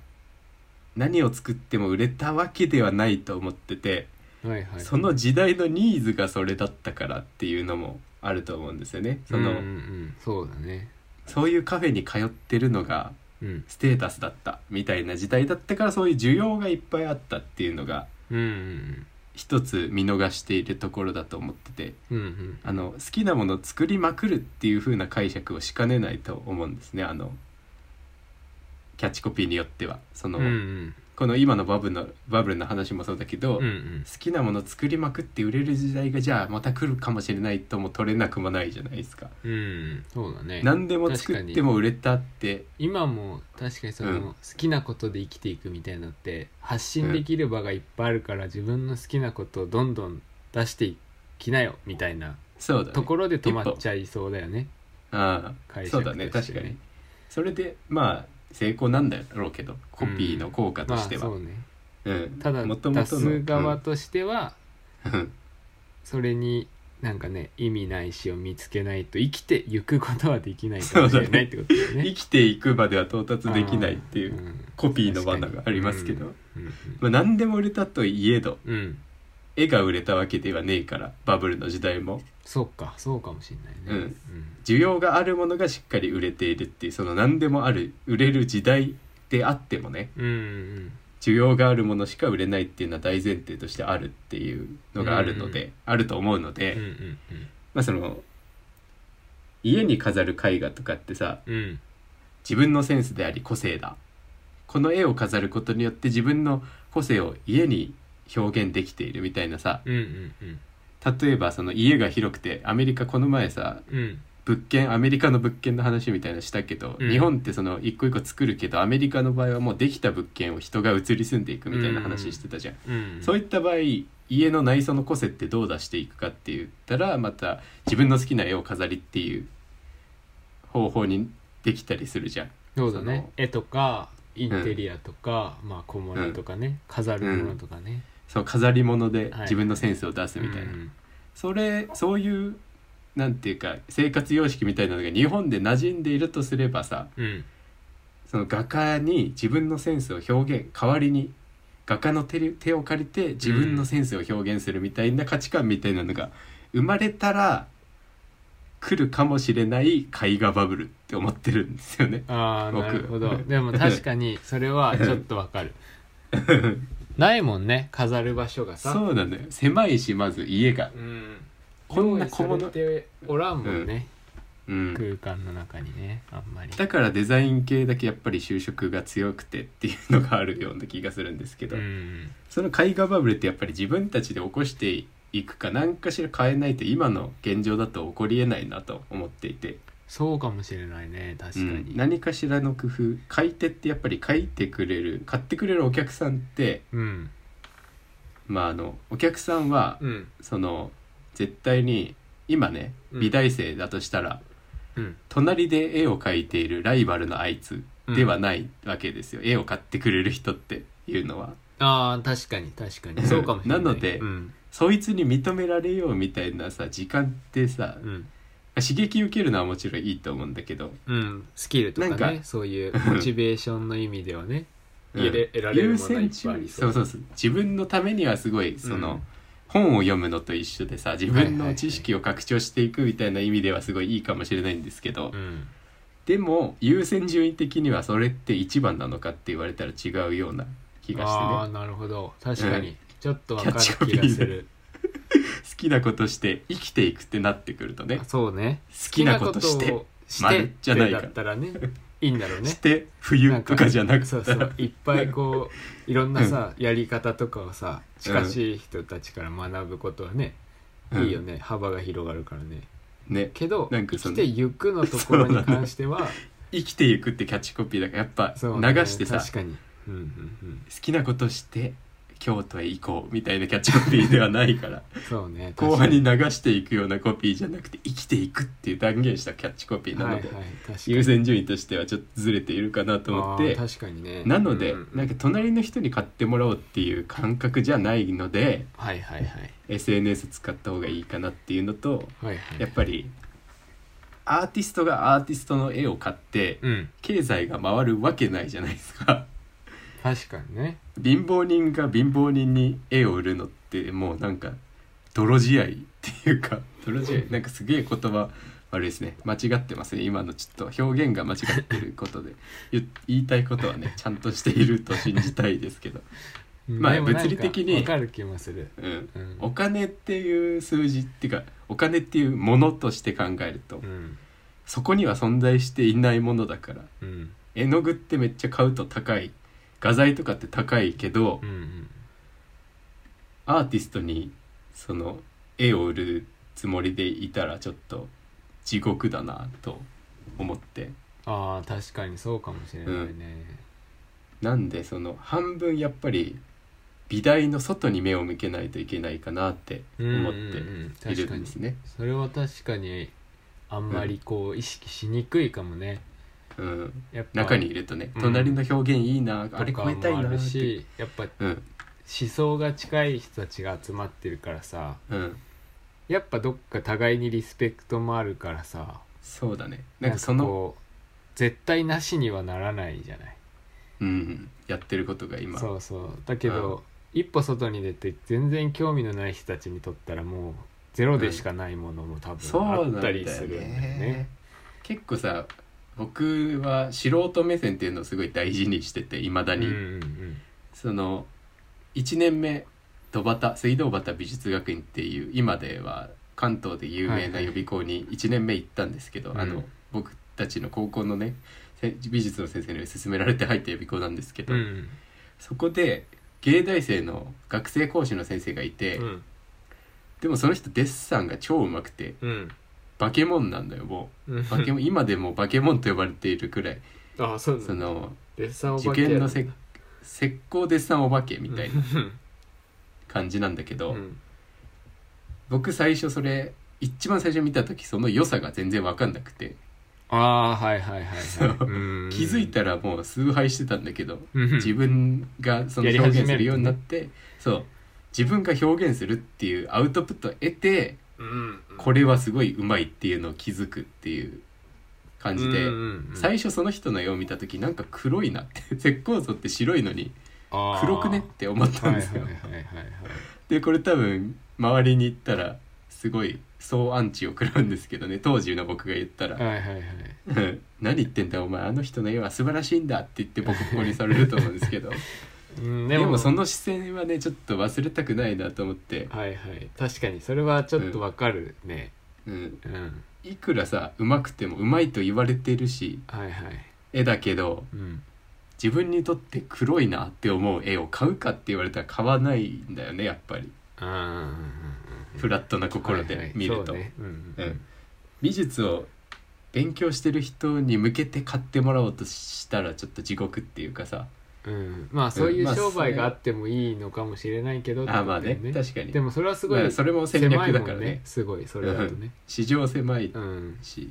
[SPEAKER 1] 何を作っても売れたわけではないと思ってて、
[SPEAKER 2] うんはいはい
[SPEAKER 1] その時代のニーズがそれだったからっていうのもあると思うんですよね。その、
[SPEAKER 2] うんうんうんそうだね
[SPEAKER 1] そういうカフェに通ってるのが
[SPEAKER 2] うん
[SPEAKER 1] ステータスだったみたいな時代だったからそういう需要がいっぱいあったっていうのが
[SPEAKER 2] うんうん
[SPEAKER 1] 一つ見逃しているところだと思ってて
[SPEAKER 2] うんうん
[SPEAKER 1] あの好きなものを作りまくるっていう風な解釈をしかねないと思うんですねあのキャッチコピーによってはその、
[SPEAKER 2] うんうん
[SPEAKER 1] この今のバブルのバブルの話もそうだけど、
[SPEAKER 2] うんう
[SPEAKER 1] 好
[SPEAKER 2] ん
[SPEAKER 1] きなものを作りまくって売れる時代がじゃあまた来るかもしれないとも取れなくもないじゃないですか。
[SPEAKER 2] うんそうだね
[SPEAKER 1] 何でも作っても売れたって
[SPEAKER 2] 今も確かにその、
[SPEAKER 1] うん
[SPEAKER 2] 好きなことで生きていくみたいなのって発信できる場がいっぱいあるから、自分の好きなことをどんどん出していきなよみたいな
[SPEAKER 1] そうだね
[SPEAKER 2] ところで止まっちゃいそうだよね
[SPEAKER 1] ああ
[SPEAKER 2] 解釈
[SPEAKER 1] そうだね
[SPEAKER 2] と
[SPEAKER 1] 確
[SPEAKER 2] して
[SPEAKER 1] か
[SPEAKER 2] ね
[SPEAKER 1] にそれでまあ成功なんだろうけどコピーの効果と
[SPEAKER 2] まあ
[SPEAKER 1] しては、
[SPEAKER 2] そうね
[SPEAKER 1] うん
[SPEAKER 2] ただ
[SPEAKER 1] 元々の
[SPEAKER 2] 出す側
[SPEAKER 1] うん
[SPEAKER 2] としては、
[SPEAKER 1] うん
[SPEAKER 2] それになんかね意味ないしを見つけないと生きてゆくことはできないかもしれないってことだよね
[SPEAKER 1] 生きていくまでは到達できないっていう
[SPEAKER 2] うん
[SPEAKER 1] コピーの罠がありますけど、
[SPEAKER 2] うん
[SPEAKER 1] まあ、何でも売れたといえど
[SPEAKER 2] うん、うん、
[SPEAKER 1] 絵が売れたわけではねえからバブルの時代も
[SPEAKER 2] そうかそうかもしれないね、
[SPEAKER 1] 需要があるものがしっかり売れているっていうその何でもある売れる時代であってもね
[SPEAKER 2] うん、うんうん
[SPEAKER 1] 需要があるものしか売れないっていうのは大前提としてあるっていうのがあるので、
[SPEAKER 2] うん
[SPEAKER 1] あると思うので、
[SPEAKER 2] うんうんうん
[SPEAKER 1] まあその家に飾る絵画とかってさ
[SPEAKER 2] うん
[SPEAKER 1] 自分のセンスであり個性だこの絵を飾ることによって自分の個性を家に表現できているみたいなさ
[SPEAKER 2] うんうんうん
[SPEAKER 1] 例えばその家が広くてアメリカこの前さ
[SPEAKER 2] うん
[SPEAKER 1] 物件アメリカの物件の話みたいなのしたけど、
[SPEAKER 2] うん
[SPEAKER 1] 日本ってその一個一個作るけどアメリカの場合はもうできた物件を人が移り住んでいくみたいな話してたじゃん、
[SPEAKER 2] うん
[SPEAKER 1] そういった場合家の内装の個性ってどう出していくかって言ったらまた自分の好きな絵を飾りっていう方法にできたりするじゃん
[SPEAKER 2] そうだね
[SPEAKER 1] そ
[SPEAKER 2] 絵とかインテリアとか、まあ小物とかね、飾るものとかね、
[SPEAKER 1] そう飾り物で
[SPEAKER 2] はい
[SPEAKER 1] 自分のセンスを出すみたいな、
[SPEAKER 2] うん
[SPEAKER 1] それそういうなんていうか生活様式みたいなのが日本で馴染んでいるとすればさ
[SPEAKER 2] うん
[SPEAKER 1] その画家に自分のセンスを表現代わりに画家の手に手を借りて自分のセンスを表現するみたいな価値観みたいなのが生まれたら来るかもしれない絵画バブルって思ってるんですよね。
[SPEAKER 2] ああ
[SPEAKER 1] 僕
[SPEAKER 2] なるほどでも確かにそれはちょっとわ かるないもんね飾る場所がさ
[SPEAKER 1] そうなんだよ狭いしまず家が、
[SPEAKER 2] うん
[SPEAKER 1] こんな小
[SPEAKER 2] 用意
[SPEAKER 1] 物
[SPEAKER 2] されておらんもんね、
[SPEAKER 1] うん、
[SPEAKER 2] 空間の中にねあんまり
[SPEAKER 1] だからデザイン系だけやっぱり就職が強くてっていうのがあるような気がするんですけど、
[SPEAKER 2] うん
[SPEAKER 1] その絵画バブルってやっぱり自分たちで起こしていくか何かしら変えないと今の現状だと起こりえないなと思っていて、
[SPEAKER 2] そうかもしれないね確か
[SPEAKER 1] う
[SPEAKER 2] に
[SPEAKER 1] ん何かしらの工夫買い手ってやっぱり書いてくれる買ってくれるお客さんって
[SPEAKER 2] うん
[SPEAKER 1] まああのお客さんは
[SPEAKER 2] うん
[SPEAKER 1] その絶対に今ね
[SPEAKER 2] うん
[SPEAKER 1] 美大生だとしたら、
[SPEAKER 2] うん
[SPEAKER 1] 隣で絵を描いているライバルのあいつではないわけですよ、絵を買ってくれる人っていうのは
[SPEAKER 2] ああ確かに確かにそうかもしれない
[SPEAKER 1] なので
[SPEAKER 2] うん
[SPEAKER 1] そいつに認められようみたいなさ時間ってさ、
[SPEAKER 2] うん
[SPEAKER 1] 刺激受けるのはもちろんいいと思うんだけど、
[SPEAKER 2] うん、スキルとかね
[SPEAKER 1] なんか
[SPEAKER 2] そういうモチベーションの意味ではね
[SPEAKER 1] うん
[SPEAKER 2] 家で得られるものがいっぱいあり
[SPEAKER 1] そうそうそう自分のためにはすごいその、
[SPEAKER 2] うん
[SPEAKER 1] 本を読むのと一緒でさ自
[SPEAKER 2] はいは
[SPEAKER 1] 分
[SPEAKER 2] いは
[SPEAKER 1] の
[SPEAKER 2] い
[SPEAKER 1] 知識を拡張していくみたいな意味ではすごいいいかもしれないんですけど、
[SPEAKER 2] うん
[SPEAKER 1] でも優先順位的にはそれって一番なのかって言われたら違うような気がしてね
[SPEAKER 2] ああなるほど確かに、
[SPEAKER 1] う
[SPEAKER 2] ちょっとわかる気がする、
[SPEAKER 1] 好きなことして生きていくってなってくるとね
[SPEAKER 2] あそうね
[SPEAKER 1] 好きなことして
[SPEAKER 2] 好きなことをして
[SPEAKER 1] 丸じゃないか
[SPEAKER 2] ってだったらねいいんだろうね
[SPEAKER 1] して冬とかじゃなくて
[SPEAKER 2] そ うそういっぱいこういろんなさ、やり方とかをさ近しい人たちから学ぶことはね、
[SPEAKER 1] うん
[SPEAKER 2] いいよね幅が広がるからね
[SPEAKER 1] ね
[SPEAKER 2] けど
[SPEAKER 1] なんか
[SPEAKER 2] 生
[SPEAKER 1] そ
[SPEAKER 2] き
[SPEAKER 1] の
[SPEAKER 2] てゆくのところに関しては
[SPEAKER 1] 生きていくってキャッチコピーだからやっぱ
[SPEAKER 2] そうね
[SPEAKER 1] 流してさ、
[SPEAKER 2] 確かにうんうん
[SPEAKER 1] 好きなことして京都へ行こうみたいなキャッチコピーではない から
[SPEAKER 2] うんそう ね
[SPEAKER 1] 後半に流していくようなコピーじゃなくて生きていくっていう断言したキャッチコピー
[SPEAKER 2] 確か
[SPEAKER 1] な
[SPEAKER 2] に
[SPEAKER 1] の
[SPEAKER 2] はい
[SPEAKER 1] で、
[SPEAKER 2] はい確かに
[SPEAKER 1] 優先順位としてはちょっとずれているかなと思って
[SPEAKER 2] あー確かにね
[SPEAKER 1] なので、
[SPEAKER 2] うんうん
[SPEAKER 1] なんか隣の人に買ってもらおうっていう感覚じゃないので
[SPEAKER 2] はいはいはい
[SPEAKER 1] SNS 使った方がいいかなっていうのと
[SPEAKER 2] はいはい
[SPEAKER 1] やっぱりアーティストがアーティストの絵を買って
[SPEAKER 2] うん
[SPEAKER 1] 経済が回るわけないじゃないですか
[SPEAKER 2] 確かにね
[SPEAKER 1] 貧乏人が貧乏人に絵を売るのってもうなんか泥仕合っていうか泥仕合なんかすげえ言葉悪いですね間違ってますね今のちょっと表現が間違ってることで言言いたいことはねちゃんとしていると信じたいですけどまあ
[SPEAKER 2] でもなんか
[SPEAKER 1] 物理的に
[SPEAKER 2] わかる気もする
[SPEAKER 1] うん
[SPEAKER 2] うん
[SPEAKER 1] お金っていう数字っていうかお金っていうものとして考えると、
[SPEAKER 2] うん
[SPEAKER 1] そこには存在していないものだから
[SPEAKER 2] うん
[SPEAKER 1] 絵の具ってめっちゃ買うと高い画材とかって高いけど、
[SPEAKER 2] うんうん
[SPEAKER 1] アーティストにその絵を売るつもりでいたらちょっと地獄だなと思って
[SPEAKER 2] ああ確かにそうかもしれないね
[SPEAKER 1] なんでその半分やっぱり美大の外に目を向けないといけないかなって思って
[SPEAKER 2] て
[SPEAKER 1] い
[SPEAKER 2] 確
[SPEAKER 1] る
[SPEAKER 2] か
[SPEAKER 1] ん
[SPEAKER 2] に
[SPEAKER 1] ですね。
[SPEAKER 2] それは確かにあんまりこう意識しにくいかもね
[SPEAKER 1] うん、
[SPEAKER 2] やっぱ
[SPEAKER 1] 中にいるとね、
[SPEAKER 2] うん
[SPEAKER 1] 隣の表現いいなあれ
[SPEAKER 2] と
[SPEAKER 1] 超
[SPEAKER 2] か
[SPEAKER 1] えた
[SPEAKER 2] も
[SPEAKER 1] い
[SPEAKER 2] あ
[SPEAKER 1] な
[SPEAKER 2] る
[SPEAKER 1] って、
[SPEAKER 2] しやっぱ思
[SPEAKER 1] うん
[SPEAKER 2] 想が近い人たちが集まってるからさ
[SPEAKER 1] うん、
[SPEAKER 2] やっぱどっか互いにリスペクトもあるからさ
[SPEAKER 1] そうだねなんかそ
[SPEAKER 2] な
[SPEAKER 1] の、
[SPEAKER 2] んこう絶対なしにはならないじゃない
[SPEAKER 1] うん、やってることが今
[SPEAKER 2] そうそうだけど、一歩外に出て全然興味のない人たちにとったらもうゼロでしかないものも多
[SPEAKER 1] そう
[SPEAKER 2] 分
[SPEAKER 1] な
[SPEAKER 2] あ
[SPEAKER 1] ん
[SPEAKER 2] っ
[SPEAKER 1] だ
[SPEAKER 2] た
[SPEAKER 1] よ
[SPEAKER 2] りするんだよね
[SPEAKER 1] ね。結構さ僕は素人目線っていうのをすごい大事にしてていまだ
[SPEAKER 2] うんう
[SPEAKER 1] に、
[SPEAKER 2] ん
[SPEAKER 1] その1年目戸端水道端美術学院っていう今では関東で有名な予備校に1年目行ったんですけど、
[SPEAKER 2] うん
[SPEAKER 1] あの僕たちの高校のねせ美術の先生に勧められて入った予備校なんですけ
[SPEAKER 2] う
[SPEAKER 1] ど、
[SPEAKER 2] んうん
[SPEAKER 1] そこで芸大生の学生講師の先生がいて、
[SPEAKER 2] うん
[SPEAKER 1] でもその人デッサンが超うまくて
[SPEAKER 2] うん
[SPEAKER 1] バケモンなんだよもう。
[SPEAKER 2] うん
[SPEAKER 1] バケモン今でもバケモンと呼ばれているくらい
[SPEAKER 2] あそうなん
[SPEAKER 1] そ
[SPEAKER 2] だ
[SPEAKER 1] の
[SPEAKER 2] デッサンお
[SPEAKER 1] 受
[SPEAKER 2] 化けやる
[SPEAKER 1] 験
[SPEAKER 2] んだ
[SPEAKER 1] のせ石膏デッサンお化けみたいな
[SPEAKER 2] うん
[SPEAKER 1] 感じなんだけど、
[SPEAKER 2] うん
[SPEAKER 1] 僕最初それ一番最初見た時その良さが全然分かんなくて、
[SPEAKER 2] ああーはいはいはい
[SPEAKER 1] そう
[SPEAKER 2] はいうん
[SPEAKER 1] 気づいたらもう崇拝してたんだけど、
[SPEAKER 2] うん
[SPEAKER 1] 自分がその
[SPEAKER 2] やり
[SPEAKER 1] 表
[SPEAKER 2] 始
[SPEAKER 1] 現す
[SPEAKER 2] める
[SPEAKER 1] るようになって、そう自分が表現するっていうアウトプットを得て
[SPEAKER 2] うん
[SPEAKER 1] これはすごいうまいっていうのを気づくっていう感じで。
[SPEAKER 2] うんうんうん
[SPEAKER 1] 最初その人の絵を見た時なんか黒いなって石膏像って白いのに
[SPEAKER 2] あー
[SPEAKER 1] 黒くねって思った
[SPEAKER 2] はい
[SPEAKER 1] んで
[SPEAKER 2] はい
[SPEAKER 1] すよ、
[SPEAKER 2] はいはいはい
[SPEAKER 1] でこれ多分周りに言ったらすごい総アンチを食らうんですけどね当時の僕が言ったら
[SPEAKER 2] はいはいはい
[SPEAKER 1] 「うん 何言ってんだお前あの人の絵は素晴らしいんだ」って言ってボコボコにされると思うんですけ ど
[SPEAKER 2] うん
[SPEAKER 1] でもその視線はねちょっと忘れたくないなと思って、
[SPEAKER 2] はいはい確かにそれはちょっとわかるね
[SPEAKER 1] うん、
[SPEAKER 2] うん
[SPEAKER 1] いくらさうまくてもうまいと言われてるし
[SPEAKER 2] はいはい
[SPEAKER 1] 絵だけど
[SPEAKER 2] うん
[SPEAKER 1] 自分にとって黒いなって思う絵を買うかって言われたら買わないんだよねやっぱりフラットな心で見ると。
[SPEAKER 2] はいはいそうねう
[SPEAKER 1] う
[SPEAKER 2] ん
[SPEAKER 1] ん美術を勉強してる人に向けて買ってもらおうとしたらちょっと地獄っていうかさ
[SPEAKER 2] うんうんまあそうい
[SPEAKER 1] ま
[SPEAKER 2] う
[SPEAKER 1] あ
[SPEAKER 2] 商売があってもいいのかもしれないけど
[SPEAKER 1] あまあね
[SPEAKER 2] ってことだよ
[SPEAKER 1] 確かに
[SPEAKER 2] でもそれはすご
[SPEAKER 1] まあ
[SPEAKER 2] い
[SPEAKER 1] それも戦略だ
[SPEAKER 2] 狭
[SPEAKER 1] か
[SPEAKER 2] い
[SPEAKER 1] ら
[SPEAKER 2] もん
[SPEAKER 1] ね
[SPEAKER 2] すごいそれだとね
[SPEAKER 1] 市場狭い
[SPEAKER 2] うん
[SPEAKER 1] し、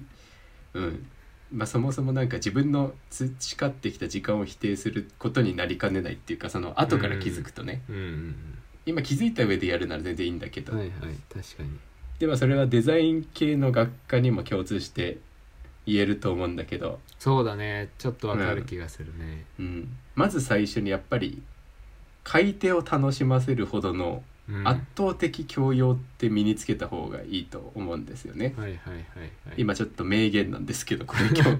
[SPEAKER 1] うんまあ、そもそもなんか自分の培ってきた時間を否定することになりかねないっていうかその後から気づくとね、
[SPEAKER 2] うんうん
[SPEAKER 1] 今気づいた上でやるなら全然いいんだけ
[SPEAKER 2] う
[SPEAKER 1] ど、
[SPEAKER 2] んはいはい確かに
[SPEAKER 1] ではそれはデザイン系の学科にも共通して言えると思うんだけど、
[SPEAKER 2] そうだねちょっとわかる気がするね
[SPEAKER 1] うん、まず最初にやっぱり買い手を楽しませるほどの
[SPEAKER 2] うん
[SPEAKER 1] 圧倒的教養って身につけた方がいいと思うんですよね。
[SPEAKER 2] はいはいはいはい
[SPEAKER 1] 今ちょっと名言なんですけどこれ今日の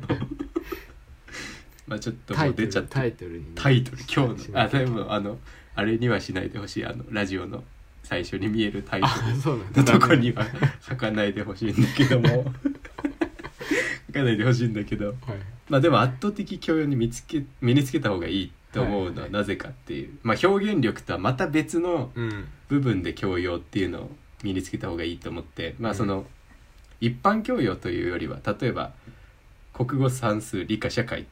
[SPEAKER 1] まあちょっと
[SPEAKER 2] タ
[SPEAKER 1] も
[SPEAKER 2] イ
[SPEAKER 1] う
[SPEAKER 2] トル
[SPEAKER 1] 出ちゃって
[SPEAKER 2] タイトルにね
[SPEAKER 1] タイトル今
[SPEAKER 2] し
[SPEAKER 1] 日の
[SPEAKER 2] な
[SPEAKER 1] あ
[SPEAKER 2] きゃ
[SPEAKER 1] でもあのあれにはしないでほしいあのラジオの最初に見えるタイト
[SPEAKER 2] あそうなんだ
[SPEAKER 1] ルのとこには 書かないでほしいんだけど も書かないでほしいんだけど
[SPEAKER 2] はい
[SPEAKER 1] まあでも圧倒的教養に見つけ身につけた方がいいと思うのはなぜかっていう、まあ表現力とはまた別の
[SPEAKER 2] うん
[SPEAKER 1] 部分で教養っていうのを身につけた方がいいと思ってま
[SPEAKER 2] う
[SPEAKER 1] あ
[SPEAKER 2] ん
[SPEAKER 1] その、一般教養というよりは例えば国語算数理科社会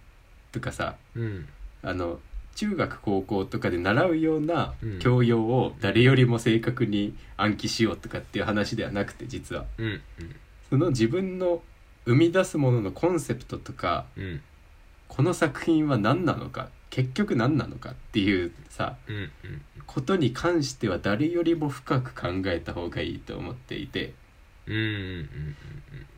[SPEAKER 1] とかさ
[SPEAKER 2] うん
[SPEAKER 1] あの中学高校とかで習うような
[SPEAKER 2] うん
[SPEAKER 1] 教養を誰よりも正確に暗記しようとかっていう話ではなくて実は
[SPEAKER 2] うん
[SPEAKER 1] その自分の生み出すもののコンセプトとか
[SPEAKER 2] うん
[SPEAKER 1] この作品は何なのか結局何なのかっていうさ
[SPEAKER 2] うんうん
[SPEAKER 1] ことに関しては誰よりも深く考えた方がいいと思っていて
[SPEAKER 2] うんうん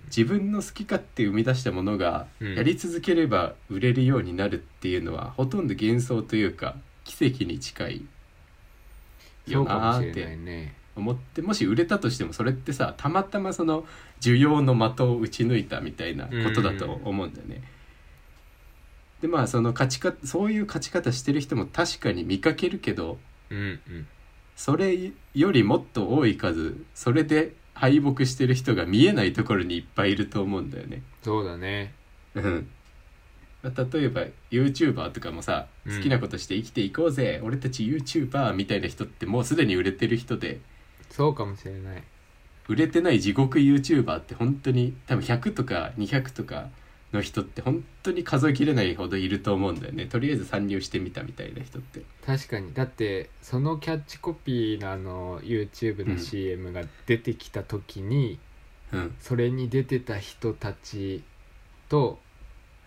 [SPEAKER 1] 自分の好き勝手生み出したものが
[SPEAKER 2] うん
[SPEAKER 1] やり続ければ売れるようになるっていうのはほとんど幻想というか奇跡に近い
[SPEAKER 2] そ
[SPEAKER 1] よ
[SPEAKER 2] うかも
[SPEAKER 1] なーっ
[SPEAKER 2] しれな
[SPEAKER 1] て
[SPEAKER 2] いね
[SPEAKER 1] 思ってもし売れたとしてもそれってさたまたまその需要の的を打ち抜いたみたいなことだと思うんだよね。でまあその勝ちかそういう勝ち方してる人も確かに見かけるけど
[SPEAKER 2] うんうん
[SPEAKER 1] それよりもっと多い数それで敗北してる人が見えないところにいっぱいいると思うんだよね。
[SPEAKER 2] そうだね
[SPEAKER 1] うん例えば YouTuber とかもさ
[SPEAKER 2] うん
[SPEAKER 1] 好きなことして生きていこうぜ、俺たち YouTuber みたいな人ってもうすでに売れてる人で
[SPEAKER 2] そうかもしれない
[SPEAKER 1] 売れてない地獄 YouTuber って本当に多分100とか200とかの人って本当に数えきれないほどいると思うんだよねとりあえず参入してみたみたいな人って
[SPEAKER 2] 確かにだってそのキャッチコピーのあの YouTube
[SPEAKER 1] う
[SPEAKER 2] の
[SPEAKER 1] ん
[SPEAKER 2] CM が出てきた時に、
[SPEAKER 1] うん
[SPEAKER 2] それに出てた人たちと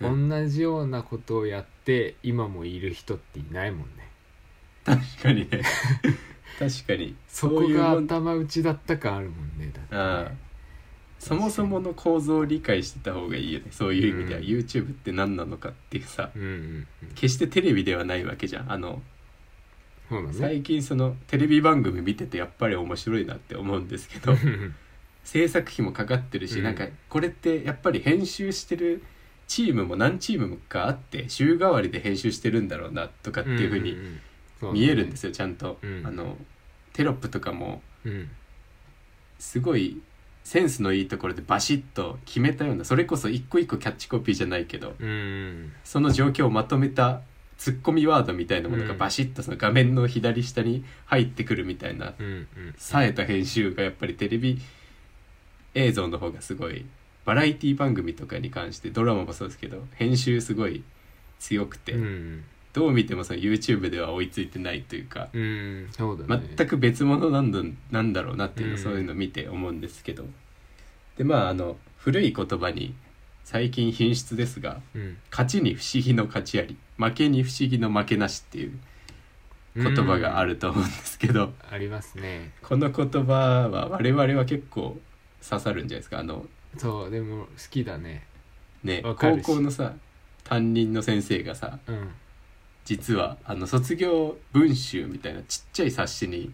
[SPEAKER 1] う
[SPEAKER 2] 同じようなことをやって、今もいる人っていないもんね
[SPEAKER 1] 確かに ね確かにそ
[SPEAKER 2] そ
[SPEAKER 1] う
[SPEAKER 2] こ
[SPEAKER 1] いう
[SPEAKER 2] が
[SPEAKER 1] もん
[SPEAKER 2] 頭打ちだった感あるもんねだってね
[SPEAKER 1] ああそもそもの構造を理解してた方がいいよねそういう意味では、
[SPEAKER 2] うん
[SPEAKER 1] YouTube って何なのかっていうさ
[SPEAKER 2] うんうんうん
[SPEAKER 1] 決してテレビではないわけじゃんあの
[SPEAKER 2] そうだね
[SPEAKER 1] 最近そのテレビ番組見ててやっぱり面白いなって思うんですけど制作費もかかってるし、
[SPEAKER 2] うん
[SPEAKER 1] なんかこれってやっぱり編集してるチームも何チームかあって週替わりで編集してるんだろうなとかっていうふうに
[SPEAKER 2] に
[SPEAKER 1] 見えるんです
[SPEAKER 2] よ、
[SPEAKER 1] よちゃんと、
[SPEAKER 2] うん
[SPEAKER 1] あのテロップとかも
[SPEAKER 2] うん
[SPEAKER 1] すごいセンスのいいところでバシッと決めたようなそれこそ一個一個キャッチコピーじゃないけど
[SPEAKER 2] うんうん
[SPEAKER 1] その状況をまとめたツッコミワードみたいなものが
[SPEAKER 2] うん
[SPEAKER 1] バシッとその画面の左下に入ってくるみたいな
[SPEAKER 2] うんうん
[SPEAKER 1] 冴えた編集がやっぱりテレビ映像の方がすごいバラエティ番組とかに関してドラマもそうですけど編集すごい強くて、
[SPEAKER 2] うんうん
[SPEAKER 1] どう見てもその YouTube では追いついてないというか、
[SPEAKER 2] うんそうだね
[SPEAKER 1] 全く別物なんだなんだろうなっていうの、
[SPEAKER 2] うん
[SPEAKER 1] そういうの見て思うんですけどでまああの古い言葉に最近品質ですが
[SPEAKER 2] うん
[SPEAKER 1] 勝ちに不思議の勝ちあり負けに不思議の負けなしっていう言葉があると思うんですけど、
[SPEAKER 2] うんありますね
[SPEAKER 1] この言葉は我々は結構刺さるんじゃないですかあの
[SPEAKER 2] そうでも好きだね
[SPEAKER 1] ね
[SPEAKER 2] わか
[SPEAKER 1] 高
[SPEAKER 2] るし
[SPEAKER 1] 校のさ担任の先生がさ
[SPEAKER 2] うん
[SPEAKER 1] 実はあの卒業文集みたいなちっちゃい冊子に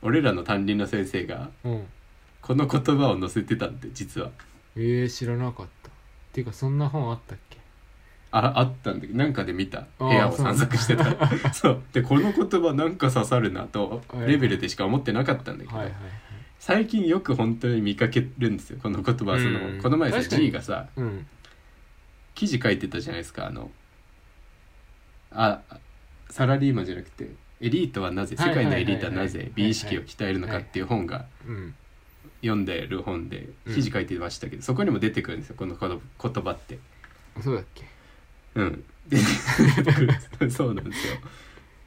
[SPEAKER 1] 俺らの担任の先生が
[SPEAKER 2] うん
[SPEAKER 1] この言葉を載せてたんで実は
[SPEAKER 2] ええ知らなかったっていうかそんな本あったっけ
[SPEAKER 1] ああったんだけどなんかで見た
[SPEAKER 2] あー
[SPEAKER 1] 部屋を散策して たそうでこの言葉なんか刺さるなと
[SPEAKER 2] はい
[SPEAKER 1] レベルでしか思ってなかったんだけど、
[SPEAKER 2] はいはいはい
[SPEAKER 1] 最近よく本当に見かけるんですよこの言葉その、
[SPEAKER 2] うん
[SPEAKER 1] この前さ
[SPEAKER 2] 確かに
[SPEAKER 1] G がさ
[SPEAKER 2] うん
[SPEAKER 1] 記事書いてたじゃないですかあのあサラリーマンじゃなくてエリートはなぜ
[SPEAKER 2] はい
[SPEAKER 1] 世
[SPEAKER 2] は
[SPEAKER 1] 界
[SPEAKER 2] いはい
[SPEAKER 1] の
[SPEAKER 2] はい
[SPEAKER 1] エリートはなぜ美意識を鍛えるのかっていう本が
[SPEAKER 2] うん
[SPEAKER 1] 読んでる本で
[SPEAKER 2] うん
[SPEAKER 1] 記事書いてましたけど、そこにも出てくるんですよこのこの言葉って。
[SPEAKER 2] そうだっけ
[SPEAKER 1] うん、で出てくるんです そうなんですよ。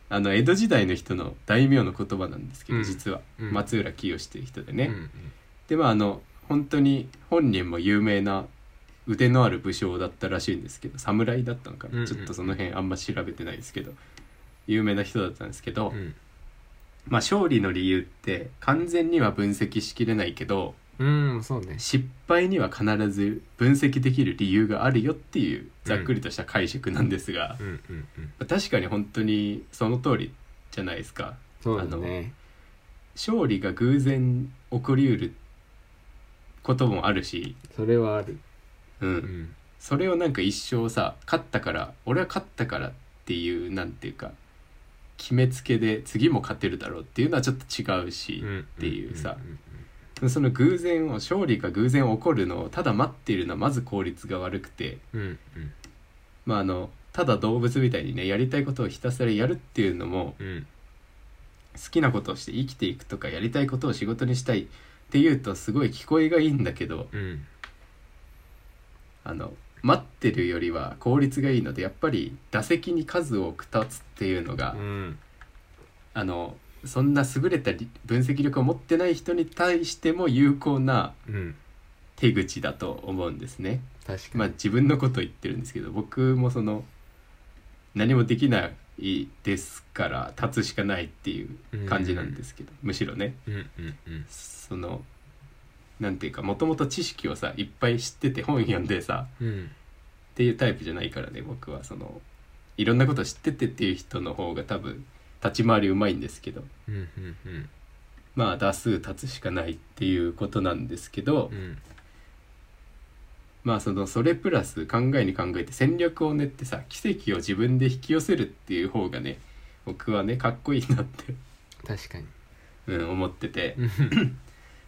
[SPEAKER 1] あの江戸時代の人の大名の言葉なんですけど、
[SPEAKER 2] うん
[SPEAKER 1] 実は
[SPEAKER 2] うん
[SPEAKER 1] 松浦清っていう人で
[SPEAKER 2] う
[SPEAKER 1] ね、
[SPEAKER 2] んうん
[SPEAKER 1] でまああの本当に本人も有名な腕のある武将だったらしいんですけど侍だったのかな、
[SPEAKER 2] うんうん
[SPEAKER 1] ちょっとその辺あんま調べてないですけど有名な人だったんですけど、
[SPEAKER 2] うん
[SPEAKER 1] まあ勝利の理由って完全には分析しきれないけど
[SPEAKER 2] うんそうね
[SPEAKER 1] 失敗には必ず分析できる理由があるよっていうざっくりとした解釈なんですが、
[SPEAKER 2] うんうんうん
[SPEAKER 1] まあ確かに本当にその通りじゃないですか。
[SPEAKER 2] そうだね
[SPEAKER 1] 勝利が偶然起こりうることもあるし、
[SPEAKER 2] それはある
[SPEAKER 1] うん
[SPEAKER 2] うん
[SPEAKER 1] それをなんか一生さ勝ったから俺は勝ったからっていうなんていうか決めつけで次も勝てるだろうっていうのはちょっと違うし、っていうさ
[SPEAKER 2] んん
[SPEAKER 1] その偶然を勝利が偶然起こるのをただ待っているのはまず効率が悪くて、
[SPEAKER 2] うんうん
[SPEAKER 1] まあ、あのただ動物みたいにねやりたいことをひたすらやるっていうのも
[SPEAKER 2] うん
[SPEAKER 1] 好きなことをして生きていくとかやりたいことを仕事にしたいっていうとすごい聞こえがいいんだけど
[SPEAKER 2] うん
[SPEAKER 1] あの待ってるよりは効率がいいのでやっぱり打席に数を多く立つっていうのが、
[SPEAKER 2] うん
[SPEAKER 1] あのそんな優れたり分析力を持ってない人に対しても有効な
[SPEAKER 2] うん
[SPEAKER 1] 手口だと思うんですね。
[SPEAKER 2] 確か
[SPEAKER 1] まあ
[SPEAKER 2] に
[SPEAKER 1] 自分のことを言ってるんですけど僕もその何もできないですから立つしかないっていう感じなんですけど、むしろね
[SPEAKER 2] うんうんうん
[SPEAKER 1] そのなんていうかもともと知識をさいっぱい知ってて本読んでさ
[SPEAKER 2] うん
[SPEAKER 1] っていうタイプじゃないからね僕はそのいろんなこと知っててっていう人の方が多分立ち回りうまいんですけど
[SPEAKER 2] うんうんうん
[SPEAKER 1] まあ打数立つしかないっていうことなんですけど、
[SPEAKER 2] うん
[SPEAKER 1] まあそのそれプラス考えに考えて戦略を練ってさ奇跡を自分で引き寄せるっていう方がね僕はねかっこいいなって、
[SPEAKER 2] 確かに
[SPEAKER 1] うん、思ってて、
[SPEAKER 2] うん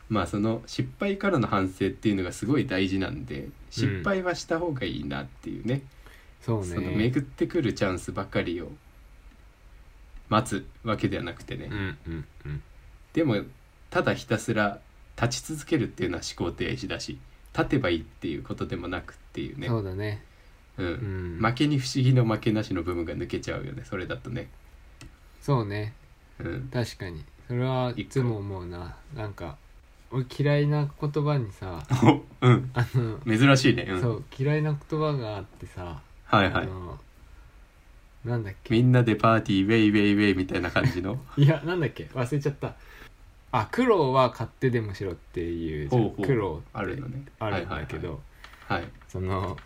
[SPEAKER 1] まあその失敗からの反省っていうのがすごい大事なんで失敗はした方がいいなっていうね、
[SPEAKER 2] そう
[SPEAKER 1] その巡
[SPEAKER 2] ね
[SPEAKER 1] ってくるチャンスばかりを待つわけではなくてね、
[SPEAKER 2] うんうんうん
[SPEAKER 1] でもただひたすら立ち続けるっていうのは思考停止だし立てばいいっていうことでもなくっていうね
[SPEAKER 2] そうだね
[SPEAKER 1] う
[SPEAKER 2] うんん
[SPEAKER 1] 負けに不思議の負けなしの部分が抜けちゃうよねそれだとね、
[SPEAKER 2] そうね
[SPEAKER 1] うん、
[SPEAKER 2] 確かにそれはいつも思うななんか俺嫌いな言葉にさ
[SPEAKER 1] お うん
[SPEAKER 2] あの、
[SPEAKER 1] 珍しいね、うん、
[SPEAKER 2] そう嫌いな言葉があってさ、
[SPEAKER 1] はいは
[SPEAKER 2] あ
[SPEAKER 1] い
[SPEAKER 2] のなんだっけ
[SPEAKER 1] みんなでパーティーウェイウェイウェイみたいな感じの
[SPEAKER 2] いやなんだっけ忘れちゃったあ苦労は買ってでもしろっていうじゃん
[SPEAKER 1] ほうほう
[SPEAKER 2] 苦労
[SPEAKER 1] あるのね
[SPEAKER 2] あるんだけど、
[SPEAKER 1] はいはいはい、はい
[SPEAKER 2] その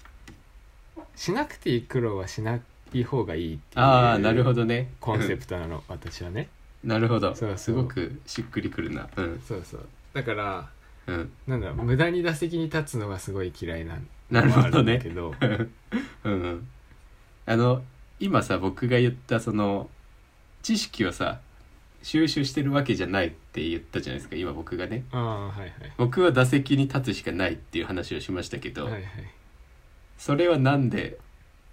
[SPEAKER 2] しなくていい苦労はしない方がいいっていう
[SPEAKER 1] ああなるほどね
[SPEAKER 2] コンセ
[SPEAKER 1] ト、
[SPEAKER 2] プトなの、 私はね
[SPEAKER 1] うんなるほど
[SPEAKER 2] そうそう
[SPEAKER 1] すごくしっくりくるなうん
[SPEAKER 2] そうそうだから
[SPEAKER 1] うん
[SPEAKER 2] なんだろう無駄に打席に立つのがすごい嫌いなん
[SPEAKER 1] なるほど
[SPEAKER 2] あんだ
[SPEAKER 1] ね
[SPEAKER 2] けど
[SPEAKER 1] うんうんあの今さ僕が言ったその知識をさ収集してるわけじゃないって言ったじゃないですか今僕がね
[SPEAKER 2] ああはい
[SPEAKER 1] 僕は打席に立つしかないっていう話をしましたけ
[SPEAKER 2] は
[SPEAKER 1] ど、
[SPEAKER 2] いはいはい
[SPEAKER 1] それはなんで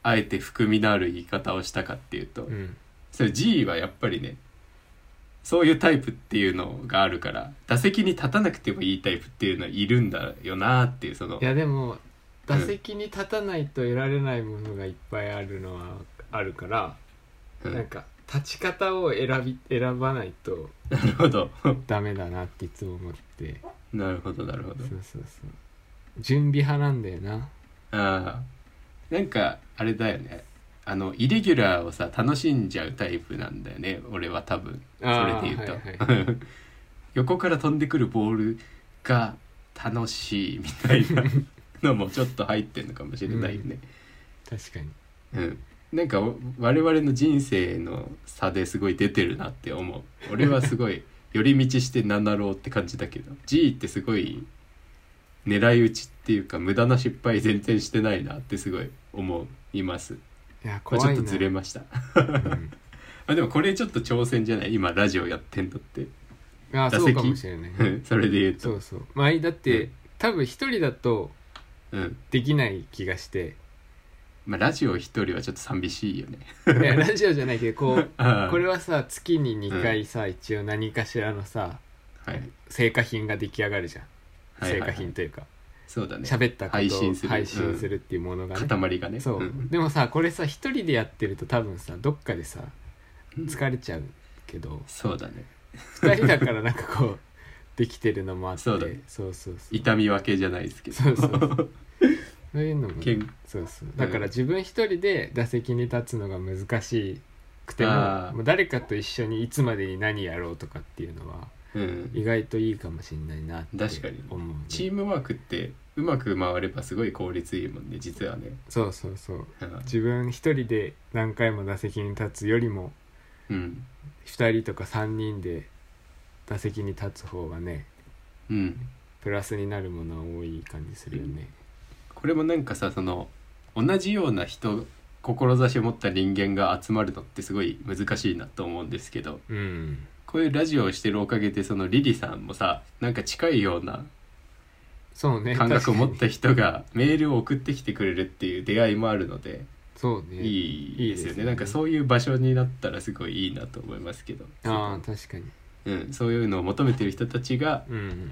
[SPEAKER 1] あえて含みのある言い方をしたかっていうと、
[SPEAKER 2] うん
[SPEAKER 1] それ G はやっぱりねそういうタイプっていうのがあるから打席に立たなくてもいいタイプっていうのはいるんだよなっていうその
[SPEAKER 2] いやでも打席に立たないと得られないものがいっぱいあるのはあるから、
[SPEAKER 1] うん
[SPEAKER 2] なんか立ち方を選び選ばないと
[SPEAKER 1] なるほど
[SPEAKER 2] ダメだなっていつも思って
[SPEAKER 1] なるほどなるほど
[SPEAKER 2] そうそうそう準備派なんだよな
[SPEAKER 1] ああなんかあれだよねあのイレギュラーをさ楽しんじゃうタイプなんだよね俺は多分それ
[SPEAKER 2] あー
[SPEAKER 1] で言うと、
[SPEAKER 2] は
[SPEAKER 1] 横から飛んでくるボールが楽しいみたいなのもちょっと入ってんのかもしれないよね、
[SPEAKER 2] 確かに
[SPEAKER 1] うん、なんかお我々の人生の差ですごい出てるなって思う俺はす ごい寄り道して何だろうって感じだけど G ってすごい狙い撃ちっていうか無駄な失敗全然してないなってすごい思います
[SPEAKER 2] いや
[SPEAKER 1] これ
[SPEAKER 2] 怖
[SPEAKER 1] ち
[SPEAKER 2] い
[SPEAKER 1] ょ
[SPEAKER 2] な
[SPEAKER 1] っとずれました
[SPEAKER 2] うん
[SPEAKER 1] あでもこれちょっと挑戦じゃない今ラジオやってんのって
[SPEAKER 2] あー
[SPEAKER 1] 打席
[SPEAKER 2] そうかもしれない
[SPEAKER 1] うん それで言う
[SPEAKER 2] そ
[SPEAKER 1] と
[SPEAKER 2] うそう前だって、
[SPEAKER 1] うん
[SPEAKER 2] 多分一人だと
[SPEAKER 1] うん
[SPEAKER 2] できない気がして
[SPEAKER 1] まあラジオ一人はちょっと寂しいよね
[SPEAKER 2] いやラジオじゃないけどこ う
[SPEAKER 1] あー
[SPEAKER 2] これはさ月に2回さ、一応何かしらのさ
[SPEAKER 1] はい
[SPEAKER 2] 成果品が出来上がるじゃん、
[SPEAKER 1] はいはいはい
[SPEAKER 2] 成果品というか
[SPEAKER 1] そうだね
[SPEAKER 2] 喋、ったことを
[SPEAKER 1] 配信する
[SPEAKER 2] 配信するっていうものがね、
[SPEAKER 1] 塊がね
[SPEAKER 2] そう、
[SPEAKER 1] ん
[SPEAKER 2] でもさこれさ一人でやってると多分さどっかでさ
[SPEAKER 1] うん
[SPEAKER 2] 疲れちゃうけど、
[SPEAKER 1] そうだね
[SPEAKER 2] 二人だからなんかこ うできてるのもあって
[SPEAKER 1] そうだね
[SPEAKER 2] そうそうそう
[SPEAKER 1] 痛み分けじゃないですけど
[SPEAKER 2] そうそうそういうのも
[SPEAKER 1] けん
[SPEAKER 2] そうそうだから自分一人で打席に立つのが難しくても
[SPEAKER 1] あー
[SPEAKER 2] もう誰かと一緒にいつまでに何やろうとかっていうのは
[SPEAKER 1] うん、
[SPEAKER 2] 意外といいかもしれないなって
[SPEAKER 1] 確かに
[SPEAKER 2] 思うね、
[SPEAKER 1] チームワークってうまく回ればすごい効率いいもんね実はね、
[SPEAKER 2] そうそうそう
[SPEAKER 1] うん
[SPEAKER 2] 自分一人で何回も打席に立つよりも
[SPEAKER 1] うん
[SPEAKER 2] 2人とか3人で打席に立つ方がね
[SPEAKER 1] うん、
[SPEAKER 2] プラスになるものは多い感じするよね、
[SPEAKER 1] これもなんかさその同じような人志を持った人間が集まるのってすごい難しいなと思うんですけど
[SPEAKER 2] うん、
[SPEAKER 1] こういうラジオをしてるおかげでそのリリさんもさなんか近いような
[SPEAKER 2] そうね
[SPEAKER 1] 感覚を持っ
[SPEAKER 2] 確か
[SPEAKER 1] た人がメールを送ってきてくれるっていう出会いもあるので
[SPEAKER 2] にそうね
[SPEAKER 1] い
[SPEAKER 2] い
[SPEAKER 1] いで
[SPEAKER 2] いですす
[SPEAKER 1] よね
[SPEAKER 2] よね
[SPEAKER 1] なんかそういう場所になったらすごいいいなと思いますけど
[SPEAKER 2] ああ確かに
[SPEAKER 1] うん、そういうのを求めてる人たちが
[SPEAKER 2] うんうん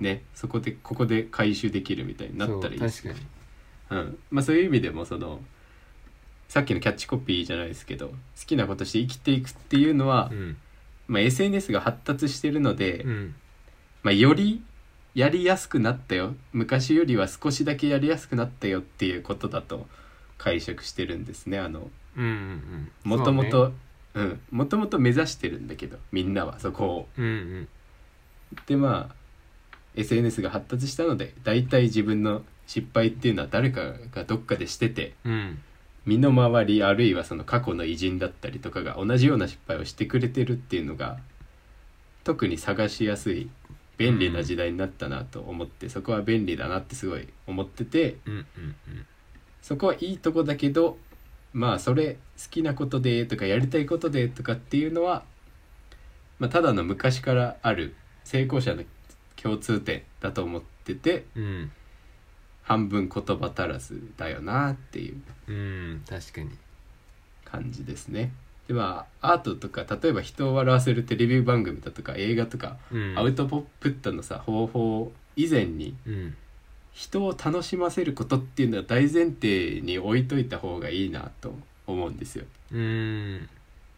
[SPEAKER 1] ねそこでここで回収できるみたいになったらいいです
[SPEAKER 2] そう確か
[SPEAKER 1] うんまあ、そういう意味でもそのさっきのキャッチコピーじゃないですけど好きなことして生きていくっていうのは、
[SPEAKER 2] にうん
[SPEAKER 1] まあ、SNS が発達してるので、
[SPEAKER 2] うん
[SPEAKER 1] まあ、よりやりやすくなったよ昔よりは少しだけやりやすくなったよっていうことだと解釈してるんですねあの
[SPEAKER 2] うんうんうん
[SPEAKER 1] もとも
[SPEAKER 2] そうね
[SPEAKER 1] とうんもともと目指してるんだけどみんなはそこを。
[SPEAKER 2] うんうん
[SPEAKER 1] でまあ SNS が発達したので大体自分の失敗っていうのは誰かがどっかでしてて
[SPEAKER 2] うん
[SPEAKER 1] 身の回りあるいはその過去の偉人だったりとかが同じような失敗をしてくれてるっていうのが特に探しやすい便利な時代になったなと思って、そこは便利だなってすごい思ってて
[SPEAKER 2] うんうんうん
[SPEAKER 1] そこはいいとこだけどまあそれ好きなことでとかやりたいことでとかっていうのは、まあ、ただの昔からある成功者の共通点だと思ってて
[SPEAKER 2] うん
[SPEAKER 1] 半分言葉足らずだよなっていう
[SPEAKER 2] うん確かに
[SPEAKER 1] 感じですね。でまあアートとか例えば人を笑わせるテレビ番組だとか映画とか、
[SPEAKER 2] うん
[SPEAKER 1] アウトプットのさ方法以前に
[SPEAKER 2] うん
[SPEAKER 1] 人を楽しませることっていうのは大前提に置いといた方がいいなと思うんですよ。
[SPEAKER 2] うん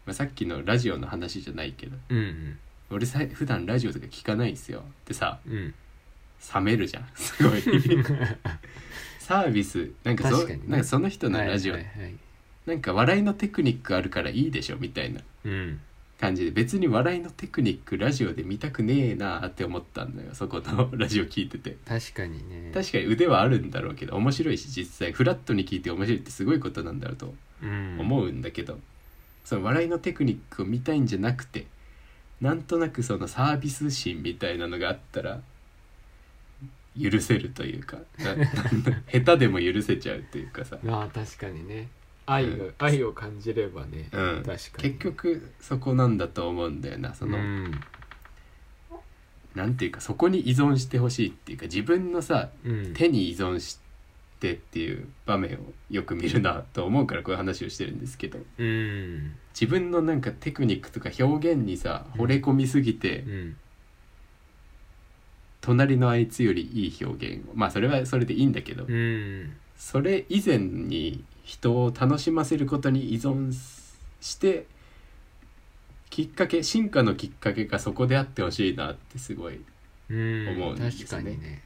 [SPEAKER 1] まあ、さっきのラジオの話じゃないけど
[SPEAKER 2] うん
[SPEAKER 1] 俺さ普段ラジオとか聞かないんですよでさ
[SPEAKER 2] うんうん
[SPEAKER 1] 冷めるじゃん す ごいサービスなんかそ
[SPEAKER 2] 確かにね
[SPEAKER 1] なんかその人のラジオ、
[SPEAKER 2] はいはいはい
[SPEAKER 1] なんか笑いのテクニックあるからいいでしょみたいな
[SPEAKER 2] うん
[SPEAKER 1] 感じで別に笑いのテクニックラジオで見たくねえなって思ったんだよそこのラジオ聞いてて
[SPEAKER 2] 確かにね
[SPEAKER 1] 確かに腕はあるんだろうけど面白いし実際フラットに聞いて面白いってすごいことなんだろうと
[SPEAKER 2] うん
[SPEAKER 1] 思うんだけど、その笑いのテクニックを見たいんじゃなくてなんとなくそのサービス心みたいなのがあったら許せるというか な下手でも許せちゃうというかさ、
[SPEAKER 2] まあ確かにね愛が、
[SPEAKER 1] うん
[SPEAKER 2] 愛を感じればね、
[SPEAKER 1] うん、
[SPEAKER 2] 確かに
[SPEAKER 1] 結局そこなんだと思うんだよなその、
[SPEAKER 2] うん
[SPEAKER 1] なんていうかそこに依存してほしいっていうか自分のさ
[SPEAKER 2] うん、
[SPEAKER 1] 手に依存してっていう場面をよく見るなと思うからこういう話をしてるんですけど
[SPEAKER 2] うん
[SPEAKER 1] 自分のなんかテクニックとか表現にさ惚れ込みすぎて、
[SPEAKER 2] うん
[SPEAKER 1] 隣のあいつよりいい表現をまあそれはそれでいいんだけど、
[SPEAKER 2] うん
[SPEAKER 1] それ以前に人を楽しませることに依存してきっかけ進化のきっかけがそこであってほしいなってすごい
[SPEAKER 2] うん
[SPEAKER 1] 思うんですね
[SPEAKER 2] 確かにね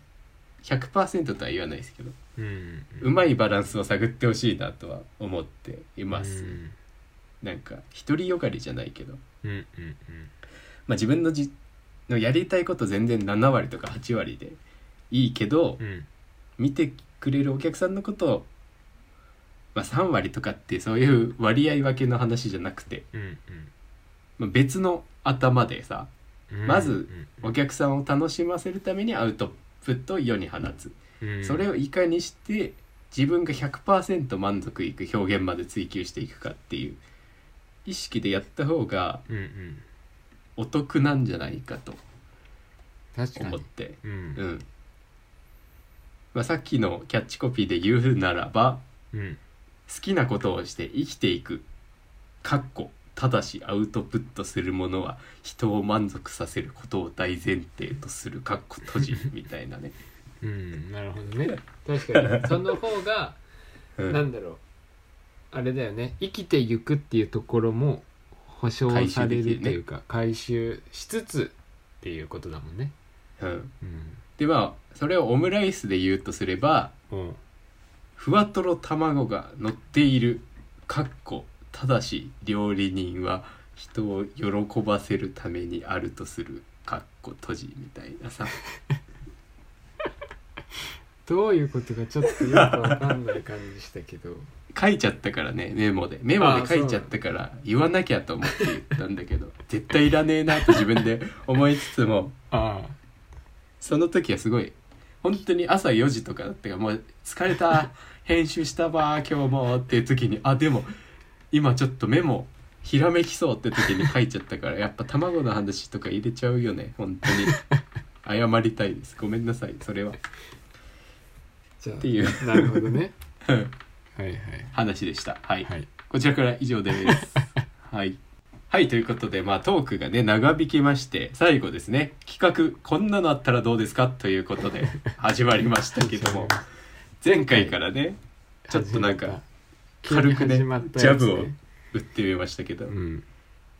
[SPEAKER 1] 100%とは言わないですけど
[SPEAKER 2] うん
[SPEAKER 1] うまいバランスを探ってほしいなとは思っています、
[SPEAKER 2] うん
[SPEAKER 1] なんか独りよがりじゃないけど、
[SPEAKER 2] うんうんうん
[SPEAKER 1] まあ、自分のじのやりたいこと全然7割とか8割でいいけど、
[SPEAKER 2] うん
[SPEAKER 1] 見てくれるお客さんのことを、まあ、3割とかってそういう割合分けの話じゃなくて、
[SPEAKER 2] うん
[SPEAKER 1] まあ、別の頭でさ
[SPEAKER 2] うん
[SPEAKER 1] まず
[SPEAKER 2] う
[SPEAKER 1] お客さんを楽しませるためにアウトプットを世に放つ、
[SPEAKER 2] んうん
[SPEAKER 1] それをいかにして自分が100%満足いく表現まで追求していくかっていう意識でやった方が
[SPEAKER 2] うんうん
[SPEAKER 1] お得なんじゃないかと
[SPEAKER 2] 確か
[SPEAKER 1] 思っ
[SPEAKER 2] に
[SPEAKER 1] て、
[SPEAKER 2] う
[SPEAKER 1] うんんまあ、さっきのキャッチコピーで言うならば
[SPEAKER 2] うん
[SPEAKER 1] 好きなことをして生きていくかっこただしアウトプットするものは人を満足させることを大前提とするかっこ閉じみたいなね、
[SPEAKER 2] うんなるほどね確かにその方が
[SPEAKER 1] うん
[SPEAKER 2] なんだろうあれだよね生きていくっていうところも保証されるというか回収,、しつつっていうことだもんね。
[SPEAKER 1] うん
[SPEAKER 2] うん、
[SPEAKER 1] でまあそれをオムライスで言うとすれば
[SPEAKER 2] おう
[SPEAKER 1] ふわとろ卵が乗っているかっこただし料理人は人を喜ばせるためにあるとするかっこ閉じみたいなさ
[SPEAKER 2] どういうことかちょっとよくわかんない感じしたけど
[SPEAKER 1] 書いちゃったからねメモでメモで書いちゃったから言わなきゃと思って言ったんだけど 絶対いらねえなと自分で思いつつも
[SPEAKER 2] ああ
[SPEAKER 1] その時はすごい本当に朝4時とかだったからもう疲れた編集したわ今日もっていう時にあでも今ちょっとメモひらめきそうって時に書いちゃったからやっぱ卵の話とか入れちゃうよね本当に謝りたいですごめんなさいそれは
[SPEAKER 2] じゃあ
[SPEAKER 1] っていう
[SPEAKER 2] なるほどね
[SPEAKER 1] うん
[SPEAKER 2] はいはい
[SPEAKER 1] 話でしたはい
[SPEAKER 2] はい
[SPEAKER 1] こちらから以上 です。はい。はい、ということで、まあトークがね、長引きまして、最後ですね、企画、こんなのあったらどうですかということ で、始まりましたけども、前回からね、ちょっとなんか軽くね、ジ
[SPEAKER 2] 急に始まった
[SPEAKER 1] ャ
[SPEAKER 2] やつね
[SPEAKER 1] ブを打ってみましたけど
[SPEAKER 2] う、ん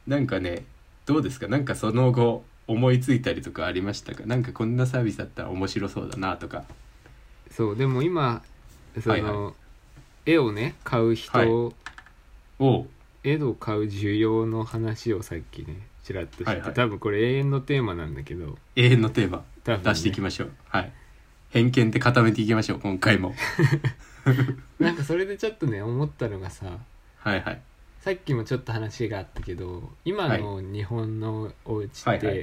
[SPEAKER 1] なんかね、どうですかなんかその後、思いついたりとかありましたかなんかこんなサービスだったら面白そうだなとか。
[SPEAKER 2] そうでも今その、
[SPEAKER 1] はいは
[SPEAKER 2] 絵をね買う人、
[SPEAKER 1] はおう
[SPEAKER 2] 絵を買う需要の話をさっきねちらっとして、
[SPEAKER 1] はいはい
[SPEAKER 2] 多分これ永遠のテーマなんだけど
[SPEAKER 1] 永遠のテーマ、
[SPEAKER 2] 多分ね
[SPEAKER 1] 出していきましょう。はい。偏見で固めていきましょう、今 回も。
[SPEAKER 2] なんかそれでちょっとね思ったのがさ
[SPEAKER 1] はいはい。
[SPEAKER 2] さっきもちょっと話があったけど今の日本のお家って、
[SPEAKER 1] はいはい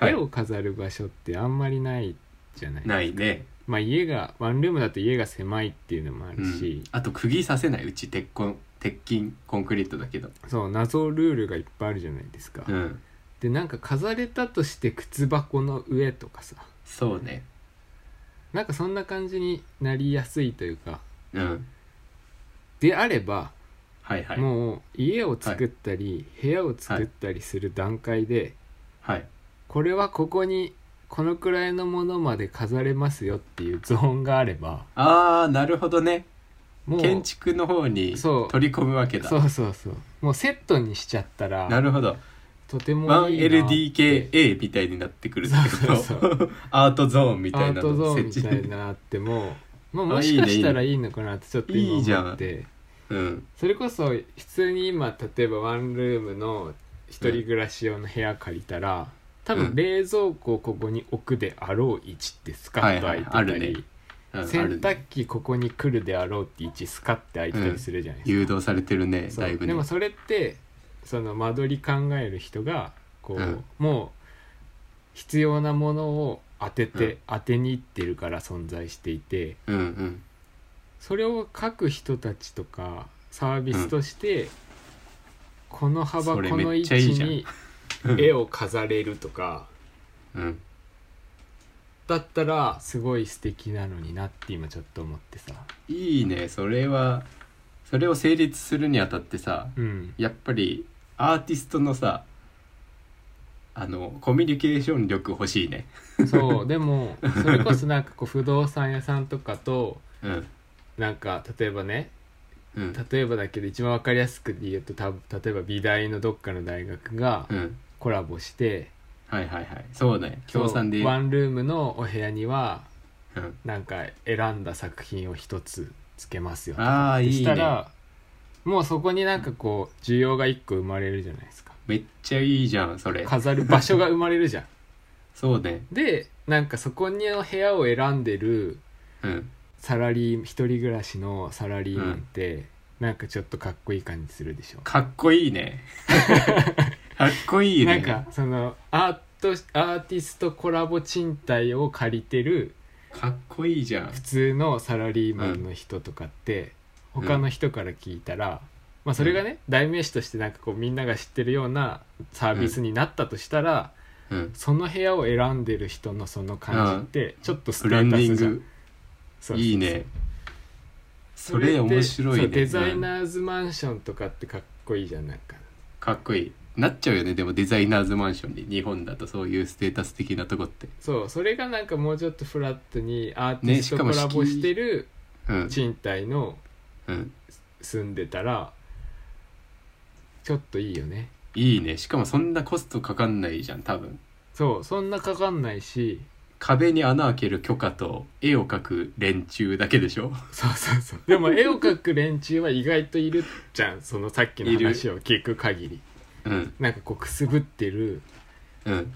[SPEAKER 1] はい
[SPEAKER 2] 絵を飾る場所ってあんまりないじゃない
[SPEAKER 1] ないね
[SPEAKER 2] まあ家がワンルームだと家が狭いっていうのもあ
[SPEAKER 1] う
[SPEAKER 2] るし
[SPEAKER 1] ん、、あと釘させないうち鉄コ鉄筋コンクリートだけど
[SPEAKER 2] そう謎ルールがいっぱいあるじゃないですか、
[SPEAKER 1] うん
[SPEAKER 2] でなんか飾れたとして靴箱の上とかさ
[SPEAKER 1] そうね
[SPEAKER 2] なんかそんな感じになりやすいというか
[SPEAKER 1] うん
[SPEAKER 2] であれば、
[SPEAKER 1] はいはい
[SPEAKER 2] もう家を作ったり、部屋を作ったりする段階で、
[SPEAKER 1] はい
[SPEAKER 2] これはここにこのくらいのものまで飾れますよっていうゾーンがあれば
[SPEAKER 1] ああなるほどね
[SPEAKER 2] もう
[SPEAKER 1] 建築の方に
[SPEAKER 2] そう
[SPEAKER 1] 取り込むわけだ
[SPEAKER 2] そうそうそうもうセットにしちゃったら
[SPEAKER 1] なるほど
[SPEAKER 2] とてもいいなって
[SPEAKER 1] 1LDKA みたいになってくるってこと
[SPEAKER 2] そうそう
[SPEAKER 1] アートゾーンみ
[SPEAKER 2] ア
[SPEAKER 1] たい
[SPEAKER 2] ー
[SPEAKER 1] な
[SPEAKER 2] トゾ
[SPEAKER 1] の
[SPEAKER 2] ーンみ
[SPEAKER 1] 設
[SPEAKER 2] た
[SPEAKER 1] 置
[SPEAKER 2] いなのあってもまあもしかしたらいいのかなってちょっと今思って
[SPEAKER 1] うん
[SPEAKER 2] それこそ普通に今例えばワンルームの一人暮らし用の部屋借りたら、多
[SPEAKER 1] う
[SPEAKER 2] 分
[SPEAKER 1] ん
[SPEAKER 2] 冷蔵庫をここに置くであろう位置ってスカッと開いてたり、
[SPEAKER 1] はいはいあるねうんあ
[SPEAKER 2] 洗
[SPEAKER 1] るね
[SPEAKER 2] 濯機ここに来るであろうって位置スカッて開いてたりするじゃないですか、
[SPEAKER 1] 誘導されてるね
[SPEAKER 2] そう
[SPEAKER 1] だいぶ
[SPEAKER 2] で
[SPEAKER 1] ね
[SPEAKER 2] もそれってその間取り考える人がこう、
[SPEAKER 1] うん
[SPEAKER 2] もう必要なものを当てて、
[SPEAKER 1] うん
[SPEAKER 2] 当てにいってるから存在していて
[SPEAKER 1] うんうん
[SPEAKER 2] それを書く人たちとかサービスとして、この幅
[SPEAKER 1] それ
[SPEAKER 2] この
[SPEAKER 1] め
[SPEAKER 2] 位
[SPEAKER 1] っちゃ
[SPEAKER 2] 置
[SPEAKER 1] いいじゃん
[SPEAKER 2] に 絵を飾れるとか
[SPEAKER 1] うん
[SPEAKER 2] だったらすごい素敵なのになって今ちょっと思ってさ
[SPEAKER 1] いいねそれはそれを成立するにあたってさ
[SPEAKER 2] うん
[SPEAKER 1] やっぱりアーティストのさあのコミュニケーション力欲しいね
[SPEAKER 2] そうでもそれこそなんかこう不動産屋さんとかと
[SPEAKER 1] うん
[SPEAKER 2] なんか例えばね
[SPEAKER 1] うん
[SPEAKER 2] 例えばだけど一番わかりやすく言うとた例えば美大のどっかの大学が
[SPEAKER 1] うん
[SPEAKER 2] コラボして
[SPEAKER 1] はいはいはいそうね協賛で
[SPEAKER 2] そうワンルームのお部屋には
[SPEAKER 1] うん
[SPEAKER 2] なんか選んだ作品を一つつけますよ
[SPEAKER 1] ああ
[SPEAKER 2] そ
[SPEAKER 1] い
[SPEAKER 2] し
[SPEAKER 1] い
[SPEAKER 2] た
[SPEAKER 1] ね
[SPEAKER 2] らもうそこになんかこう需要が一個生まれるじゃないですか
[SPEAKER 1] めっちゃいいじゃんそれ
[SPEAKER 2] 飾る場所が生まれるじ ゃん
[SPEAKER 1] そうね
[SPEAKER 2] でなんかそこにの部屋を選んでる
[SPEAKER 1] うん
[SPEAKER 2] サラリーマン一人暮らしのサラリーマンって、なんかちょっとかっこいい感じするでしょ
[SPEAKER 1] かっこいいね かっこいいね
[SPEAKER 2] なんかそのアートアーティストコラボ賃貸を借りてる
[SPEAKER 1] かっこいいじゃん
[SPEAKER 2] 普通のサラリーマンの人とかって、
[SPEAKER 1] うん
[SPEAKER 2] 他の人から聞いたら、まあ、それがね、代名詞としてなんかこうみんなが知ってるようなサービスになったとしたら、
[SPEAKER 1] うん
[SPEAKER 2] その部屋を選んでる人のその感じってちょっとス
[SPEAKER 1] ブ
[SPEAKER 2] テ
[SPEAKER 1] ラン
[SPEAKER 2] ー
[SPEAKER 1] デ
[SPEAKER 2] タ
[SPEAKER 1] ィ
[SPEAKER 2] ス
[SPEAKER 1] ン
[SPEAKER 2] じゃん
[SPEAKER 1] グ
[SPEAKER 2] そうそうそう
[SPEAKER 1] いいねそれ
[SPEAKER 2] って
[SPEAKER 1] 面白い
[SPEAKER 2] そ
[SPEAKER 1] ね
[SPEAKER 2] うデザイ
[SPEAKER 1] うん
[SPEAKER 2] ナーズマンションとかってかっこいいじゃんなんか
[SPEAKER 1] かっこいいなっちゃうよねでもデザイナーズマンションに日本だとそういうステータス的なとこって
[SPEAKER 2] そうそれがなんかもうちょっとフラットにアーティ
[SPEAKER 1] ね
[SPEAKER 2] ス
[SPEAKER 1] し
[SPEAKER 2] ト
[SPEAKER 1] か
[SPEAKER 2] コ
[SPEAKER 1] も
[SPEAKER 2] ラボしてる、
[SPEAKER 1] うん、
[SPEAKER 2] 賃貸の
[SPEAKER 1] うん、
[SPEAKER 2] 住んでたらちょっといいよね
[SPEAKER 1] いいねしかもそんなコストかかんないじゃん多分
[SPEAKER 2] そうそんなかかんないし
[SPEAKER 1] 壁に穴開ける許可と絵を描く連中だけでしょ
[SPEAKER 2] そうそうそうでも絵を描く連中は意外といるじゃんそのさっきの
[SPEAKER 1] いる
[SPEAKER 2] 話を聞く限り
[SPEAKER 1] うん
[SPEAKER 2] なんかこうくすぶってる
[SPEAKER 1] うん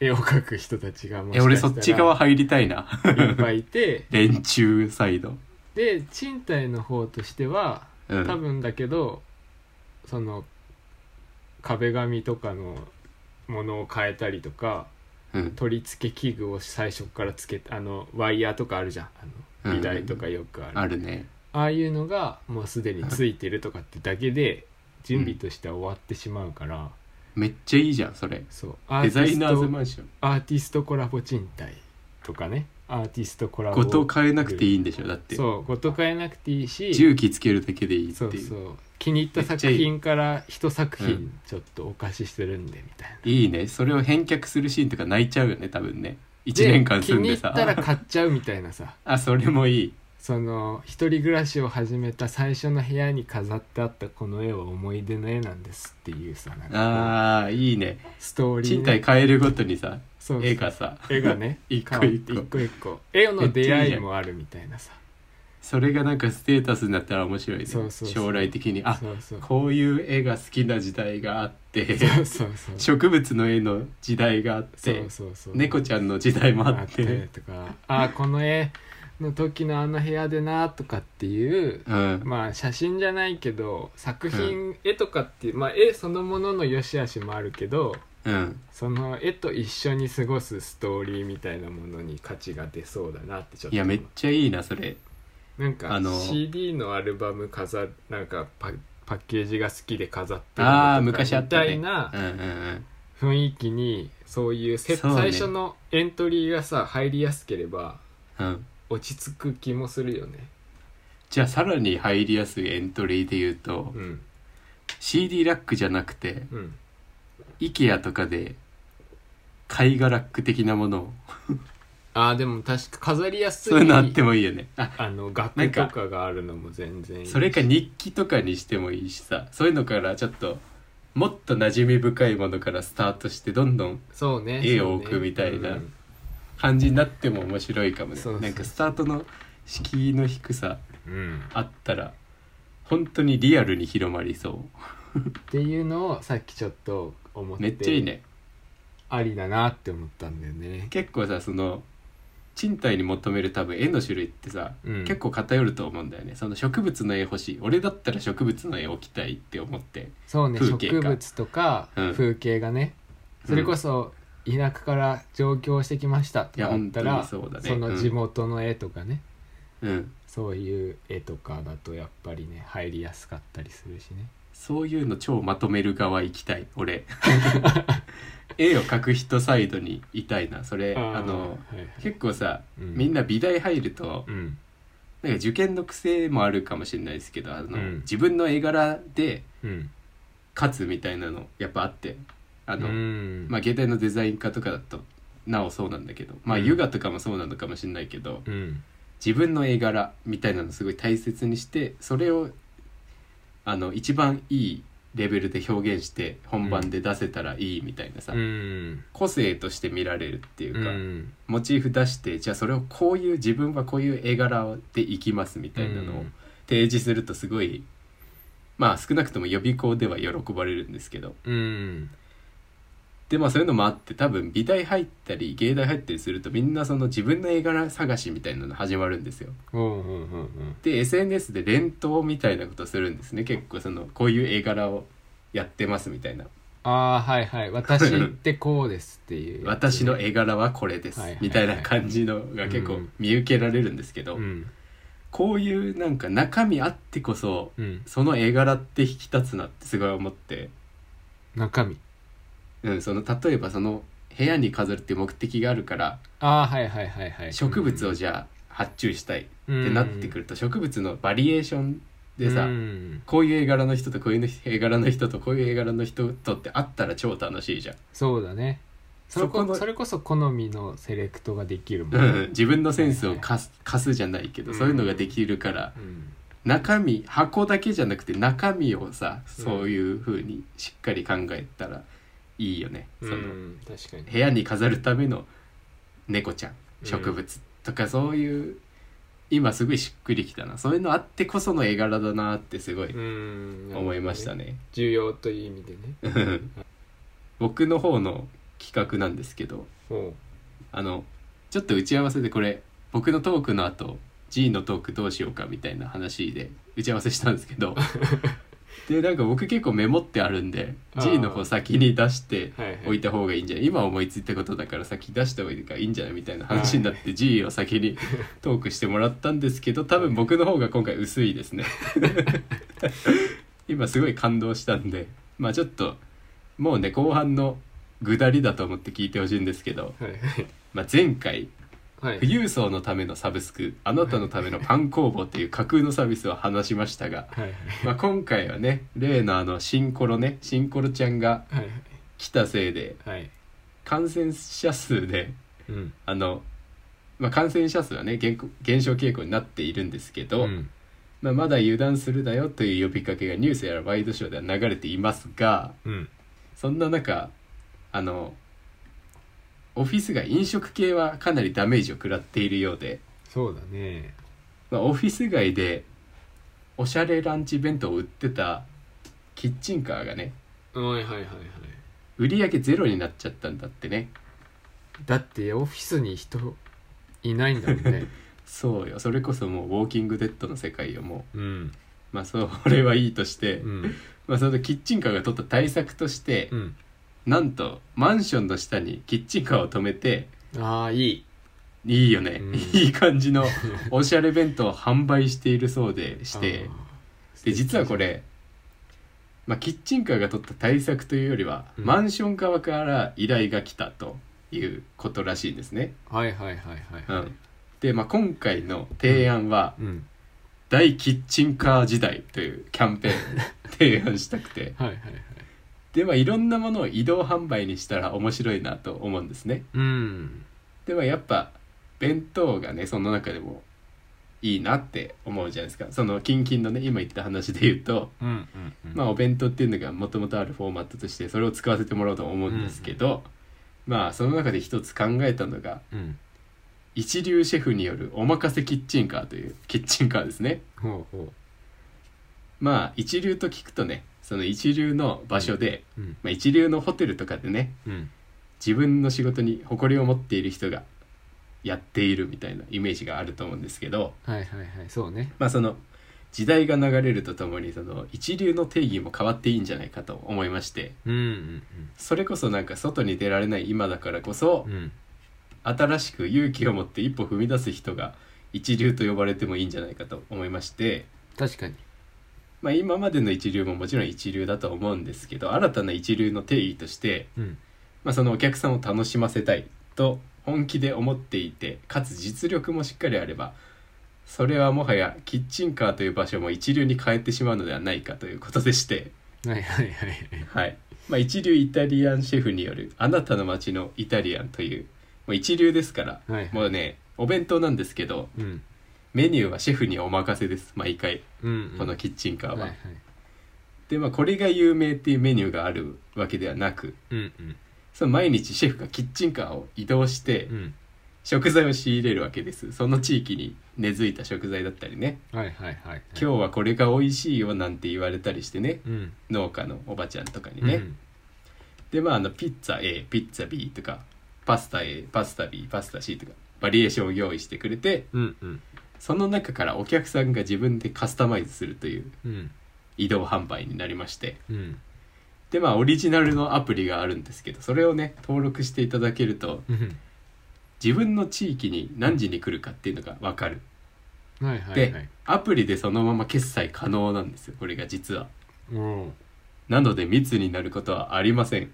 [SPEAKER 2] 絵を描く人たちがも
[SPEAKER 1] え俺そっち側入りたいな
[SPEAKER 2] いっぱいいて
[SPEAKER 1] 連中サイド
[SPEAKER 2] で賃貸の方としては
[SPEAKER 1] う
[SPEAKER 2] 多
[SPEAKER 1] ん
[SPEAKER 2] 分だけどその壁紙とかのものを変えたりとか
[SPEAKER 1] うん
[SPEAKER 2] 取り付け器具を最初からつけあのワイヤーとかあるじゃんあ
[SPEAKER 1] うん
[SPEAKER 2] の美大とかよくある、
[SPEAKER 1] あるね
[SPEAKER 2] ああいうのがもうすでについてるとかってだけで準備としては終わってしまうから、
[SPEAKER 1] めっちゃいいじゃんそれ
[SPEAKER 2] そうア
[SPEAKER 1] デ
[SPEAKER 2] ーテ
[SPEAKER 1] ザ
[SPEAKER 2] ィ
[SPEAKER 1] イ
[SPEAKER 2] ス
[SPEAKER 1] ナーズ
[SPEAKER 2] ト
[SPEAKER 1] マンション
[SPEAKER 2] アーティストコラボ賃貸とかねアーティストコラボ
[SPEAKER 1] ごと変えなくていいんでしょだって
[SPEAKER 2] そうごと変えなくていいし
[SPEAKER 1] 重機つけるだけでいいって
[SPEAKER 2] そう
[SPEAKER 1] いう
[SPEAKER 2] そう気に入った作品から一作品ちょっとお貸ししてるんでみたいな。
[SPEAKER 1] いいねそれを返却するシーンとか泣いちゃうよね多分ね1年間住んで
[SPEAKER 2] 気に入
[SPEAKER 1] さ
[SPEAKER 2] ったら買っちゃうみたいなさ
[SPEAKER 1] あそれもいい
[SPEAKER 2] その一人暮らしを始めた最初の部屋に飾ってあったこの絵は思い出の絵なんですっていうさなんか
[SPEAKER 1] あーいいね
[SPEAKER 2] こうストーリー
[SPEAKER 1] 賃
[SPEAKER 2] ね、
[SPEAKER 1] 貸変えるごとにさ
[SPEAKER 2] そうそう
[SPEAKER 1] 絵がさ
[SPEAKER 2] 絵がね
[SPEAKER 1] 一個
[SPEAKER 2] 変わって
[SPEAKER 1] 一個
[SPEAKER 2] 一個一個絵の出会いもあるみたいなさ
[SPEAKER 1] それがなんかステータスになったら面白いね
[SPEAKER 2] そうそうそう
[SPEAKER 1] 将来的にあ
[SPEAKER 2] そうそう
[SPEAKER 1] こういう絵が好きな時代があって
[SPEAKER 2] そうそ うそうそう
[SPEAKER 1] 植物の絵の時代があって
[SPEAKER 2] そうそう
[SPEAKER 1] 猫ちゃんの時代もあ
[SPEAKER 2] あっ
[SPEAKER 1] って
[SPEAKER 2] てとかあこの絵の時のあの部屋でなとかっていう
[SPEAKER 1] うん
[SPEAKER 2] まあ写真じゃないけど作品、絵とかっていうまあ絵そのものの良し悪しもあるけど
[SPEAKER 1] うん
[SPEAKER 2] その絵と一緒に過ごすストーリーみたいなものに価値が出そうだなってちょっと
[SPEAKER 1] いやめっちゃいいなそれ
[SPEAKER 2] なんか
[SPEAKER 1] あの
[SPEAKER 2] CD のアルバム飾なんかパパッケージが好きで飾って
[SPEAKER 1] あ
[SPEAKER 2] るのとか
[SPEAKER 1] あ昔あったね
[SPEAKER 2] みたいな
[SPEAKER 1] うんうんうん
[SPEAKER 2] 雰囲気にそういうせ
[SPEAKER 1] そうね
[SPEAKER 2] 最初のエントリーがさ入りやすければ
[SPEAKER 1] うん
[SPEAKER 2] 落ち着く気もするよね
[SPEAKER 1] じゃあさらに入りやすいエントリーで言うと、
[SPEAKER 2] うん
[SPEAKER 1] CD ラックじゃなくて
[SPEAKER 2] うん
[SPEAKER 1] IKEA とかで絵画ラック的なものを
[SPEAKER 2] ああでも確か飾りやすい
[SPEAKER 1] そういうのあってもいいよねあ
[SPEAKER 2] あの額とかがあるのも全然いいし
[SPEAKER 1] それか日記とかにしてもいいしさそういうのからちょっともっと馴染み深いものからスタートしてどんどん
[SPEAKER 2] そうね
[SPEAKER 1] 絵を
[SPEAKER 2] そうね
[SPEAKER 1] 置くみたいな
[SPEAKER 2] うん
[SPEAKER 1] 感じになっても面白いかもね
[SPEAKER 2] そうそう
[SPEAKER 1] なんかスタートの敷居の低さ
[SPEAKER 2] うん
[SPEAKER 1] あったら本当にリアルに広まりそ
[SPEAKER 2] っていうのをさっきちょっと思っ
[SPEAKER 1] う
[SPEAKER 2] て
[SPEAKER 1] めっちゃいいね
[SPEAKER 2] ありだなって思ったんだよね
[SPEAKER 1] 結構さその賃貸に求める多分絵の種類ってさ、
[SPEAKER 2] うん
[SPEAKER 1] 結構偏ると思うんだよねその植物の絵欲しい俺だったら植物の絵置きたいって思って
[SPEAKER 2] そうね
[SPEAKER 1] 風景か
[SPEAKER 2] 植物とか
[SPEAKER 1] うん
[SPEAKER 2] 風景がね、
[SPEAKER 1] うん
[SPEAKER 2] それこそ田舎から上京してきましたとかだった
[SPEAKER 1] いや
[SPEAKER 2] ら
[SPEAKER 1] 本当にそうだね
[SPEAKER 2] の地元の絵とかね、
[SPEAKER 1] うん
[SPEAKER 2] そういう絵とかだとやっぱりね入りやすかったりするしね
[SPEAKER 1] そういうの超まとめる側行きたい 俺絵を描く人サイドにいたいなそれあの
[SPEAKER 2] ーはいはい
[SPEAKER 1] 結構さ、
[SPEAKER 2] うん
[SPEAKER 1] みんな美大入ると
[SPEAKER 2] うん
[SPEAKER 1] なんか受験の癖もあるかもしれないですけどあの、
[SPEAKER 2] うん
[SPEAKER 1] 自分の絵柄で
[SPEAKER 2] うん
[SPEAKER 1] 勝つみたいなのやっぱあってあの、
[SPEAKER 2] うん
[SPEAKER 1] まあ現代のデザイン科とかだとなおそうなんだけどまあ
[SPEAKER 2] うん
[SPEAKER 1] ヨガとかもそうなのかもしれないけど、
[SPEAKER 2] うん
[SPEAKER 1] 自分の絵柄みたいなのすごい大切にしてそれをあの一番いいレベルで表現して本番で出せたらいいみたいなさ、
[SPEAKER 2] うん
[SPEAKER 1] 個性として見られるっていうか、
[SPEAKER 2] うん
[SPEAKER 1] モチーフ出してじゃあそれをこういう自分はこういう絵柄でいきますみたいなの
[SPEAKER 2] う
[SPEAKER 1] を
[SPEAKER 2] ん
[SPEAKER 1] 提示するとすごいまあ少なくとも予備校では喜ばれるんですけど
[SPEAKER 2] うん
[SPEAKER 1] でまあそういうのもあって多分美大入ったり芸大入ったりするとみんなその自分の絵柄探しみたいなの始まるんですよ。
[SPEAKER 2] うんうんうんうん
[SPEAKER 1] で SNS で連投みたいなことするんですね結構そのこういう絵柄をやってますみたいな
[SPEAKER 2] ああはいはい私ってこうですっていう
[SPEAKER 1] 私の
[SPEAKER 2] 絵
[SPEAKER 1] 絵柄はこれです
[SPEAKER 2] はいはいはい
[SPEAKER 1] みたいな感じのが結構
[SPEAKER 2] うん
[SPEAKER 1] 見受けられるんですけど、
[SPEAKER 2] うん
[SPEAKER 1] こういうなんか中身あってこそ
[SPEAKER 2] うん
[SPEAKER 1] その絵柄って引き立つなってすごい思って、
[SPEAKER 2] 中身
[SPEAKER 1] うん、その例えばその部屋に飾るっていう目的があるから
[SPEAKER 2] ああはいはいはいはい
[SPEAKER 1] 植物をじゃあ発注したいっ
[SPEAKER 2] うん
[SPEAKER 1] てなってくると植物のバリエーションでさ、
[SPEAKER 2] うん
[SPEAKER 1] こういう絵柄の人とこういう絵柄の人とこういう絵柄の人とってあったら超楽しいじゃん、
[SPEAKER 2] そうだねそれこ
[SPEAKER 1] そこの
[SPEAKER 2] それこそ好みのセレクトができるもん
[SPEAKER 1] う
[SPEAKER 2] ね、
[SPEAKER 1] ん、自分のセンスを貸す貸すじゃないけど、
[SPEAKER 2] うん
[SPEAKER 1] そういうのができるから
[SPEAKER 2] うん
[SPEAKER 1] 中身箱だけじゃなくて中身をさ
[SPEAKER 2] うん
[SPEAKER 1] そういう風にしっかり考えたらいいよね、
[SPEAKER 2] う
[SPEAKER 1] その
[SPEAKER 2] ん確かに
[SPEAKER 1] 部屋に飾るための猫ちゃん
[SPEAKER 2] うん
[SPEAKER 1] 植物とかそういう今すごいしっくりきたなそういうのあってこその絵柄だなってすごい
[SPEAKER 2] うん
[SPEAKER 1] 思いました
[SPEAKER 2] ね
[SPEAKER 1] ね。
[SPEAKER 2] 重要という意味でね
[SPEAKER 1] うん僕の方の企画なんですけど
[SPEAKER 2] ほ
[SPEAKER 1] あのちょっと打ち合わせでこれ僕のトークの後 G のトークどうしようかみたいな話で打ち合わせしたんですけ どでなんか僕結構メモってあるんで
[SPEAKER 2] あー
[SPEAKER 1] G の方先に出して
[SPEAKER 2] うはいはい
[SPEAKER 1] おいた方がいいんじゃない今思いついたことだから先出した方がいいんじゃないみたいな話になって G を先にトークしてもらったんですけど多分僕の方が今回薄いです ね今すごい感動したんでまあちょっともうね後半のぐだりだと思って聞いてほしいんですけど、
[SPEAKER 2] はいはい
[SPEAKER 1] まあ、前回
[SPEAKER 2] はい
[SPEAKER 1] 富裕層のためのサブスクあなたのためのパン工房という架空のサービスを話しましたが、
[SPEAKER 2] はい
[SPEAKER 1] まあ、今回はね例のあのシンコロねシンコロちゃんが
[SPEAKER 2] はい
[SPEAKER 1] 来たせいで
[SPEAKER 2] はいはい
[SPEAKER 1] 感染者数で
[SPEAKER 2] うん
[SPEAKER 1] あの、まあ、感染者数はね減減少傾向になっているんですけど、
[SPEAKER 2] うん
[SPEAKER 1] まあ、まだ油断するなよという呼びかけがニュースやらワイドショーでは流れていますが
[SPEAKER 2] うん
[SPEAKER 1] そんな中あのオフィスが飲食系はかなりダメージを食らっているようで。
[SPEAKER 2] そうだね
[SPEAKER 1] まあ、オフィス街でおしゃれランチ弁当を売ってたキッチンカーがね
[SPEAKER 2] はいはいはいはい
[SPEAKER 1] 売り上げゼロになっちゃったんだってね
[SPEAKER 2] だってオフィスに人いないんだもんね
[SPEAKER 1] そうよそれこそもうウォーキングデッドの世界よも
[SPEAKER 2] うん
[SPEAKER 1] うまあそれはいいとして、
[SPEAKER 2] うん
[SPEAKER 1] まあ、そのキッチンカーが取った対策として、
[SPEAKER 2] うん
[SPEAKER 1] なんとマンションの下にキッチンカーを止めて
[SPEAKER 2] ああいい
[SPEAKER 1] いいよね、
[SPEAKER 2] うん
[SPEAKER 1] いい感じのおしゃれ弁当を販売しているそうでしてで実はこれ、まあ、キッチンカーが取った対策というよりは、
[SPEAKER 2] うん
[SPEAKER 1] マンション側から依頼が来たということらしいんですね。
[SPEAKER 2] あーはいはいはいはい
[SPEAKER 1] うん
[SPEAKER 2] はい
[SPEAKER 1] で、まあ、今回の提案は
[SPEAKER 2] うん
[SPEAKER 1] 「大キッチンカー時代」というキャンペーンを 提案したくて
[SPEAKER 2] はいはいはい
[SPEAKER 1] で、まあ、いろんなものを移動販売にしたら面白いなと思うんですね。
[SPEAKER 2] うん
[SPEAKER 1] で、まあ、やっぱ弁当がねその中でもいいなって思うじゃないですかそのキンキンのね今言った話で言うと、
[SPEAKER 2] うんうんうん
[SPEAKER 1] まあ、お弁当っていうのがもともとあるフォーマットとしてそれを使わせてもらおうと思うんですけど、まあその中で一つ考えたのが
[SPEAKER 2] うん
[SPEAKER 1] 一流シェフによるおまかせキッチンカーというキッチンカーですね
[SPEAKER 2] ほうほ
[SPEAKER 1] まあ一流と聞くとねその一流の場所で、
[SPEAKER 2] ううん
[SPEAKER 1] まあ、一流のホテルとかでね
[SPEAKER 2] うん
[SPEAKER 1] 自分の仕事に誇りを持っている人がやっているみたいなイメージがあると思うんですけど
[SPEAKER 2] はいはいはいそうね
[SPEAKER 1] まあその時代が流れるとともにその一流の定義も変わっていいんじゃないかと思いまして
[SPEAKER 2] うんうん
[SPEAKER 1] それこそなんか外に出られない今だからこそ
[SPEAKER 2] うんうん
[SPEAKER 1] 新しく勇気を持って一歩踏み出す人が一流と呼ばれてもいいんじゃないかと思いまして、
[SPEAKER 2] 確かに
[SPEAKER 1] まあ、今までの一流ももちろん一流だと思うんですけど新たな一流の定義として、
[SPEAKER 2] うん
[SPEAKER 1] まあ、そのお客さんを楽しませたいと本気で思っていてかつ実力もしっかりあればそれはもはやキッチンカーという場所も一流に変えてしまうのではないかということでして。
[SPEAKER 2] はいはいはいはい
[SPEAKER 1] はいまあ、一流イタリアンシェフによる「あなたの街のイタリアン」というもう一流ですから、
[SPEAKER 2] はいはい
[SPEAKER 1] もうねお弁当なんですけど
[SPEAKER 2] うん
[SPEAKER 1] メニューはシェフにお任せです毎回
[SPEAKER 2] うんうん
[SPEAKER 1] このキッチンカーは。
[SPEAKER 2] はいはい
[SPEAKER 1] でまあこれが有名っていうメニューがあるわけではなく
[SPEAKER 2] うんうん
[SPEAKER 1] その毎日シェフがキッチンカーを移動して
[SPEAKER 2] うん
[SPEAKER 1] 食材を仕入れるわけですその地域に根付いた食材だったりね
[SPEAKER 2] はいはいはい
[SPEAKER 1] 今日はこれが美味しいよなんて言われたりしてね
[SPEAKER 2] うん
[SPEAKER 1] 農家のおばちゃんとかにね、でまああのピッツァ A ピッツァ B とかパスタ A パスタ B パスタ C とかバリエーションを用意してくれて
[SPEAKER 2] うんうん
[SPEAKER 1] その中からお客さんが自分でカスタマイズするという
[SPEAKER 2] うん
[SPEAKER 1] 移動販売になりまして
[SPEAKER 2] うん
[SPEAKER 1] でまあオリジナルのアプリがあるんですけどそれをね登録していただけると
[SPEAKER 2] うん
[SPEAKER 1] 自分の地域に何時に来るかっていうのが分かる
[SPEAKER 2] はいはいは
[SPEAKER 1] で
[SPEAKER 2] い
[SPEAKER 1] アプリでそのまま決済可能なんですよこれが実は
[SPEAKER 2] おう
[SPEAKER 1] なので密になることはありません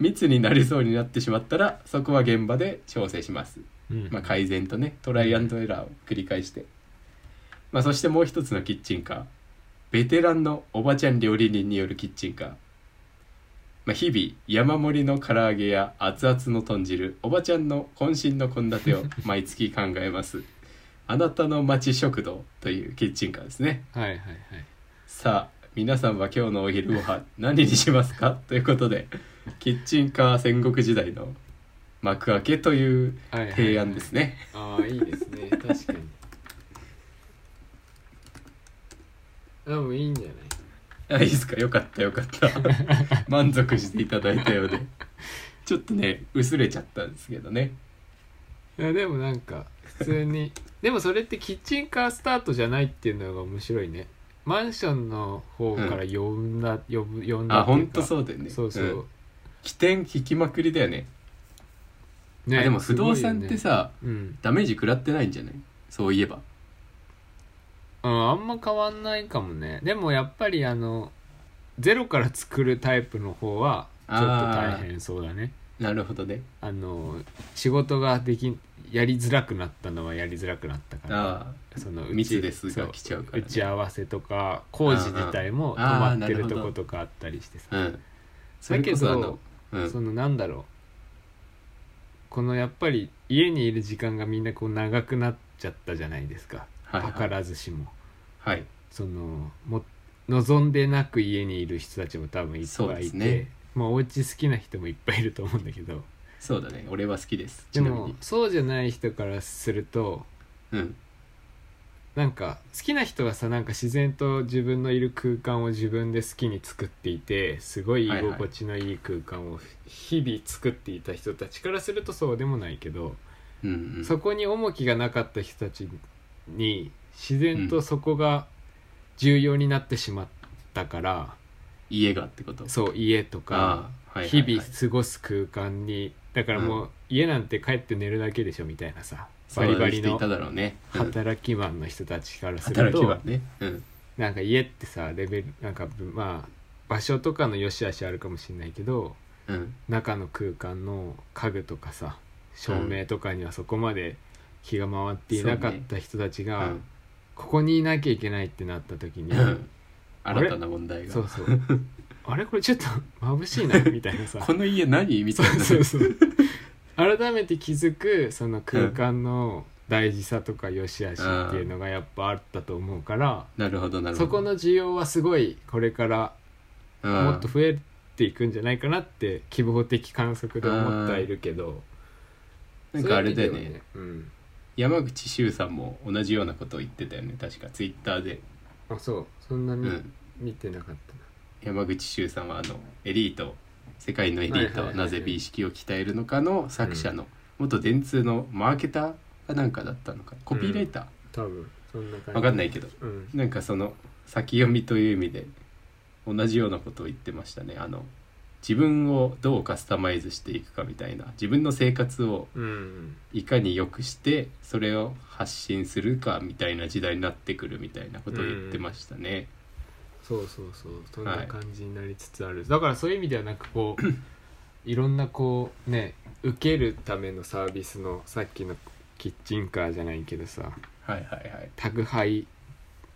[SPEAKER 1] 密になりそうになってしまったらそこは現場で調整します、
[SPEAKER 2] うん
[SPEAKER 1] まあ、改善とねトライアンドエラーを繰り返して、まあ、そしてもう一つのキッチンカーベテランのおばちゃん料理人によるキッチンカー、まあ、日々山盛りの唐揚げや熱々の豚汁おばちゃんの渾身の献立を毎月考えますあなたの町食堂というキッチンカーですね
[SPEAKER 2] はいはいはい
[SPEAKER 1] さあ皆さんは今日のお昼ご飯何にしますか ということでキッチンカー戦国時代の幕開けという
[SPEAKER 2] はいはい
[SPEAKER 1] 提案ですね
[SPEAKER 2] ああいいですね確かにでもいいんじゃない
[SPEAKER 1] あいいですかよかったよかった 満足していただいたようでちょっとね薄れちゃったんですけどね
[SPEAKER 2] いやでもなんか普通に でもそれってキッチンカースタートじゃないっていうのが面白いねマンションの方から呼んだ、呼ぶ呼んだ
[SPEAKER 1] あほんと
[SPEAKER 2] う
[SPEAKER 1] そうだよね
[SPEAKER 2] そうそ
[SPEAKER 1] ん
[SPEAKER 2] う、
[SPEAKER 1] 起点引きまくりだよね
[SPEAKER 2] ね
[SPEAKER 1] あでも不動産って
[SPEAKER 2] すごいよね
[SPEAKER 1] さ、
[SPEAKER 2] うん
[SPEAKER 1] ダメージ食らってないんじゃないそういえば
[SPEAKER 2] うん、あんま変わんないかもねでもやっぱりあのゼロから作るタイプの方はちょっと大変そうだね
[SPEAKER 1] なるほどね
[SPEAKER 2] あの仕事ができやりづらくなったのはやりづらくなったから
[SPEAKER 1] あ
[SPEAKER 2] その
[SPEAKER 1] あ
[SPEAKER 2] う
[SPEAKER 1] 密
[SPEAKER 2] ち
[SPEAKER 1] です
[SPEAKER 2] そ
[SPEAKER 1] が
[SPEAKER 2] う
[SPEAKER 1] 来ちゃうから、
[SPEAKER 2] 打
[SPEAKER 1] ね、
[SPEAKER 2] ち合わせとか工事自体も
[SPEAKER 1] う
[SPEAKER 2] 止
[SPEAKER 1] んうんあー
[SPEAKER 2] まって
[SPEAKER 1] な
[SPEAKER 2] る
[SPEAKER 1] る
[SPEAKER 2] と
[SPEAKER 1] ほど
[SPEAKER 2] ことかあったりしてさ、
[SPEAKER 1] うんそれこそあのうん
[SPEAKER 2] そのなんだろうこのやっぱり家にいる時間がみんなこう長くなっちゃったじゃないですか、
[SPEAKER 1] はいはい
[SPEAKER 2] 図らずしも
[SPEAKER 1] はい
[SPEAKER 2] そのも望んでなく家にいる人たちも多分いっ
[SPEAKER 1] そう
[SPEAKER 2] ぱ
[SPEAKER 1] で
[SPEAKER 2] いい
[SPEAKER 1] す
[SPEAKER 2] て、
[SPEAKER 1] ね
[SPEAKER 2] まあお家好きな人もいっぱいいると思うんだけど
[SPEAKER 1] そうだね俺は好きです
[SPEAKER 2] で
[SPEAKER 1] ちなみ
[SPEAKER 2] も
[SPEAKER 1] に
[SPEAKER 2] そうじゃない人からすると
[SPEAKER 1] うん
[SPEAKER 2] なんか好きな人はさなんか自然と自分のいる空間を自分で好きに作っていてすごい居心地のいい空間を日々作っていた人たちからするとそうでもないけど、
[SPEAKER 1] うんうん
[SPEAKER 2] そこに重きがなかった人たちに自然とそこが重要になってしまったから、
[SPEAKER 1] 家がってこと
[SPEAKER 2] そう家とか
[SPEAKER 1] あーはいはい
[SPEAKER 2] 日
[SPEAKER 1] はい
[SPEAKER 2] 々過ごす空間にだからもう家なんて帰って寝るだけでしょみたいなさバリバ
[SPEAKER 1] そ
[SPEAKER 2] リ
[SPEAKER 1] ういう人い
[SPEAKER 2] の
[SPEAKER 1] ただろうね、うん
[SPEAKER 2] 働きマンの人たちからする
[SPEAKER 1] 働きは
[SPEAKER 2] と
[SPEAKER 1] ね、うん、
[SPEAKER 2] なんか家ってさレベルなんかまあ場所とかの良し悪しあるかもしれないけど
[SPEAKER 1] うん、
[SPEAKER 2] 中の空間の家具とかさ照明とかにはそこまで気が回っていなかった人たち
[SPEAKER 1] う
[SPEAKER 2] が、
[SPEAKER 1] ん、
[SPEAKER 2] ここにいなきゃいけないってなった時に、
[SPEAKER 1] うん新たな問題が
[SPEAKER 2] そ うそうあれこれちょっと眩しいなみたいなさ
[SPEAKER 1] この家何みた
[SPEAKER 2] そう
[SPEAKER 1] いな
[SPEAKER 2] そうそう改めて気づくその空間の大事さとか良し悪しっていうのがやっぱあったと思うから、
[SPEAKER 1] なるほどなるほど
[SPEAKER 2] そこの需要はすごいこれから
[SPEAKER 1] うん
[SPEAKER 2] もっと増えていくんじゃないかなって希望的観測で思ってはいるけど、
[SPEAKER 1] なんかあれだよ
[SPEAKER 2] そういう意味
[SPEAKER 1] ね
[SPEAKER 2] ではうん
[SPEAKER 1] 山口周さんも同じようなことを言ってたよね確かツイッターで、
[SPEAKER 2] あそうそんな
[SPEAKER 1] う
[SPEAKER 2] に
[SPEAKER 1] ん、
[SPEAKER 2] 見てなかったな、
[SPEAKER 1] 山口周さんはあのエリート世界のエリート
[SPEAKER 2] はいはいはいは
[SPEAKER 1] はいなぜ美意識を鍛えるのかの作者の元電通のマーケターかなんかだったのかコピーライタ
[SPEAKER 2] 多分そんな感
[SPEAKER 1] ー
[SPEAKER 2] じ
[SPEAKER 1] わかんないけど
[SPEAKER 2] うん
[SPEAKER 1] なんかその先読みという意味で同じようなことを言ってましたねあの自分をどうカスタマイズしていくかみたいな自分の生活を
[SPEAKER 2] うん
[SPEAKER 1] いかに良くしてそれを発信するかみたいな時代になってくるみたいなことを言ってましたね。
[SPEAKER 2] そうそうそうそん
[SPEAKER 1] は
[SPEAKER 2] ない感じになりつつある、だからそういう意味ではなんかこう いろんなこうね受けるためのサービスのさっきのキッチンカーじゃないけどさ
[SPEAKER 1] はいはいはい。
[SPEAKER 2] 宅配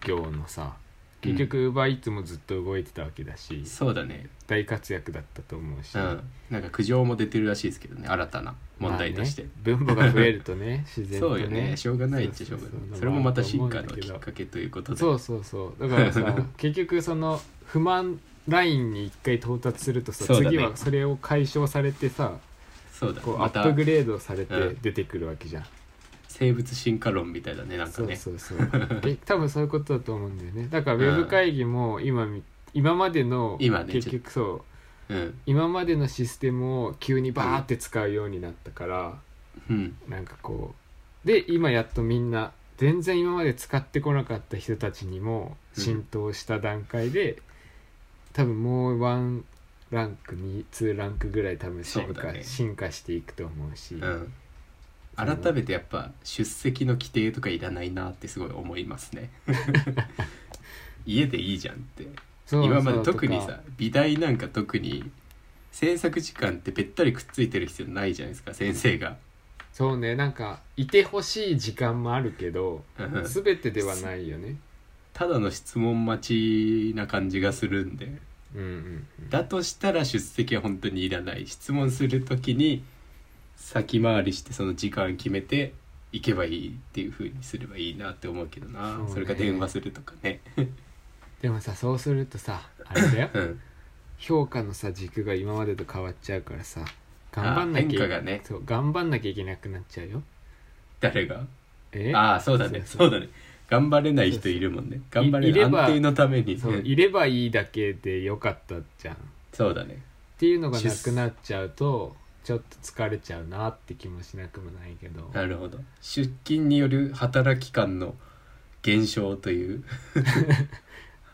[SPEAKER 2] 業のさ結局 UberEats もずっと動いてたわけだし、
[SPEAKER 1] そうだね。
[SPEAKER 2] 大活躍だったと思うし、
[SPEAKER 1] うん、なんか苦情も出てるらしいですけどね新たな問題として、
[SPEAKER 2] まあね分母が増える とね自然と
[SPEAKER 1] そう
[SPEAKER 2] ね
[SPEAKER 1] よねしょうがないっちゃしょうがないそれもまた進化のきっかけということで
[SPEAKER 2] そうそうそうだか らさ結局その不満ラインに一回到達するとさ、
[SPEAKER 1] そうだね
[SPEAKER 2] 次はそれを解消されてさ
[SPEAKER 1] そうだ
[SPEAKER 2] こうア
[SPEAKER 1] ま
[SPEAKER 2] ッ
[SPEAKER 1] た
[SPEAKER 2] プグレードされ
[SPEAKER 1] う
[SPEAKER 2] て
[SPEAKER 1] ん
[SPEAKER 2] 出てくるわけじゃん、
[SPEAKER 1] 生物進化論みたいだねなんか
[SPEAKER 2] そう
[SPEAKER 1] ね
[SPEAKER 2] そうそう え多分そういうことだと思うんだよねだからウェブ会議も今み今までの
[SPEAKER 1] 今ね
[SPEAKER 2] 結局そう
[SPEAKER 1] うん
[SPEAKER 2] 今までのシステムを急にバーって使うようになったから、
[SPEAKER 1] うん
[SPEAKER 2] なんかこうで今やっとみんな全然今まで使ってこなかった人たちにも浸透した段階で、多分もうワンランクにツーランクぐらい多分進
[SPEAKER 1] そうだ
[SPEAKER 2] 化、
[SPEAKER 1] ね
[SPEAKER 2] 進化していくと思うし、
[SPEAKER 1] うん改めてやっぱ出席の規定とかいらないなってすごい思います ね家でいいじゃんって
[SPEAKER 2] そう
[SPEAKER 1] 今ま
[SPEAKER 2] そ
[SPEAKER 1] で
[SPEAKER 2] うとか
[SPEAKER 1] 特にさ美大なんか特に制作時間ってべったりくっついてる必要ないじゃないですか先生が、
[SPEAKER 2] そうねなんかいてほしい時間もあるけど
[SPEAKER 1] うん
[SPEAKER 2] 全てではないよね。
[SPEAKER 1] ただの質問待ちな感じがするんで
[SPEAKER 2] うんうんうん、
[SPEAKER 1] だとしたら出席は本当にいらない質問する時に先回りしてその時間決めて行けばいいっていう風にすればいいなって思うけどな
[SPEAKER 2] そ
[SPEAKER 1] そ,、
[SPEAKER 2] うね
[SPEAKER 1] れか電話するとかね
[SPEAKER 2] でもさそうするとさあれだよ
[SPEAKER 1] うん
[SPEAKER 2] 評価のさ軸が今までと変わっちゃうからさ頑張んなきゃい
[SPEAKER 1] あ変化がね
[SPEAKER 2] そう頑張んなきゃいけなくなっちゃうよ
[SPEAKER 1] 誰が
[SPEAKER 2] え
[SPEAKER 1] ああそうだね
[SPEAKER 2] そうそう
[SPEAKER 1] そうだね頑張れない人いるもんね頑張れ
[SPEAKER 2] いれ
[SPEAKER 1] る
[SPEAKER 2] ば
[SPEAKER 1] 安定のために
[SPEAKER 2] そううんいればいいだけでよかったじゃんっ
[SPEAKER 1] そうだね
[SPEAKER 2] ていうのがなくなっちゃうとちょっと疲れちゃうなって気もしなくもないけど
[SPEAKER 1] なるほど出勤による働き感の減少という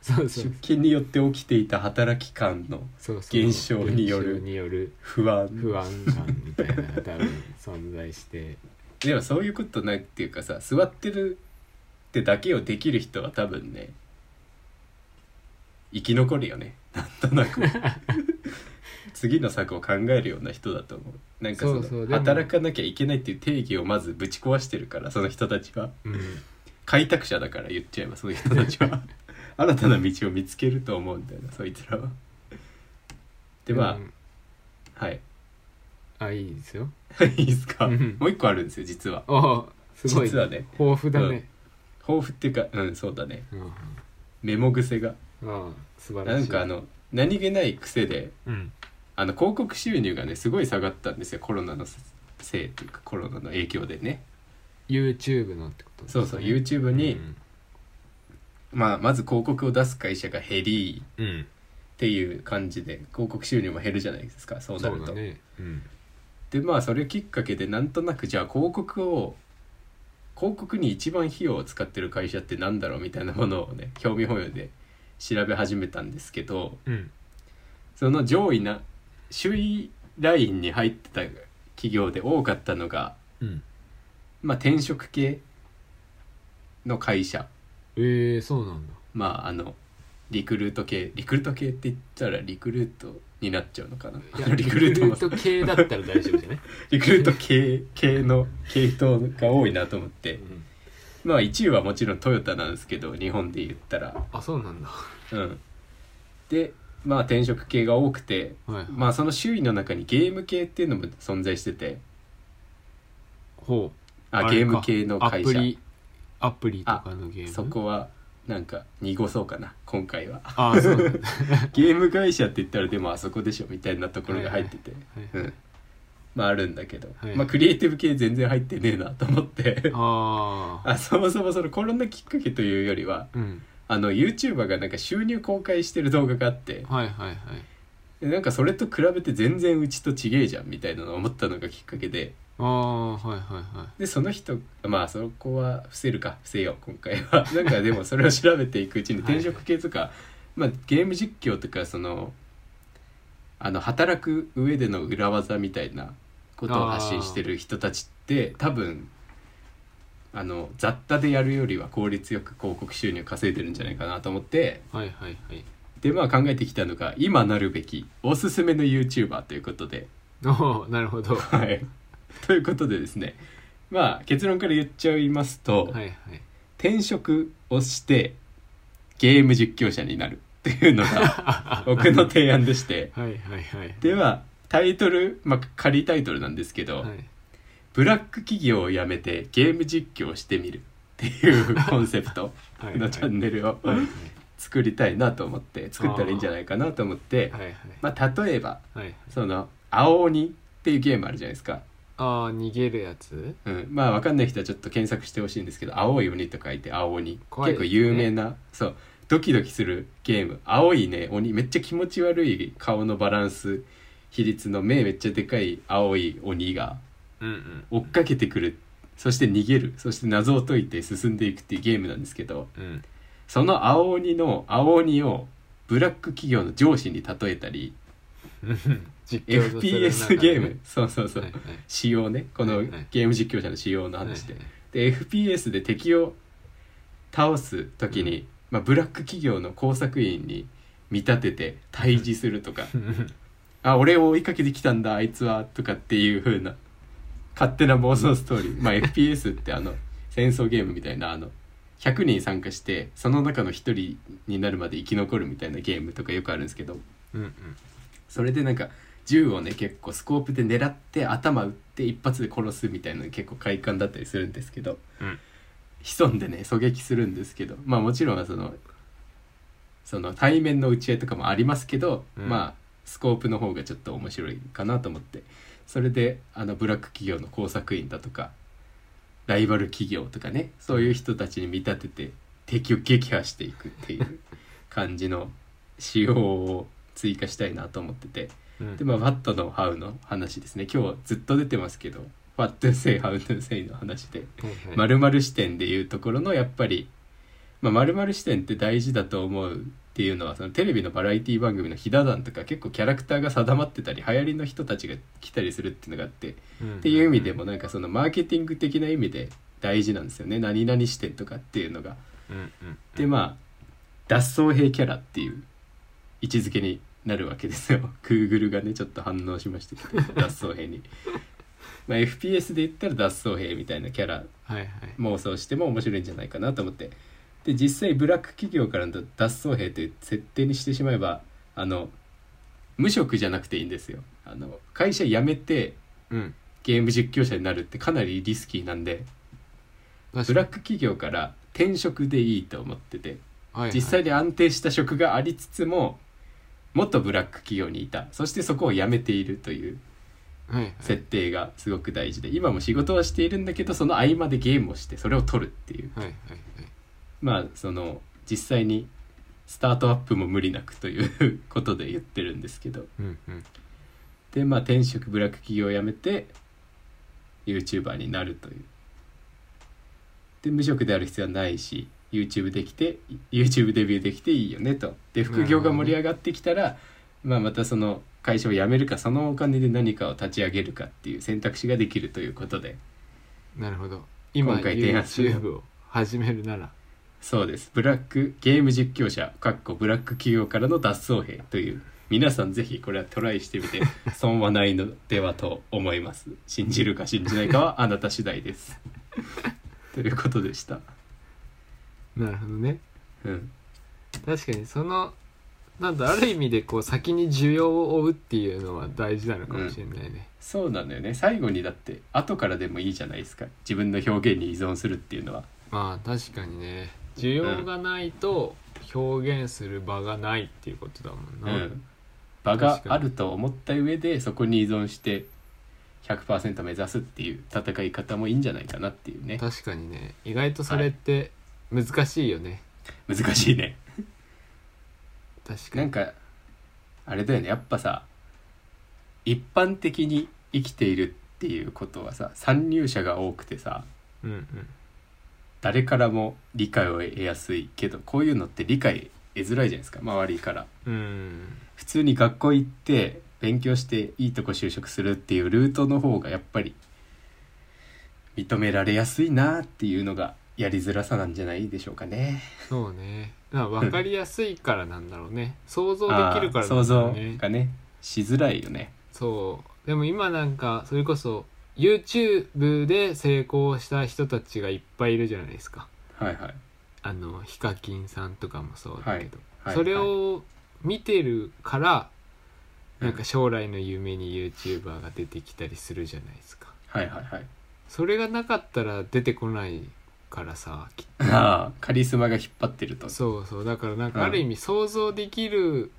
[SPEAKER 2] そうそ
[SPEAKER 1] 出
[SPEAKER 2] う
[SPEAKER 1] 勤によって起きていた働き感の
[SPEAKER 2] そうそう
[SPEAKER 1] 現象による
[SPEAKER 2] 現象による
[SPEAKER 1] 不安
[SPEAKER 2] 不安感みたいなのが多分存在して
[SPEAKER 1] でもそういうことないっていうかさ座ってるってだけをできる人は多分ね生き残るよねなんとな く次の策を考えるような人だと思うなんかその
[SPEAKER 2] そうそうでも
[SPEAKER 1] 働かなきゃいけないっていう定義をまずぶち壊してるからその人たちは
[SPEAKER 2] うん
[SPEAKER 1] 開拓者だから言っちゃえばその人たち は新たな道を見つけると思うんだよなそいつらはでまあ、
[SPEAKER 2] うん
[SPEAKER 1] はい
[SPEAKER 2] あいいですよ
[SPEAKER 1] いいですか、
[SPEAKER 2] うん
[SPEAKER 1] もう一個あるんですよ実は
[SPEAKER 2] あすごい
[SPEAKER 1] 実はね
[SPEAKER 2] 豊富だね、
[SPEAKER 1] 抱負っていうかうんそうだね
[SPEAKER 2] うんあ
[SPEAKER 1] メモ癖が
[SPEAKER 2] あ素晴ら
[SPEAKER 1] な
[SPEAKER 2] しい
[SPEAKER 1] んかあの何気ない癖で
[SPEAKER 2] うん
[SPEAKER 1] あの広告収入がねすごい下がったんですよコロナのせせいというかコロナの影響でね
[SPEAKER 2] YouTube のってことです
[SPEAKER 1] そうそう YouTube に、
[SPEAKER 2] うん
[SPEAKER 1] まあ、まず広告を出す会社が減り
[SPEAKER 2] うん、
[SPEAKER 1] っていう感じで広告収入も減るじゃないですかそうな
[SPEAKER 2] そ
[SPEAKER 1] る
[SPEAKER 2] うだ
[SPEAKER 1] と、
[SPEAKER 2] ね、うん、
[SPEAKER 1] でまあそれをきっかけでなんとなくじゃあ広告を広告に一番費用を使ってる会社ってなんだろうみたいなものをね興味本位で調べ始めたんですけど
[SPEAKER 2] うん、
[SPEAKER 1] その上位な首位ラインに入ってた企業で多かったのが、
[SPEAKER 2] うん
[SPEAKER 1] まあ、転職系の会社
[SPEAKER 2] えー、そうなんだ
[SPEAKER 1] まああのリクルート系リクルート系って言ったらリクルートになっちゃうのかない
[SPEAKER 2] や
[SPEAKER 1] リ
[SPEAKER 2] リ
[SPEAKER 1] ク
[SPEAKER 2] ク
[SPEAKER 1] ル
[SPEAKER 2] ル
[SPEAKER 1] ートも
[SPEAKER 2] ート系だったら大丈夫じ ゃない、
[SPEAKER 1] リクルート系系の系統が多いなと思って
[SPEAKER 2] うん
[SPEAKER 1] まあ1位はもちろんトヨタなんですけど日本で言ったら
[SPEAKER 2] あそうなんだ
[SPEAKER 1] うんでまあ転職系が多くて
[SPEAKER 2] はい
[SPEAKER 1] まあその周囲の中にゲーム系っていうのも存在してて
[SPEAKER 2] ほう
[SPEAKER 1] あ
[SPEAKER 2] あ
[SPEAKER 1] ゲ
[SPEAKER 2] れ
[SPEAKER 1] ー
[SPEAKER 2] か
[SPEAKER 1] ム系の会
[SPEAKER 2] アプ
[SPEAKER 1] 社
[SPEAKER 2] リアプリとかのゲーム
[SPEAKER 1] そこはなんか濁そうかな今回は
[SPEAKER 2] あそうなんだ
[SPEAKER 1] ゲーム会社って言ったらでもあそこでしょみたいなところが入ってて、
[SPEAKER 2] はいはい
[SPEAKER 1] うんまああるんだけど、
[SPEAKER 2] はい
[SPEAKER 1] まあクリエイティブ系全然入ってねえなと思って
[SPEAKER 2] ああ
[SPEAKER 1] あそもそもそのコロナきっかけというよりは
[SPEAKER 2] うん
[SPEAKER 1] あの YouTuber がなんか収入公開してる動画があって
[SPEAKER 2] はいはいはい
[SPEAKER 1] でなんかそれと比べて全然うちとちげえじゃんみたいなのを思ったのがきっかけで
[SPEAKER 2] ああはいはいはい
[SPEAKER 1] でその人まあそこは伏せるか伏せよう今回は なんかでもそれを調べていくうちに
[SPEAKER 2] はい
[SPEAKER 1] 転職系とか、まあ、ゲーム実況とかそのあの働く上での裏技みたいなことを発信してる人たちって多分あの雑多でやるよりは効率よく広告収入稼いでるんじゃないかなと思って
[SPEAKER 2] はいはいはい
[SPEAKER 1] でまあ考えてきたのが今なるべきおすすめの YouTuber ということで
[SPEAKER 2] おおなるほどは
[SPEAKER 1] はい、ということでですねまあ結論から言っちゃいますと、
[SPEAKER 2] いはい
[SPEAKER 1] 転職をしてゲーム実況者になる っていうの が僕の提案でして
[SPEAKER 2] はいはいはい
[SPEAKER 1] ではタイトル、まあ、仮タイトルなんですけど、
[SPEAKER 2] はい
[SPEAKER 1] ブラック企業を辞めてゲーム実況をしてみるって いうコンセプト
[SPEAKER 2] はい
[SPEAKER 1] のチャンネルを
[SPEAKER 2] はいはい
[SPEAKER 1] 作りたいなと思って作ったらいいんじゃないかなと思って
[SPEAKER 2] はいはい
[SPEAKER 1] まあ、例えば
[SPEAKER 2] はい
[SPEAKER 1] その「青鬼」っていうゲームあるじゃないですか。
[SPEAKER 2] ああ逃げるやつ
[SPEAKER 1] うん、まあわかんない人はちょっと検索してほしいんですけど「青い鬼」と書いて「青鬼」
[SPEAKER 2] 怖い
[SPEAKER 1] 結
[SPEAKER 2] です
[SPEAKER 1] 構
[SPEAKER 2] ね
[SPEAKER 1] 有名なそうドキドキするゲーム「青いね鬼」めっちゃ気持ち悪い顔のバランス比率の目めっちゃでかい青い鬼が
[SPEAKER 2] うんうん
[SPEAKER 1] 追っかけてくるそして逃げるそして謎を解いて進んでいくっていうゲームなんですけど
[SPEAKER 2] うん
[SPEAKER 1] その青鬼の青鬼をブラック企業の上司に例えたり、
[SPEAKER 2] 実況とする中
[SPEAKER 1] FPS
[SPEAKER 2] で
[SPEAKER 1] ゲームそうそうそう、
[SPEAKER 2] はいはい
[SPEAKER 1] 仕様ねこの
[SPEAKER 2] はいはい
[SPEAKER 1] ゲーム実況者の仕様の話で
[SPEAKER 2] はいはい。
[SPEAKER 1] で FPS で敵を倒す時に、まあ、ブラック企業の工作員に見立てて対峙するとか「あ俺を追いかけてきたんだあいつは」とかっていう風な勝手な妄想ストーリー、まあ、FPS ってあの戦争ゲームみたいなあの100人参加してその中の1人になるまで生き残るみたいなゲームとかよくあるんですけど
[SPEAKER 2] うんうん
[SPEAKER 1] それでなんか銃をね結構スコープで狙って頭打って一発で殺すみたいなの結構快感だったりするんですけど。
[SPEAKER 2] うん
[SPEAKER 1] 潜んでね狙撃するんですけどまあもちろんそのその対面の打ち合いとかもありますけど、
[SPEAKER 2] うん
[SPEAKER 1] まあスコープの方がちょっと面白いかなと思ってそれであのブラック企業の工作員だとかライバル企業とかねそういう人たちに見立てて敵を撃破していくっていう感じの仕様を追加したいなと思ってて
[SPEAKER 2] うん
[SPEAKER 1] でまあファットのハウの話ですね今日ずっと出てますけどファットセイハウトセイの話で
[SPEAKER 2] はいはい
[SPEAKER 1] まるまる視点でいうところのやっぱりまるまる視点って大事だと思うっていうのはそのテレビのバラエティ番組のひだ団とか結構キャラクターが定まってたり流行りの人たちが来たりするっていうのがあってっ
[SPEAKER 2] うん
[SPEAKER 1] ていう意味でもなんかそのマーケティング的な意味で大事なんですよね何々視点とかっていうのが。
[SPEAKER 2] うんうん
[SPEAKER 1] でまあ脱走兵キャラっていう位置づけになるわけですよ Google がねちょっと反応しましたけど脱走兵に。 まあ、FPS で言ったら脱走兵みたいなキャラ
[SPEAKER 2] はいはい
[SPEAKER 1] 妄想しても面白いんじゃないかなと思ってで実際ブラック企業からの脱走兵という設定にしてしまえばあの無職じゃなくていいんですよあの会社辞めて
[SPEAKER 2] うん
[SPEAKER 1] ゲーム実況者になるってかなりリスキーなんでブ
[SPEAKER 2] 確
[SPEAKER 1] ラ
[SPEAKER 2] か
[SPEAKER 1] ック企業から転職でいいと思ってて
[SPEAKER 2] に
[SPEAKER 1] 実際に安定した職がありつつも元ブラック企業にいたそしてそこを辞めているという
[SPEAKER 2] はいはい
[SPEAKER 1] 設定がすごく大事で今も仕事はしているんだけどその合間でゲームをしてそれを取るっていう
[SPEAKER 2] はいはい
[SPEAKER 1] まあその実際にスタートアップも無理なくという ことで言ってるんですけど
[SPEAKER 2] うんうん
[SPEAKER 1] でまあ転職ブラック企業を辞めて YouTuber になるというで無職である必要はないし YouTube できて YouTube デビューできていいよねとで副業が盛り上がってきたら、まあ、またその会社を辞めるかそのお金で何かを立ち上げるかっていう選択肢ができるということで
[SPEAKER 2] なるほど今
[SPEAKER 1] 今回提案する
[SPEAKER 2] YouTube を始めるなら
[SPEAKER 1] そうですブラックゲーム実況者かっこブラック企業からの脱走兵という皆さんぜひこれはトライしてみて損はないのではと思います信じるか信じないかはあなた次第ですということでした
[SPEAKER 2] なるほどね
[SPEAKER 1] うん
[SPEAKER 2] 確かにそのなんだある意味でこう先に需要を追うっていうのは大事なのかもしれないね、
[SPEAKER 1] そうなんだよね最後にだって後からでもいいじゃないですか自分の表現に依存するっていうのは
[SPEAKER 2] まあ確かにね需要がないと表現する場がないっていうことだもん
[SPEAKER 1] う
[SPEAKER 2] な、
[SPEAKER 1] ん、場があると思った上でそこに依存して100%目指すっていう戦い方もいいんじゃないかなっていうね
[SPEAKER 2] 確かにね意外とそれって難しいよね、
[SPEAKER 1] 難しいね
[SPEAKER 2] 確か
[SPEAKER 1] な
[SPEAKER 2] に
[SPEAKER 1] んかあれだよねやっぱさ一般的に生きているっていうことはさ参入者が多くてさ
[SPEAKER 2] うんうん
[SPEAKER 1] 誰からも理解を得やすいけどこういうのって理解得づらいじゃないですか周りから。
[SPEAKER 2] うん
[SPEAKER 1] 普通に学校行って勉強していいとこ就職するっていうルートの方がやっぱり認められやすいなっていうのがやりづらさなんじゃないでしょうかね。
[SPEAKER 2] そうねなんか分かりやすいからなんだろうね想像できるから
[SPEAKER 1] あー想
[SPEAKER 2] なんだろ
[SPEAKER 1] 像
[SPEAKER 2] うね
[SPEAKER 1] がねしづらいよね。
[SPEAKER 2] そうでも今なんかそれこそ YouTube で成功した人たちがいっぱいいるじゃないですか
[SPEAKER 1] はいはい。
[SPEAKER 2] あのヒカキンさんとかもそうだけど、
[SPEAKER 1] はいはい
[SPEAKER 2] それを見てるから
[SPEAKER 1] うん
[SPEAKER 2] なんか将来の夢に YouTuber が出てきたりするじゃないですか
[SPEAKER 1] はいはいはい。
[SPEAKER 2] それがなかったら出てこないからさきっ
[SPEAKER 1] ああカリスマが引っ張ってると
[SPEAKER 2] と。そうそうだからなんか
[SPEAKER 1] うん
[SPEAKER 2] ある意味想像できる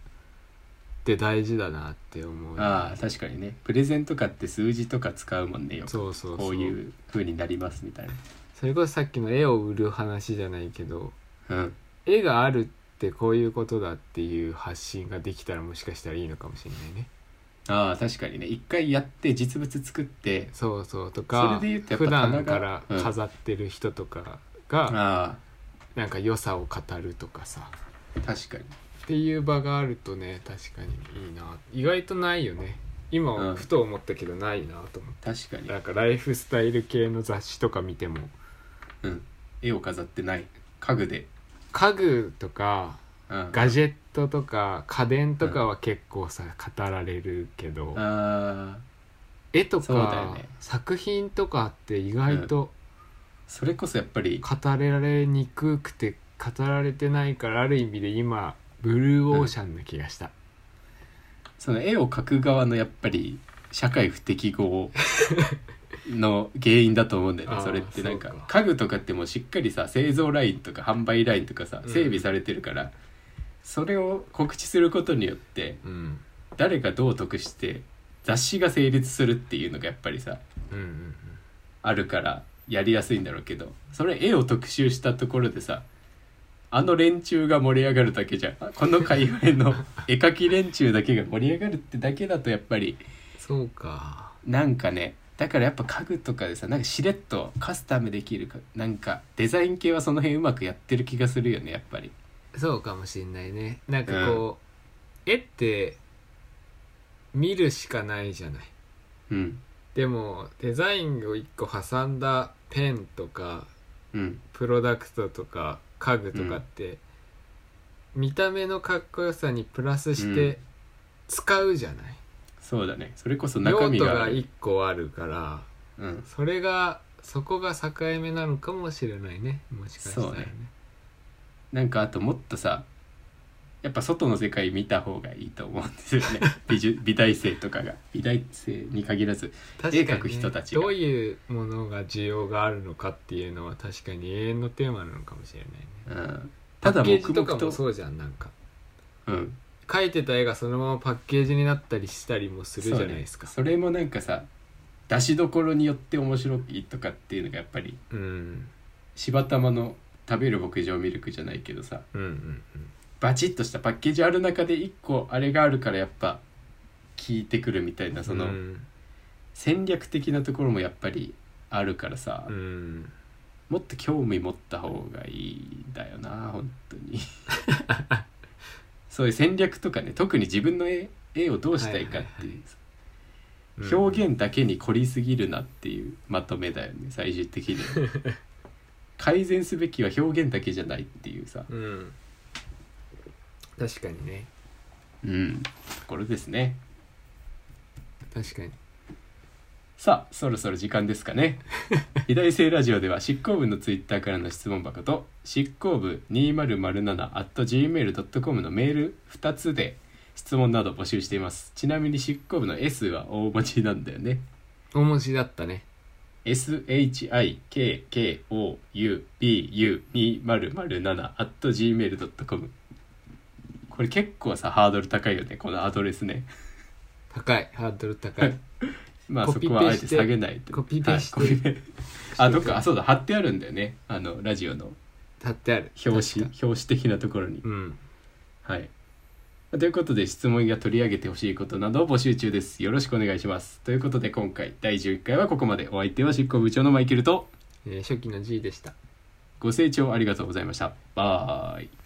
[SPEAKER 2] って大事だなって思う、
[SPEAKER 1] ああ確かにねプレゼンとかって数字とか使うもんねよく
[SPEAKER 2] そうそうそう
[SPEAKER 1] こういう風になりますみたい
[SPEAKER 2] それこそさっきの絵を売る話じゃないけど
[SPEAKER 1] な。うん
[SPEAKER 2] 絵があるってこういうことだっていう発信ができたらもしかしたらいいのかもしれないね
[SPEAKER 1] ああ確かにね一回やって実物作って
[SPEAKER 2] そうそうとか
[SPEAKER 1] それで言うとやっぱ
[SPEAKER 2] 普段
[SPEAKER 1] 棚
[SPEAKER 2] か
[SPEAKER 1] が
[SPEAKER 2] ら飾ってる人とかが
[SPEAKER 1] あ
[SPEAKER 2] なんか良さを語るとかさ
[SPEAKER 1] あ確かに。
[SPEAKER 2] っていう場があるとね確かにいいな意外とないよね今
[SPEAKER 1] うん
[SPEAKER 2] はふと思ったけどないなと思っ
[SPEAKER 1] 確かに
[SPEAKER 2] てなんかライフスタイル系の雑誌とか見ても
[SPEAKER 1] うん、絵を飾ってない家具で、
[SPEAKER 2] 家具とか
[SPEAKER 1] うん、
[SPEAKER 2] ガジェットとか家電とかは結構さ語られるけど、
[SPEAKER 1] あー
[SPEAKER 2] 絵と
[SPEAKER 1] そうだ
[SPEAKER 2] か、
[SPEAKER 1] よね
[SPEAKER 2] 作品とかって意外と
[SPEAKER 1] それこそやっぱり
[SPEAKER 2] 語れられにくくて語られてないからある意味で今ブルーオーシャンな気がした、
[SPEAKER 1] その絵を描く側のやっぱり社会不適合の原因だと思うんだよね
[SPEAKER 2] あー
[SPEAKER 1] それってなんか
[SPEAKER 2] そうか
[SPEAKER 1] 家具とかってもうしっかりさ製造ラインとか販売ラインとかさ
[SPEAKER 2] うん
[SPEAKER 1] 整備されてるから、それを告知することによって
[SPEAKER 2] うん、
[SPEAKER 1] 誰がどう得して雑誌が成立するっていうのがやっぱりさ
[SPEAKER 2] うんうん
[SPEAKER 1] あるからやりやすいんだろうけどそれ絵を特集したところでさあの連中が盛り上がるだけじゃんこの界隈の絵描き連中だけが盛り上がるってだけだとやっぱり
[SPEAKER 2] そうか
[SPEAKER 1] なんかねだからやっぱ家具とかでさなんかしれっとカスタムできるかなんかデザイン系はその辺うまくやってる気がするよねやっぱり
[SPEAKER 2] そうかもしんないねなんかこう、絵って見るしかないじゃない
[SPEAKER 1] うん
[SPEAKER 2] でもデザインを一個挟んだペンとか
[SPEAKER 1] うん
[SPEAKER 2] プロダクトとか家具とかって、見た目のかっこよさにプラスし
[SPEAKER 1] う
[SPEAKER 2] て
[SPEAKER 1] ん
[SPEAKER 2] 使うじゃない、
[SPEAKER 1] そうだねそれこそ中
[SPEAKER 2] 用
[SPEAKER 1] 身
[SPEAKER 2] 途
[SPEAKER 1] が
[SPEAKER 2] が1個あるから
[SPEAKER 1] うん、
[SPEAKER 2] それがそこが境目なのかもしれないねもしかしたら
[SPEAKER 1] そう
[SPEAKER 2] ね
[SPEAKER 1] ねなんかあともっとさやっぱ外の世界見た方がいいと思うんですよ ね美術美大生とかが美大生に限らず
[SPEAKER 2] 確
[SPEAKER 1] 絵描
[SPEAKER 2] か
[SPEAKER 1] く
[SPEAKER 2] に、
[SPEAKER 1] 人
[SPEAKER 2] ね
[SPEAKER 1] た、ちが
[SPEAKER 2] どういうものが需要があるのかっていうのは確かに永遠のテーマなのかもしれないね
[SPEAKER 1] うん
[SPEAKER 2] パ
[SPEAKER 1] ただ
[SPEAKER 2] ッケ
[SPEAKER 1] 黙
[SPEAKER 2] ージとか
[SPEAKER 1] 々
[SPEAKER 2] も
[SPEAKER 1] と
[SPEAKER 2] そうじゃんなんか
[SPEAKER 1] うん、
[SPEAKER 2] 描いてた絵がそのままパッケージになったりしたりもするじゃないですか
[SPEAKER 1] そうねそれもなんかさ出しどころによって面白いとかっていうのがやっぱり
[SPEAKER 2] うん
[SPEAKER 1] 柴玉の食べる牧場ミルクじゃないけどさ
[SPEAKER 2] うんうんうん
[SPEAKER 1] バチッとしたパッケージある中で一個あれがあるからやっぱ効いてくるみたいなその
[SPEAKER 2] うん
[SPEAKER 1] 戦略的なところもやっぱりあるからさ、
[SPEAKER 2] うん
[SPEAKER 1] もっと興味持った方がいいんだよな本当に そういう戦略とかね特に自分の絵絵をどうしたいかっていう、
[SPEAKER 2] はい
[SPEAKER 1] 表現だけに凝りすぎるなっていうまとめだよね最終的に 改善すべきは表現だけじゃないっていうさ
[SPEAKER 2] うん、うん、確かにね
[SPEAKER 1] うんとこれですね
[SPEAKER 2] 確かに
[SPEAKER 1] さあそろそろ時間ですか ね美大生ラジオでは執行部のツイッターからの質問箱と執行部 2007-gmail.com のメール2つで質問など募集していますちなみに執行部の S は大文字なんだよね
[SPEAKER 2] 大文字だったね
[SPEAKER 1] shikkoubu2007-gmail.com これ結構さハードル高いよねこのアドレスね
[SPEAKER 2] 高いハードル高い
[SPEAKER 1] まあ
[SPEAKER 2] コ
[SPEAKER 1] そ
[SPEAKER 2] ピペ
[SPEAKER 1] こはあえて下げないと
[SPEAKER 2] コピペして
[SPEAKER 1] はいコピペ あどっかあそうだ貼ってあるんだよねあのラジオの
[SPEAKER 2] 立ってある
[SPEAKER 1] 表紙
[SPEAKER 2] 確か
[SPEAKER 1] 表紙的なところに、
[SPEAKER 2] うん
[SPEAKER 1] はいということで質問や取り上げてほしいことなどを募集中ですよろしくお願いしますということで今回第11回はここまでお相手は執行部長のマイケルと
[SPEAKER 2] えー初期の G でした
[SPEAKER 1] ご清聴ありがとうございましたバイ